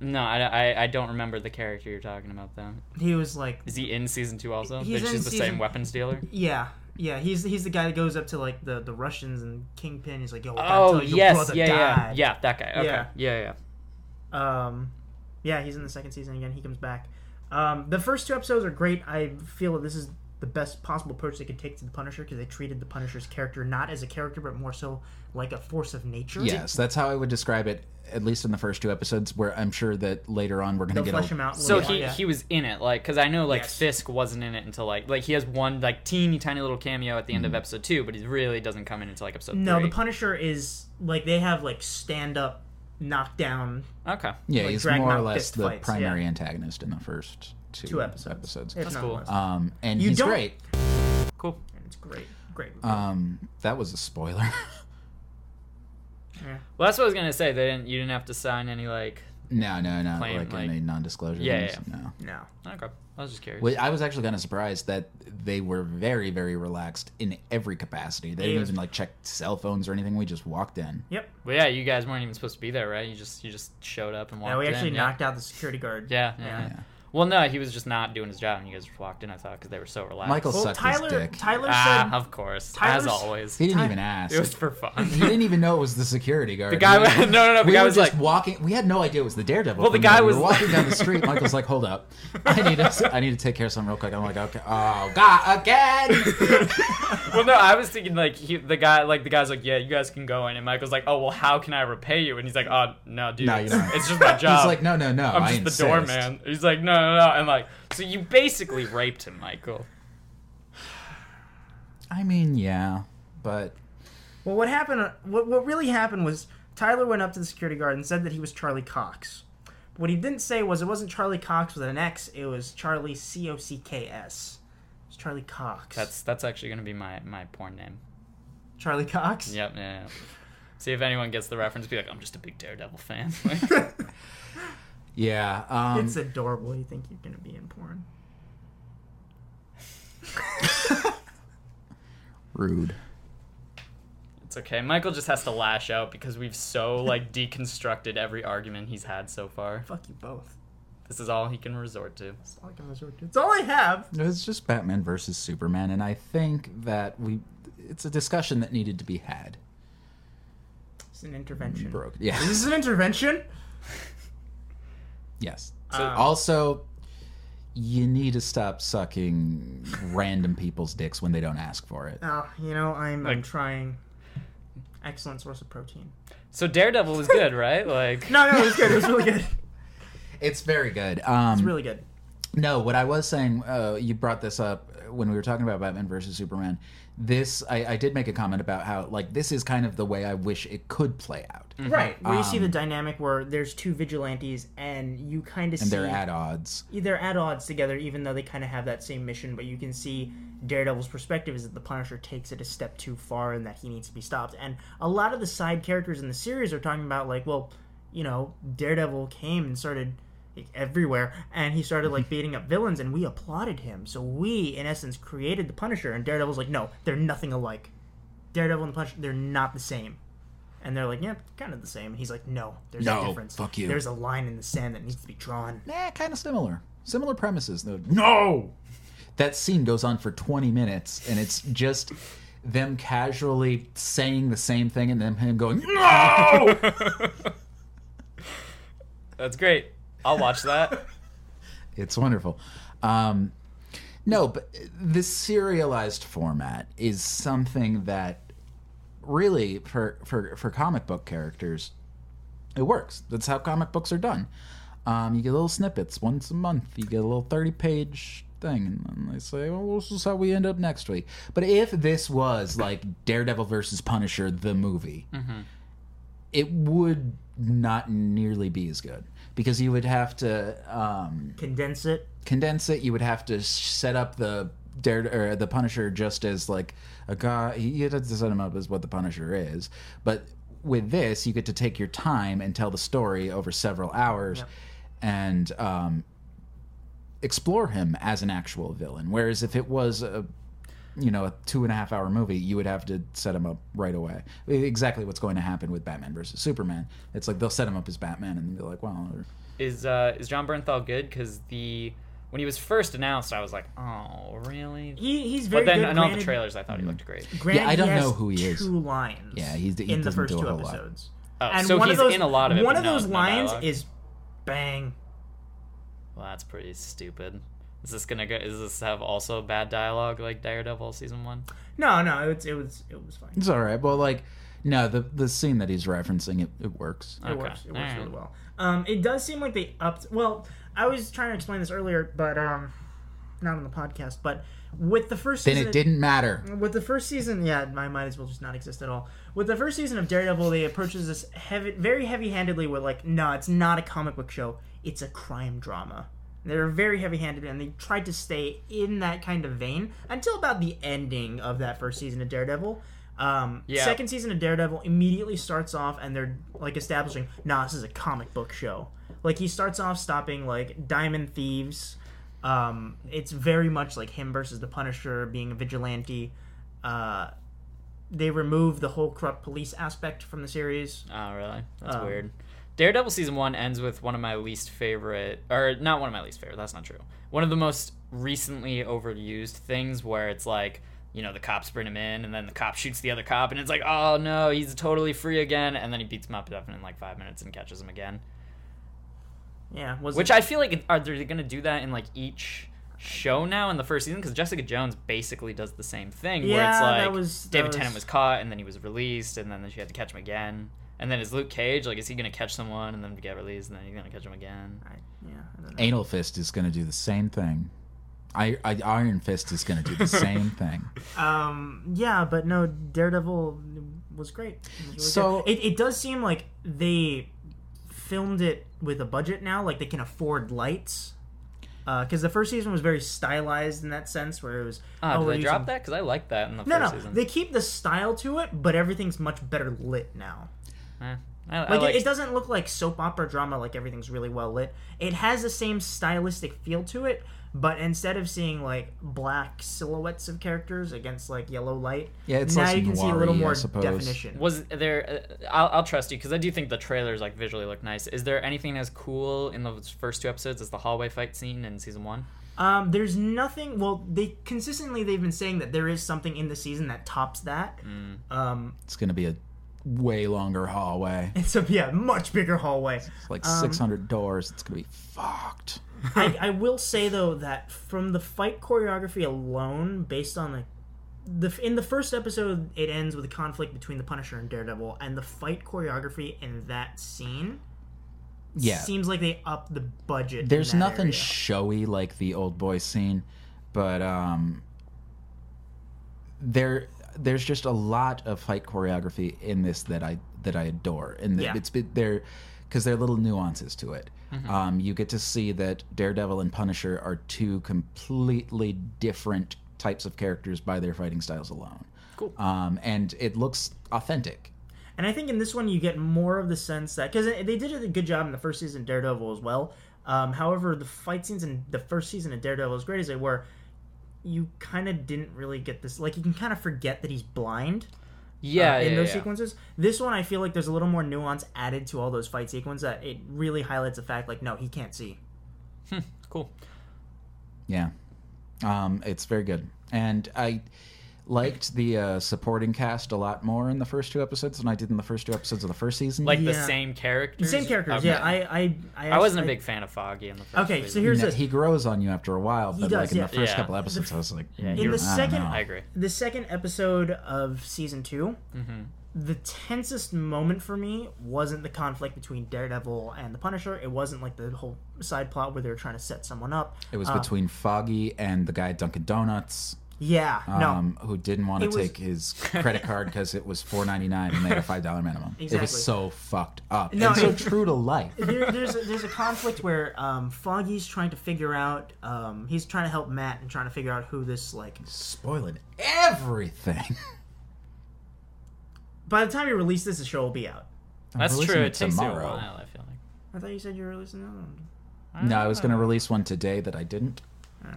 No, I, I I don't remember the character you're talking about though. he was like Is he in season two also? He's He's in just the season- same weapons dealer. Yeah, yeah. He's he's the guy that goes up to like the the Russians and Kingpin. He's like, yo, I gotta Oh tell you, your yes, brother yeah, yeah, died. yeah, that guy. Okay, yeah, Yeah. yeah. yeah. Um, yeah, he's in the second season again. He comes back. Um, the first two episodes are great. I feel that this is the best possible approach they could take to the Punisher because they treated the Punisher's character not as a character but more so like a force of nature. Yes, that's how I would describe it, at least in the first two episodes. Where I'm sure that later on we're going to They'll get. flesh a, him out. So later on, he yeah. he was in it, like, because I know like Yes. Fisk wasn't in it until like like he has one like teeny tiny little cameo at the end of episode two, but he really doesn't come in until like episode Mm-hmm. no, three. the Punisher is like they have like stand up, knockdown. okay, yeah, like, he's drag more or knock less fist the fights, primary antagonist in the first two, Two episodes. if not cool. less. Um, and You he's don't- great. cool. And it's great, great. Um, that was a spoiler. *laughs* yeah. Well, that's what I was gonna say. They didn't. You didn't have to sign any like. no, no, no, Claim, like, like- any non-disclosure. Yeah, things? No. No. Okay, I was just curious. Well, I was actually kind of surprised that they were very, very relaxed in every capacity. They didn't Yeah. even like check cell phones or anything. We just walked in. Yep. Well, yeah, you guys weren't even supposed to be there, right? You just you just showed up and walked Yeah, we actually in. yeah. knocked out the security guard. Yeah, yeah, yeah. Yeah. Well, no, he was just not doing his job, and you guys just walked in. I thought because they were so relaxed. Michael Well, sucked Tyler, his dick. Tyler ah, said, of course, Tyler's- as always, he didn't Ty- even ask. it was for fun. He didn't even know it was the security guard. *laughs* The guy, We- no, no, no. The we guy were was *laughs* like, just walking. We had no idea it was the Daredevil. Well, the premiere. guy We was- were walking down *laughs* the street. Michael's like, "Hold up, I need to. I need to take care of something real quick." I'm like, "Okay, oh *laughs* God, again." well, no, I was thinking like he, the guy, like the guy's like, yeah, you guys can go in, and Michael's like, oh, well, how can I repay you? And he's like, oh, no, dude, No, you're not. it's just my job. He's like, "No, no, no." Oh. I'm I just insist. the doorman. He's like, no, no, no, and like, so you basically raped him, Michael. I mean, yeah, but well, what happened? What, what really happened was Tyler went up to the security guard and said that he was Charlie Cox. What he didn't say was it wasn't Charlie Cox with an X. It was Charlie C O C K S. It's Charlie Cox. That's that's actually gonna be my my porn name. Charlie Cox. Yep. Yeah. yeah. See if anyone gets the reference. Be like, I'm just a big Daredevil fan. *laughs* yeah. Um, It's adorable. You think you're gonna be in porn? rude. it's okay. Michael just has to lash out because we've so like deconstructed every argument he's had so far. Fuck you both. This is all he can resort to. That's all I can resort to. It's all I have. It was just Batman versus Superman, and I think that we. It's a discussion that needed to be had. It's an intervention. Broke. Yeah. Is this an intervention? Yes. So- Um, Also, you need to stop sucking random people's dicks when they don't ask for it. Oh, you know, I'm, I'm Like- trying. Excellent source of protein. So Daredevil was good, right? Like, No, no, it was good. It was really good. It's very good. Um, It's really good. No, what I was saying, uh, you brought this up when we were talking about Batman versus Superman. This, I, I did make a comment about how, like, this is kind of the way I wish it could play out. Right. Where you see Um, the dynamic where there's two vigilantes and you kind of see And they're at odds. they're at odds together, even though they kind of have that same mission. But you can see Daredevil's perspective is that the Punisher takes it a step too far and that he needs to be stopped. And a lot of the side characters in the series are talking about, like, well, you know, Daredevil came and started like, everywhere and he started *laughs* like beating up villains and we applauded him so we in essence created the punisher and daredevil's like no they're nothing alike daredevil and the punisher they're not the same and they're like yeah kind of the same and he's like no there's a No, difference fuck you. there's a line in the sand that needs to be drawn Nah, kind of Eh, similar. Similar premises, though. No! That scene goes on for 20 minutes, and it's just them casually saying the same thing and then him going, No! *laughs* that's great. I'll watch that. it's wonderful. Um, no, but this serialized format is something that really, for, for, for comic book characters, it works. That's how comic books are done. Um, you get little snippets once a month. You get a little thirty-page thing, and then they say, "Well, this is how we end up next week." But if this was like Daredevil versus Punisher, the movie, it would not nearly be as good because you would have to um, Condense it. condense it. You would have to set up the Dare or the Punisher just as like a guy. You would have to set him up as what the Punisher is. But with this, you get to take your time and tell the story over several hours, and um, explore him as an actual villain. Whereas if it was a you know a two and a half hour movie, you would have to set him up right away. E-, Exactly what's going to happen with Batman versus Superman. It's like they'll set him up as Batman and be like, well, or- Is uh, is John Bernthal good? Because the when he was first announced, I was like, oh, really? He, he's very but then good. in all the granted- Mm-hmm. trailers, I thought he looked great. granted, Yeah, I don't he has know who he is. Two lines. Yeah, he's- he in the doesn't first do a two whole lot. episodes. Oh, so he's in a lot of it. One but of no, those no lines dialogue. is bang. Well, that's pretty stupid. Is this gonna go? Is this have also bad dialogue like Daredevil season one? No, no, it was it was it was fine. It's all right. Well, like, no, the the scene that he's referencing, it, it works. It Okay. works. It works Alright. really well. Um, it does seem like they upped. Well, I was trying to explain this earlier, but um, not on the podcast. But with the first Then season, it didn't matter. With the first season, yeah, mine might as well just not exist at all. With the first season of Daredevil, they approaches this heavy, very heavy-handedly with like, no, it's not a comic book show; it's a crime drama. They're very heavy-handed, and they tried to stay in that kind of vein until about the ending of that first season of Daredevil. Um, Yeah. Second season of Daredevil immediately starts off, and they're like establishing, nah, this is a comic book show. Like he starts off stopping like diamond thieves. Um, it's very much like him versus the Punisher being a vigilante. Uh, they remove the whole corrupt police aspect from the series. Oh, really? That's Um, weird. Daredevil season one ends with one of my least favorite, or not one of my least favorite. That's not true. One of the most recently overused things where it's like, you know, the cops bring him in, and then the cop shoots the other cop, and it's like, oh no, he's totally free again, and then he beats him up in like five minutes and catches him again. Yeah, was Which I feel like are they going to do that in like each show now in the first season? Because Jessica Jones basically does the same thing, where Yeah, it's like that was- that David was- Tennant was caught and then he was released, and then she had to catch him again. And then is Luke Cage like is he going to catch someone and then get released and then he's going to catch him again? I, yeah, I don't know. Anal Fist is going to do the same thing. I, I Iron Fist is going to do the same thing. Um, yeah, but no, Daredevil was great. It was really So- good. it, it does seem like they filmed it with a budget now, like they can afford lights. Because the first season was very stylized in that sense, where it was. oh, Ah, we're did they using- drop that? Because I like that in the No, first no, season. they keep the style to it, but everything's much better lit now. Eh, I, I Like, liked- it, it doesn't look like soap opera drama. Like everything's really well lit. It has the same stylistic feel to it, but instead of seeing like black silhouettes of characters against like yellow light, Yeah, it's now less you can see a little noir-y, I more suppose. definition. was there? Uh, I'll, I'll trust you because I do think the trailers like visually look nice. Is there anything as cool in those first two episodes as the hallway fight scene in season one? Um, there's nothing. Well, they consistently they've been saying that there is something in the season that tops that. Um, *laughs* It's going to be a way longer hallway. it's a yeah much bigger hallway. It's like 600 doors. It's going to be fucked. I, I will say though that from the fight choreography alone, based on like the in the first episode, it ends with a conflict between the Punisher and Daredevil, and the fight choreography in that scene Yeah. seems like they upped the budget. in There's that nothing area. showy like the old boy scene, but um, there there's just a lot of fight choreography in this that I that I adore, and Yeah. Mm-hmm. it's been there because there are little nuances to it. Um, you get to see that Daredevil and Punisher are two completely different types of characters by their fighting styles alone. Cool. Um, and it looks authentic. and I think in this one you get more of the sense that because they did a good job in the first season of Daredevil as well. Um, however, the fight scenes in the first season of Daredevil, as great as they were, you kind of didn't really get this. Like you can kind of forget that he's blind. Yeah, uh, yeah, in those yeah. sequences. This one, I feel like there's a little more nuance added to all those fight sequences that it really highlights the fact, like, no, he can't see. *laughs* Cool. Yeah, um, it's very good, and I liked the uh, supporting cast a lot more in the first two episodes than I did in the first two episodes of the first season. Like the Yeah. same characters. Same characters, Okay. yeah. I, I, I, I wasn't a actually- big fan of Foggy in the first. Okay, so season. here's No, the he grows on you after a while, but does, like in yeah. the first Yeah. couple episodes, I was like, in "Mm, the I don't second- know." I agree. the second episode of season 2 Mm-hmm. The tensest moment for me wasn't the conflict between Daredevil and the Punisher. It wasn't like the whole Uh. side plot where they were trying to set someone up. it was between Foggy and the guy at Dunkin' Donuts. Yeah, no. um, who didn't want to It was- take his credit card because it was four ninety nine and they had a five dollar *laughs* minimum. It Exactly. was so fucked up No, and so it- true to life. There, there's a, there's a conflict where um, Foggy's trying to figure out. Um, he's trying to help Matt and trying to figure out who this like. Spoiling everything. By the time you release this, the show will be out. I'm That's releasing true. It takes you a tomorrow. while. I feel like. I thought you said you were releasing another one. No, I was Ah. going to release one today that I didn't.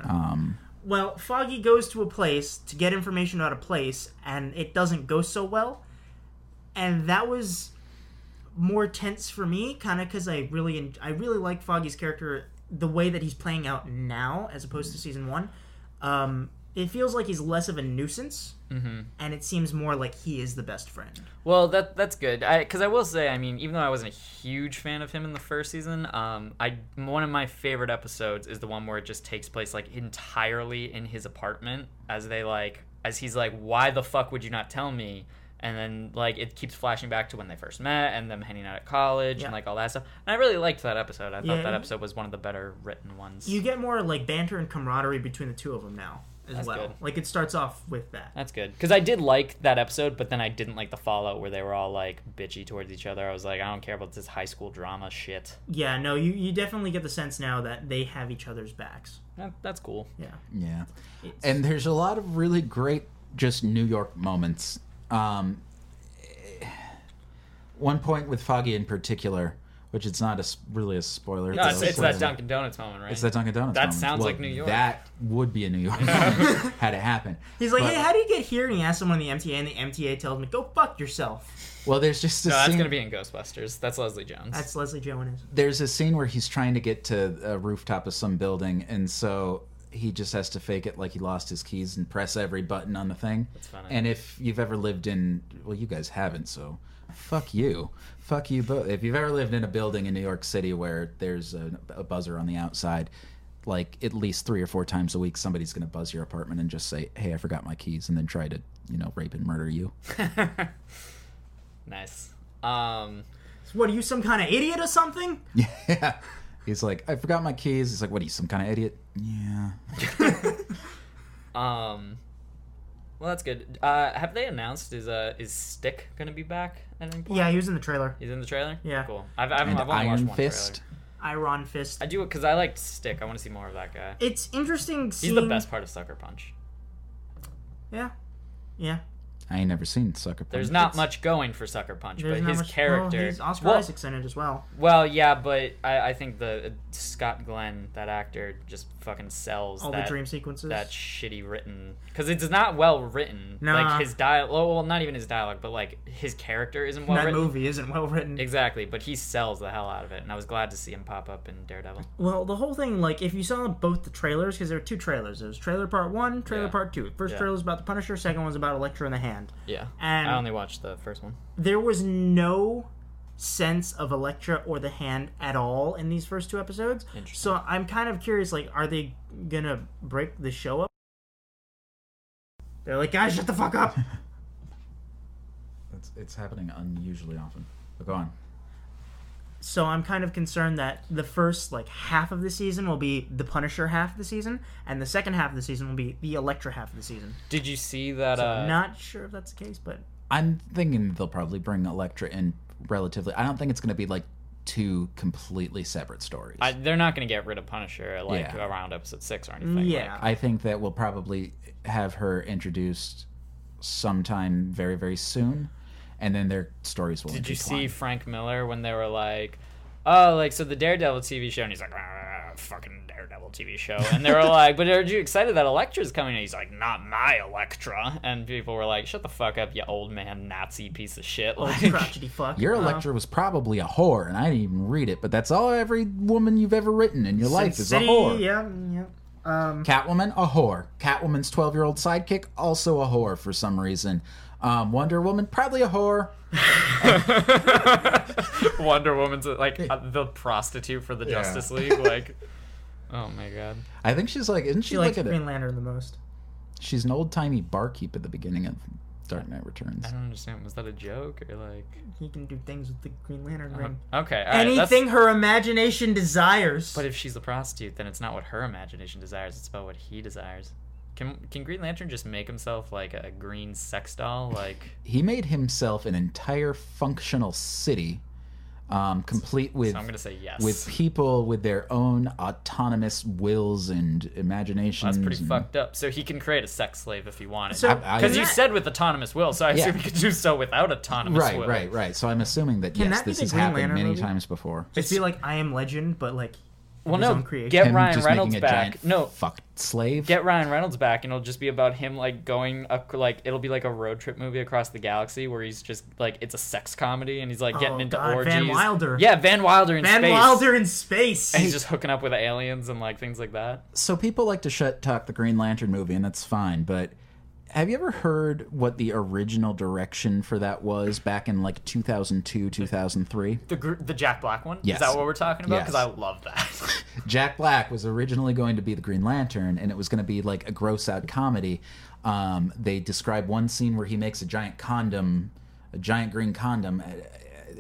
Um, Well, Foggy goes to a place to get information about a place, and it doesn't go so well. And that was more tense for me, kind of because I really, en- I really like Foggy's character, the way that he's playing out now, as opposed to season one. Um, it feels like he's less of a nuisance, Mm-hmm. and it seems more like he is the best friend. Well, that that's good. I because I will say, I mean, even though I wasn't a huge fan of him in the first season, um, I one of my favorite episodes is the one where it just takes place like entirely in his apartment as they like as he's like, why the fuck would you not tell me? And then like it keeps flashing back to when they first met and them hanging out at college Yeah. and like all that stuff. And I really liked that episode. I thought Yeah. that episode was one of the better written ones. You get more like banter and camaraderie between the two of them now as That's well. good. Like it starts off with that. That's good because I did like that episode, but then I didn't like the fallout where they were all like bitchy towards each other. I was like, I don't care about this high school drama shit. Yeah, no, you, you definitely get the sense now that they have each other's backs. That, that's cool. Yeah. yeah. It's- And there's a lot of really great just New York moments. Um, one point with Foggy in particular, which it's not a, s- really a spoiler. No, it's, though, it's that spoiler. Dunkin' Donuts moment, right? It's that Dunkin' Donuts. That moment. sounds Well, like New York. That would be a *laughs* New York moment had it happened. He's like, But- hey, how do you get here? And he asks someone in the MTA, and the MTA tells me, go fuck yourself. Well, there's just a no, that's scene. gonna be in Ghostbusters. That's Leslie Jones. That's Leslie Jones. there's a scene where he's trying to get to a rooftop of some building, and so he just has to fake it like he lost his keys and press every button on the thing. That's funny. And if you've ever lived in, well, you guys haven't, so fuck you, fuck you both. If you've ever lived in a building in New York City where there's a, a buzzer on the outside. Like at least three or four times a week, somebody's going to buzz your apartment and just say, "Hey, I forgot my keys," and then try to, you know, rape and murder you. *laughs* nice. Um, So what, are you some kind of idiot or something? Yeah. He's like, I forgot my keys. He's like, what are you, some kind of idiot? Yeah. um, well, that's good. Uh, have they announced is uh is Stick gonna be back at any point? Yeah, he was in the trailer. He's in the trailer. Yeah. Cool. I've I've, And I've only watched Iron one Fist. trailer. Iron Fist. I do it because I liked Stick. I want to see more of that guy. It's interesting He's seeing... the best part of Sucker Punch. Yeah. Yeah. I ain't never seen Sucker Punch. There's not much going for Sucker Punch, There's but not his much- character. Oh, he's Oscar well, Isaac's in it as well. well, yeah, but I, I think the Scott Glenn, that actor, just fucking sells All that the dream sequences. that shitty written because it's not well written. Nah. Like his dialogue, well, not even his dialogue, but like his character isn't well that written. movie isn't well written. Exactly, but he sells the hell out of it, and I was glad to see him pop up in Daredevil. Well, the whole thing, like, if you saw both the trailers, because there were two trailers. There was trailer part one, trailer Yeah. part two. First Yeah. trailer was about the Punisher. Second one was about Electra in the Hand. Yeah, And- I only watched the first one. There was no sense of Electra or the Hand at all in these first two episodes. Interesting. So I'm kind of curious, like, are they gonna break the show up? They're like, guys, shut the fuck *laughs* up. It's, it's happening unusually often. But go on. so I'm kind of concerned that the first like half of the season will be the Punisher half of the season, and the second half of the season will be the Electra half of the season. Did you see that? uh, Not sure if that's the case, but I'm thinking they'll probably bring Elektra in relatively. I don't think it's going to be like two completely separate stories. I, they're not going to get rid of Punisher like Yeah. around episode six or anything. yeah. like- I think that we'll probably have her introduced sometime very, very soon. And then their stories will did you see intertwine. Frank Miller when they were like, "Oh, like so the Daredevil TV show," and he's like, "Ah, "Fucking Daredevil TV show," and *laughs* they were like, "But are you excited that Elektra's coming?" And he's like, "Not my Elektra," and people were like, "Shut the fuck up, you old man Nazi piece of shit!" old Like, *laughs* crotchety fuck. Your Uh-huh. Uh, Electra was probably a whore, and I didn't even read it, but that's all every woman you've ever written in your life is a City, whore. Yeah, yeah. Um, Catwoman, a whore. Catwoman's 12 year old sidekick, also a whore for some reason. Um, Wonder Woman, probably a whore. Wonder Woman's like uh, the prostitute for the *laughs* Justice League. Like, oh my god, I think she's like, isn't she, she like likes at Green it? Lantern the most. She's an old timey barkeep at the beginning of Dark Knight Returns. I don't understand. Was that a joke or like? He can do things with the Green Lantern ring. Okay, Uh-huh. all right, that's- Anything her imagination desires. But if she's the prostitute, then it's not what her imagination desires; it's about what he desires. Can can Green Lantern just make himself like a green sex doll? Like He made himself an entire functional city, um, complete with so I'm gonna say yes. with people with their own autonomous wills and imaginations. That's pretty and- fucked up. So he can create a sex slave if he wanted. So- I- I- because you Yeah. said with autonomous will, so I Yeah. assume he could do so without autonomous Right, will. right, right. So I'm assuming that yes, that be this the has Green happened Lantern many movie? times before. Just be like I am Legend, but like Well, his no, own creation. get Him Ryan just Reynolds making a back. giant No, fuck slave. get Ryan Reynolds back, and it'll just be about him like going up, like it'll be like a road trip movie across the galaxy where he's just like it's a sex comedy and he's like getting Oh, into God, orgies. Van Wilder. Yeah, Van Wilder in Van space. Wilder in space. And he's just hooking up with aliens and like things like that. so people like to shut talk the Green Lantern movie, and that's fine. But have you ever heard what the original direction for that was back in like 2002, 2003? The gr- the Jack Black one. Yes. Is that what we're talking about? Because Yes. I love that. *laughs* Jack Black was originally going to be the Green Lantern, and it was going to be like a gross out comedy. Um, they describe one scene where he makes a giant condom, a giant green condom, and,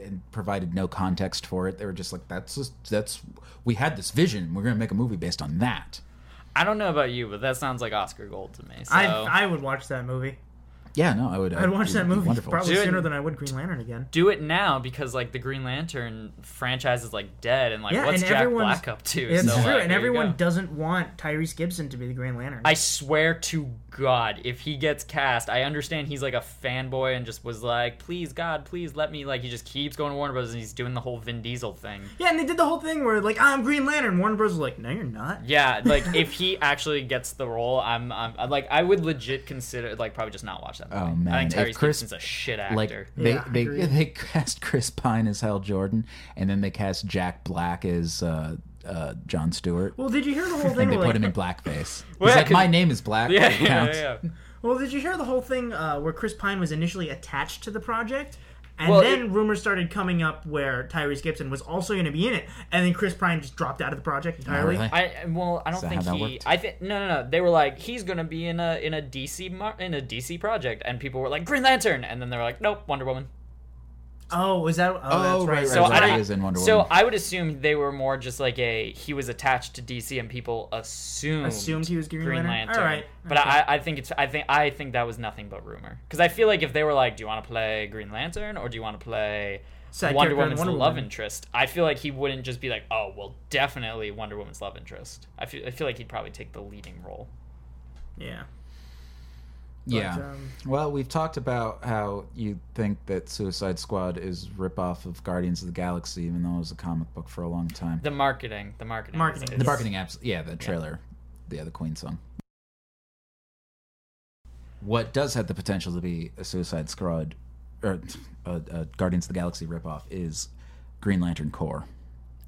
and provided no context for it. They were just like, "That's just, that's we had this vision. We're going to make a movie based on that." I don't know about you, but that sounds like Oscar Gold to me. So. I I would watch that movie. Yeah, no, I would. I'd watch that movie Wonderful. probably Dude. sooner than I would Green Lantern again. do it now because like the Green Lantern franchise is like dead and like Yeah, what's and Jack everyone's- Black up to? It's So, like, true, there and you everyone go. doesn't want Tyrese Gibson to be the Green Lantern. I swear to God, if he gets cast, I understand he's like a fanboy and just was like, please God, please let me. Like he just keeps going to Warner Bros. and he's doing the whole Vin Diesel thing. yeah, and they did the whole thing where like I'm Green Lantern. Warner Bros. was like, no, you're not. *laughs* Yeah, like if he actually gets the role, I'm, I'm I'm- like I would legit consider like probably just not watch that. Movie. Oh, I man, think if Terry Chris- Gibson's a shit actor. Like they Yeah, I they agree. *laughs* they cast Chris Pine as Hal Jordan, and then they cast Jack Black as uh, uh, John Stewart, Well, did you hear the whole thing? and *laughs* they where, like, put him *laughs* in blackface. He's Well, yeah, like, cause- "My name is *laughs* Black." yeah, it yeah, counts." yeah. Well, did you hear the whole thing uh, where Chris Pine was initially attached to the project? And Well, then it- rumors started coming up where Tyrese Gibson was also going to be in it, and then Chris Pine just dropped out of the project entirely. really? I well, I don't that think how that he. worked? I think no, no, no. They were like, he's gonna be in a in a DC mar- in a DC project, and people were like Green Lantern, and then they were like, nope, Wonder Woman. Oh, was that? Oh, Oh, that's right, right. right, So right. I He don't- was in Wonder so Woman. I would assume they were more just like a he was attached to DC, and people assumed Assumed he was Green Lantern? All right, But okay. I, I think it's I think I think that was nothing but rumor because I feel like if they were like, do you want to play Green Lantern or do you want to play Side Wonder character in Woman's Wonder love Woman. interest? I feel like he wouldn't just be like, oh well, definitely Wonder Woman's love interest. I feel I feel like he'd probably take the leading role. Yeah. Yeah. um, well, we've talked about how you think that Suicide Squad is ripoff of Guardians of the Galaxy, even though it was a comic book for a long time. The marketing, the marketing, is- Marketing. is- The marketing apps, yeah, the trailer, yeah, the Queen song. What does have the potential to be a Suicide Squad or a, a Guardians of the Galaxy ripoff is Green Lantern Core,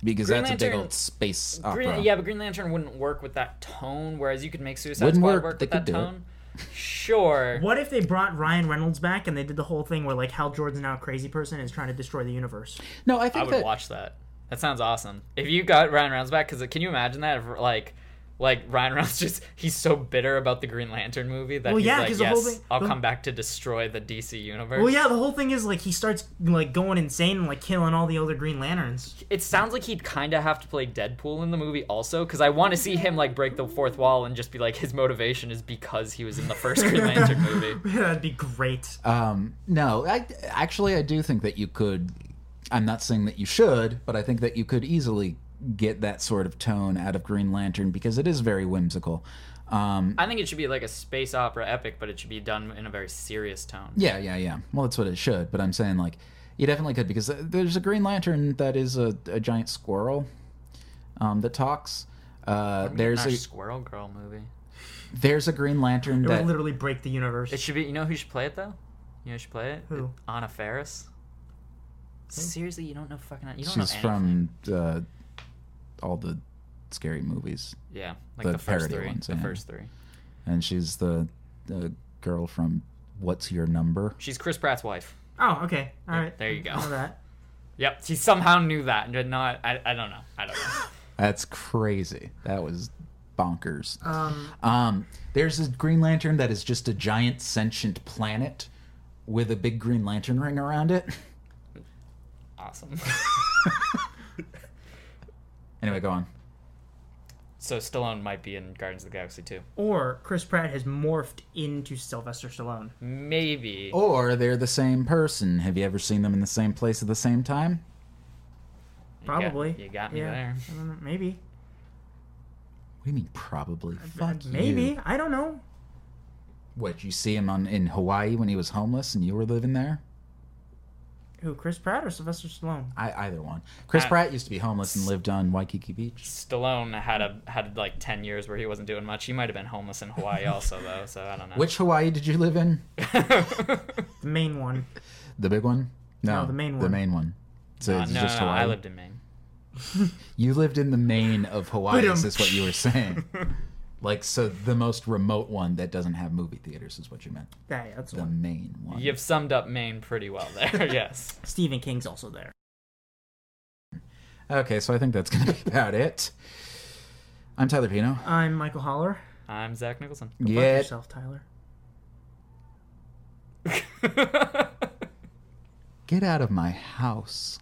because Green that's a big Lantern- old space opera. Green, yeah, but Green Lantern wouldn't work with that tone, whereas you could make Suicide Wouldn't Squad work, work, they with that could do it. tone. Sure. What if they brought Ryan Reynolds back and they did the whole thing where like Hal Jordan's now a crazy person and is trying to destroy the universe? No, I I think would that watch that. That sounds awesome. If you got Ryan Reynolds back, because can you imagine that? If like, like Ryan Reynolds *laughs* just he's so bitter about the Green Lantern movie that Well, he's yeah, like, 'cause the whole yes, thing- I'll the- come back to destroy the DC universe. Well, yeah, the whole thing is like he starts like going insane and like killing all the other Green Lanterns. *laughs* It sounds like he'd kind of have to play Deadpool in the movie also, because I want to see him like break the fourth wall and just be like, his motivation is because he was in the first *laughs* Green Lantern movie. That'd be great. Um, no, I, actually, I do think that you could. I'm not saying that you should, but I think that you could easily get that sort of tone out of Green Lantern because it is very whimsical. Um, I think it should be like a space opera epic, but it should be done in a very serious tone. yeah, yeah, yeah. Well, that's what it should, but I'm saying like you definitely could because there's a Green Lantern that is a, a giant squirrel um, that talks. Uh, there's Our a Squirrel Girl movie. there's a Green Lantern It would that literally break the universe. It should be. You know who should play it though? You know who should play it? Who? Anna Faris. Seriously, you don't know fucking. You don't she's know anything. from uh, all the scary movies, Yeah, like the the, first parody three. ones, the yeah. first three. and she's the, the girl from What's Your Number. She's Chris Pratt's wife. Oh, okay. All right. There you go. All that. Yep, he somehow knew that and did not. I, I don't know. I *laughs* don't know. That's crazy. That was bonkers. Um, Um, there's a Green Lantern that is just a giant sentient planet with a big Green Lantern ring around it. *laughs* awesome. *laughs* Anyway, go on. So Stallone might be in Guardians of the Galaxy too. Or Chris Pratt has morphed into Sylvester Stallone. Maybe. Oh, Or they're the same person. Have you ever seen them in the same place at the same time? You got- Probably. you got me Yeah. there. I don't know, maybe. What do you mean probably? Fuck Uh, maybe. you. I don't know. What, you see him on in Hawaii when he was homeless and you were living there? Who, Chris Pratt or Sylvester Stallone? I either one. Chris Uh, Pratt used to be homeless and lived on Waikiki Beach. Stallone had a had like ten years where he wasn't doing much. He might have been homeless *laughs* in Hawaii also though. So I don't know. Which Hawaii did you live in? The main one. The big one? No, No, the main The one. main one. So Uh, it's no, just no, no, Hawaii. I lived in Maine. You lived in the main of Hawaii, Wait a- is this what you *laughs* were saying? like, so the most remote one that doesn't have movie theaters is what you meant. Yeah, yeah, that's the The one. main one. You've summed up Maine pretty well there. *laughs* yes. Stephen King's also there. Okay, so I think that's going to be about it. I'm Tyler Pino. I'm Michael Holler. I'm Zach Nicholson. Fuck Yeah. yourself, Tyler. Get out of my house.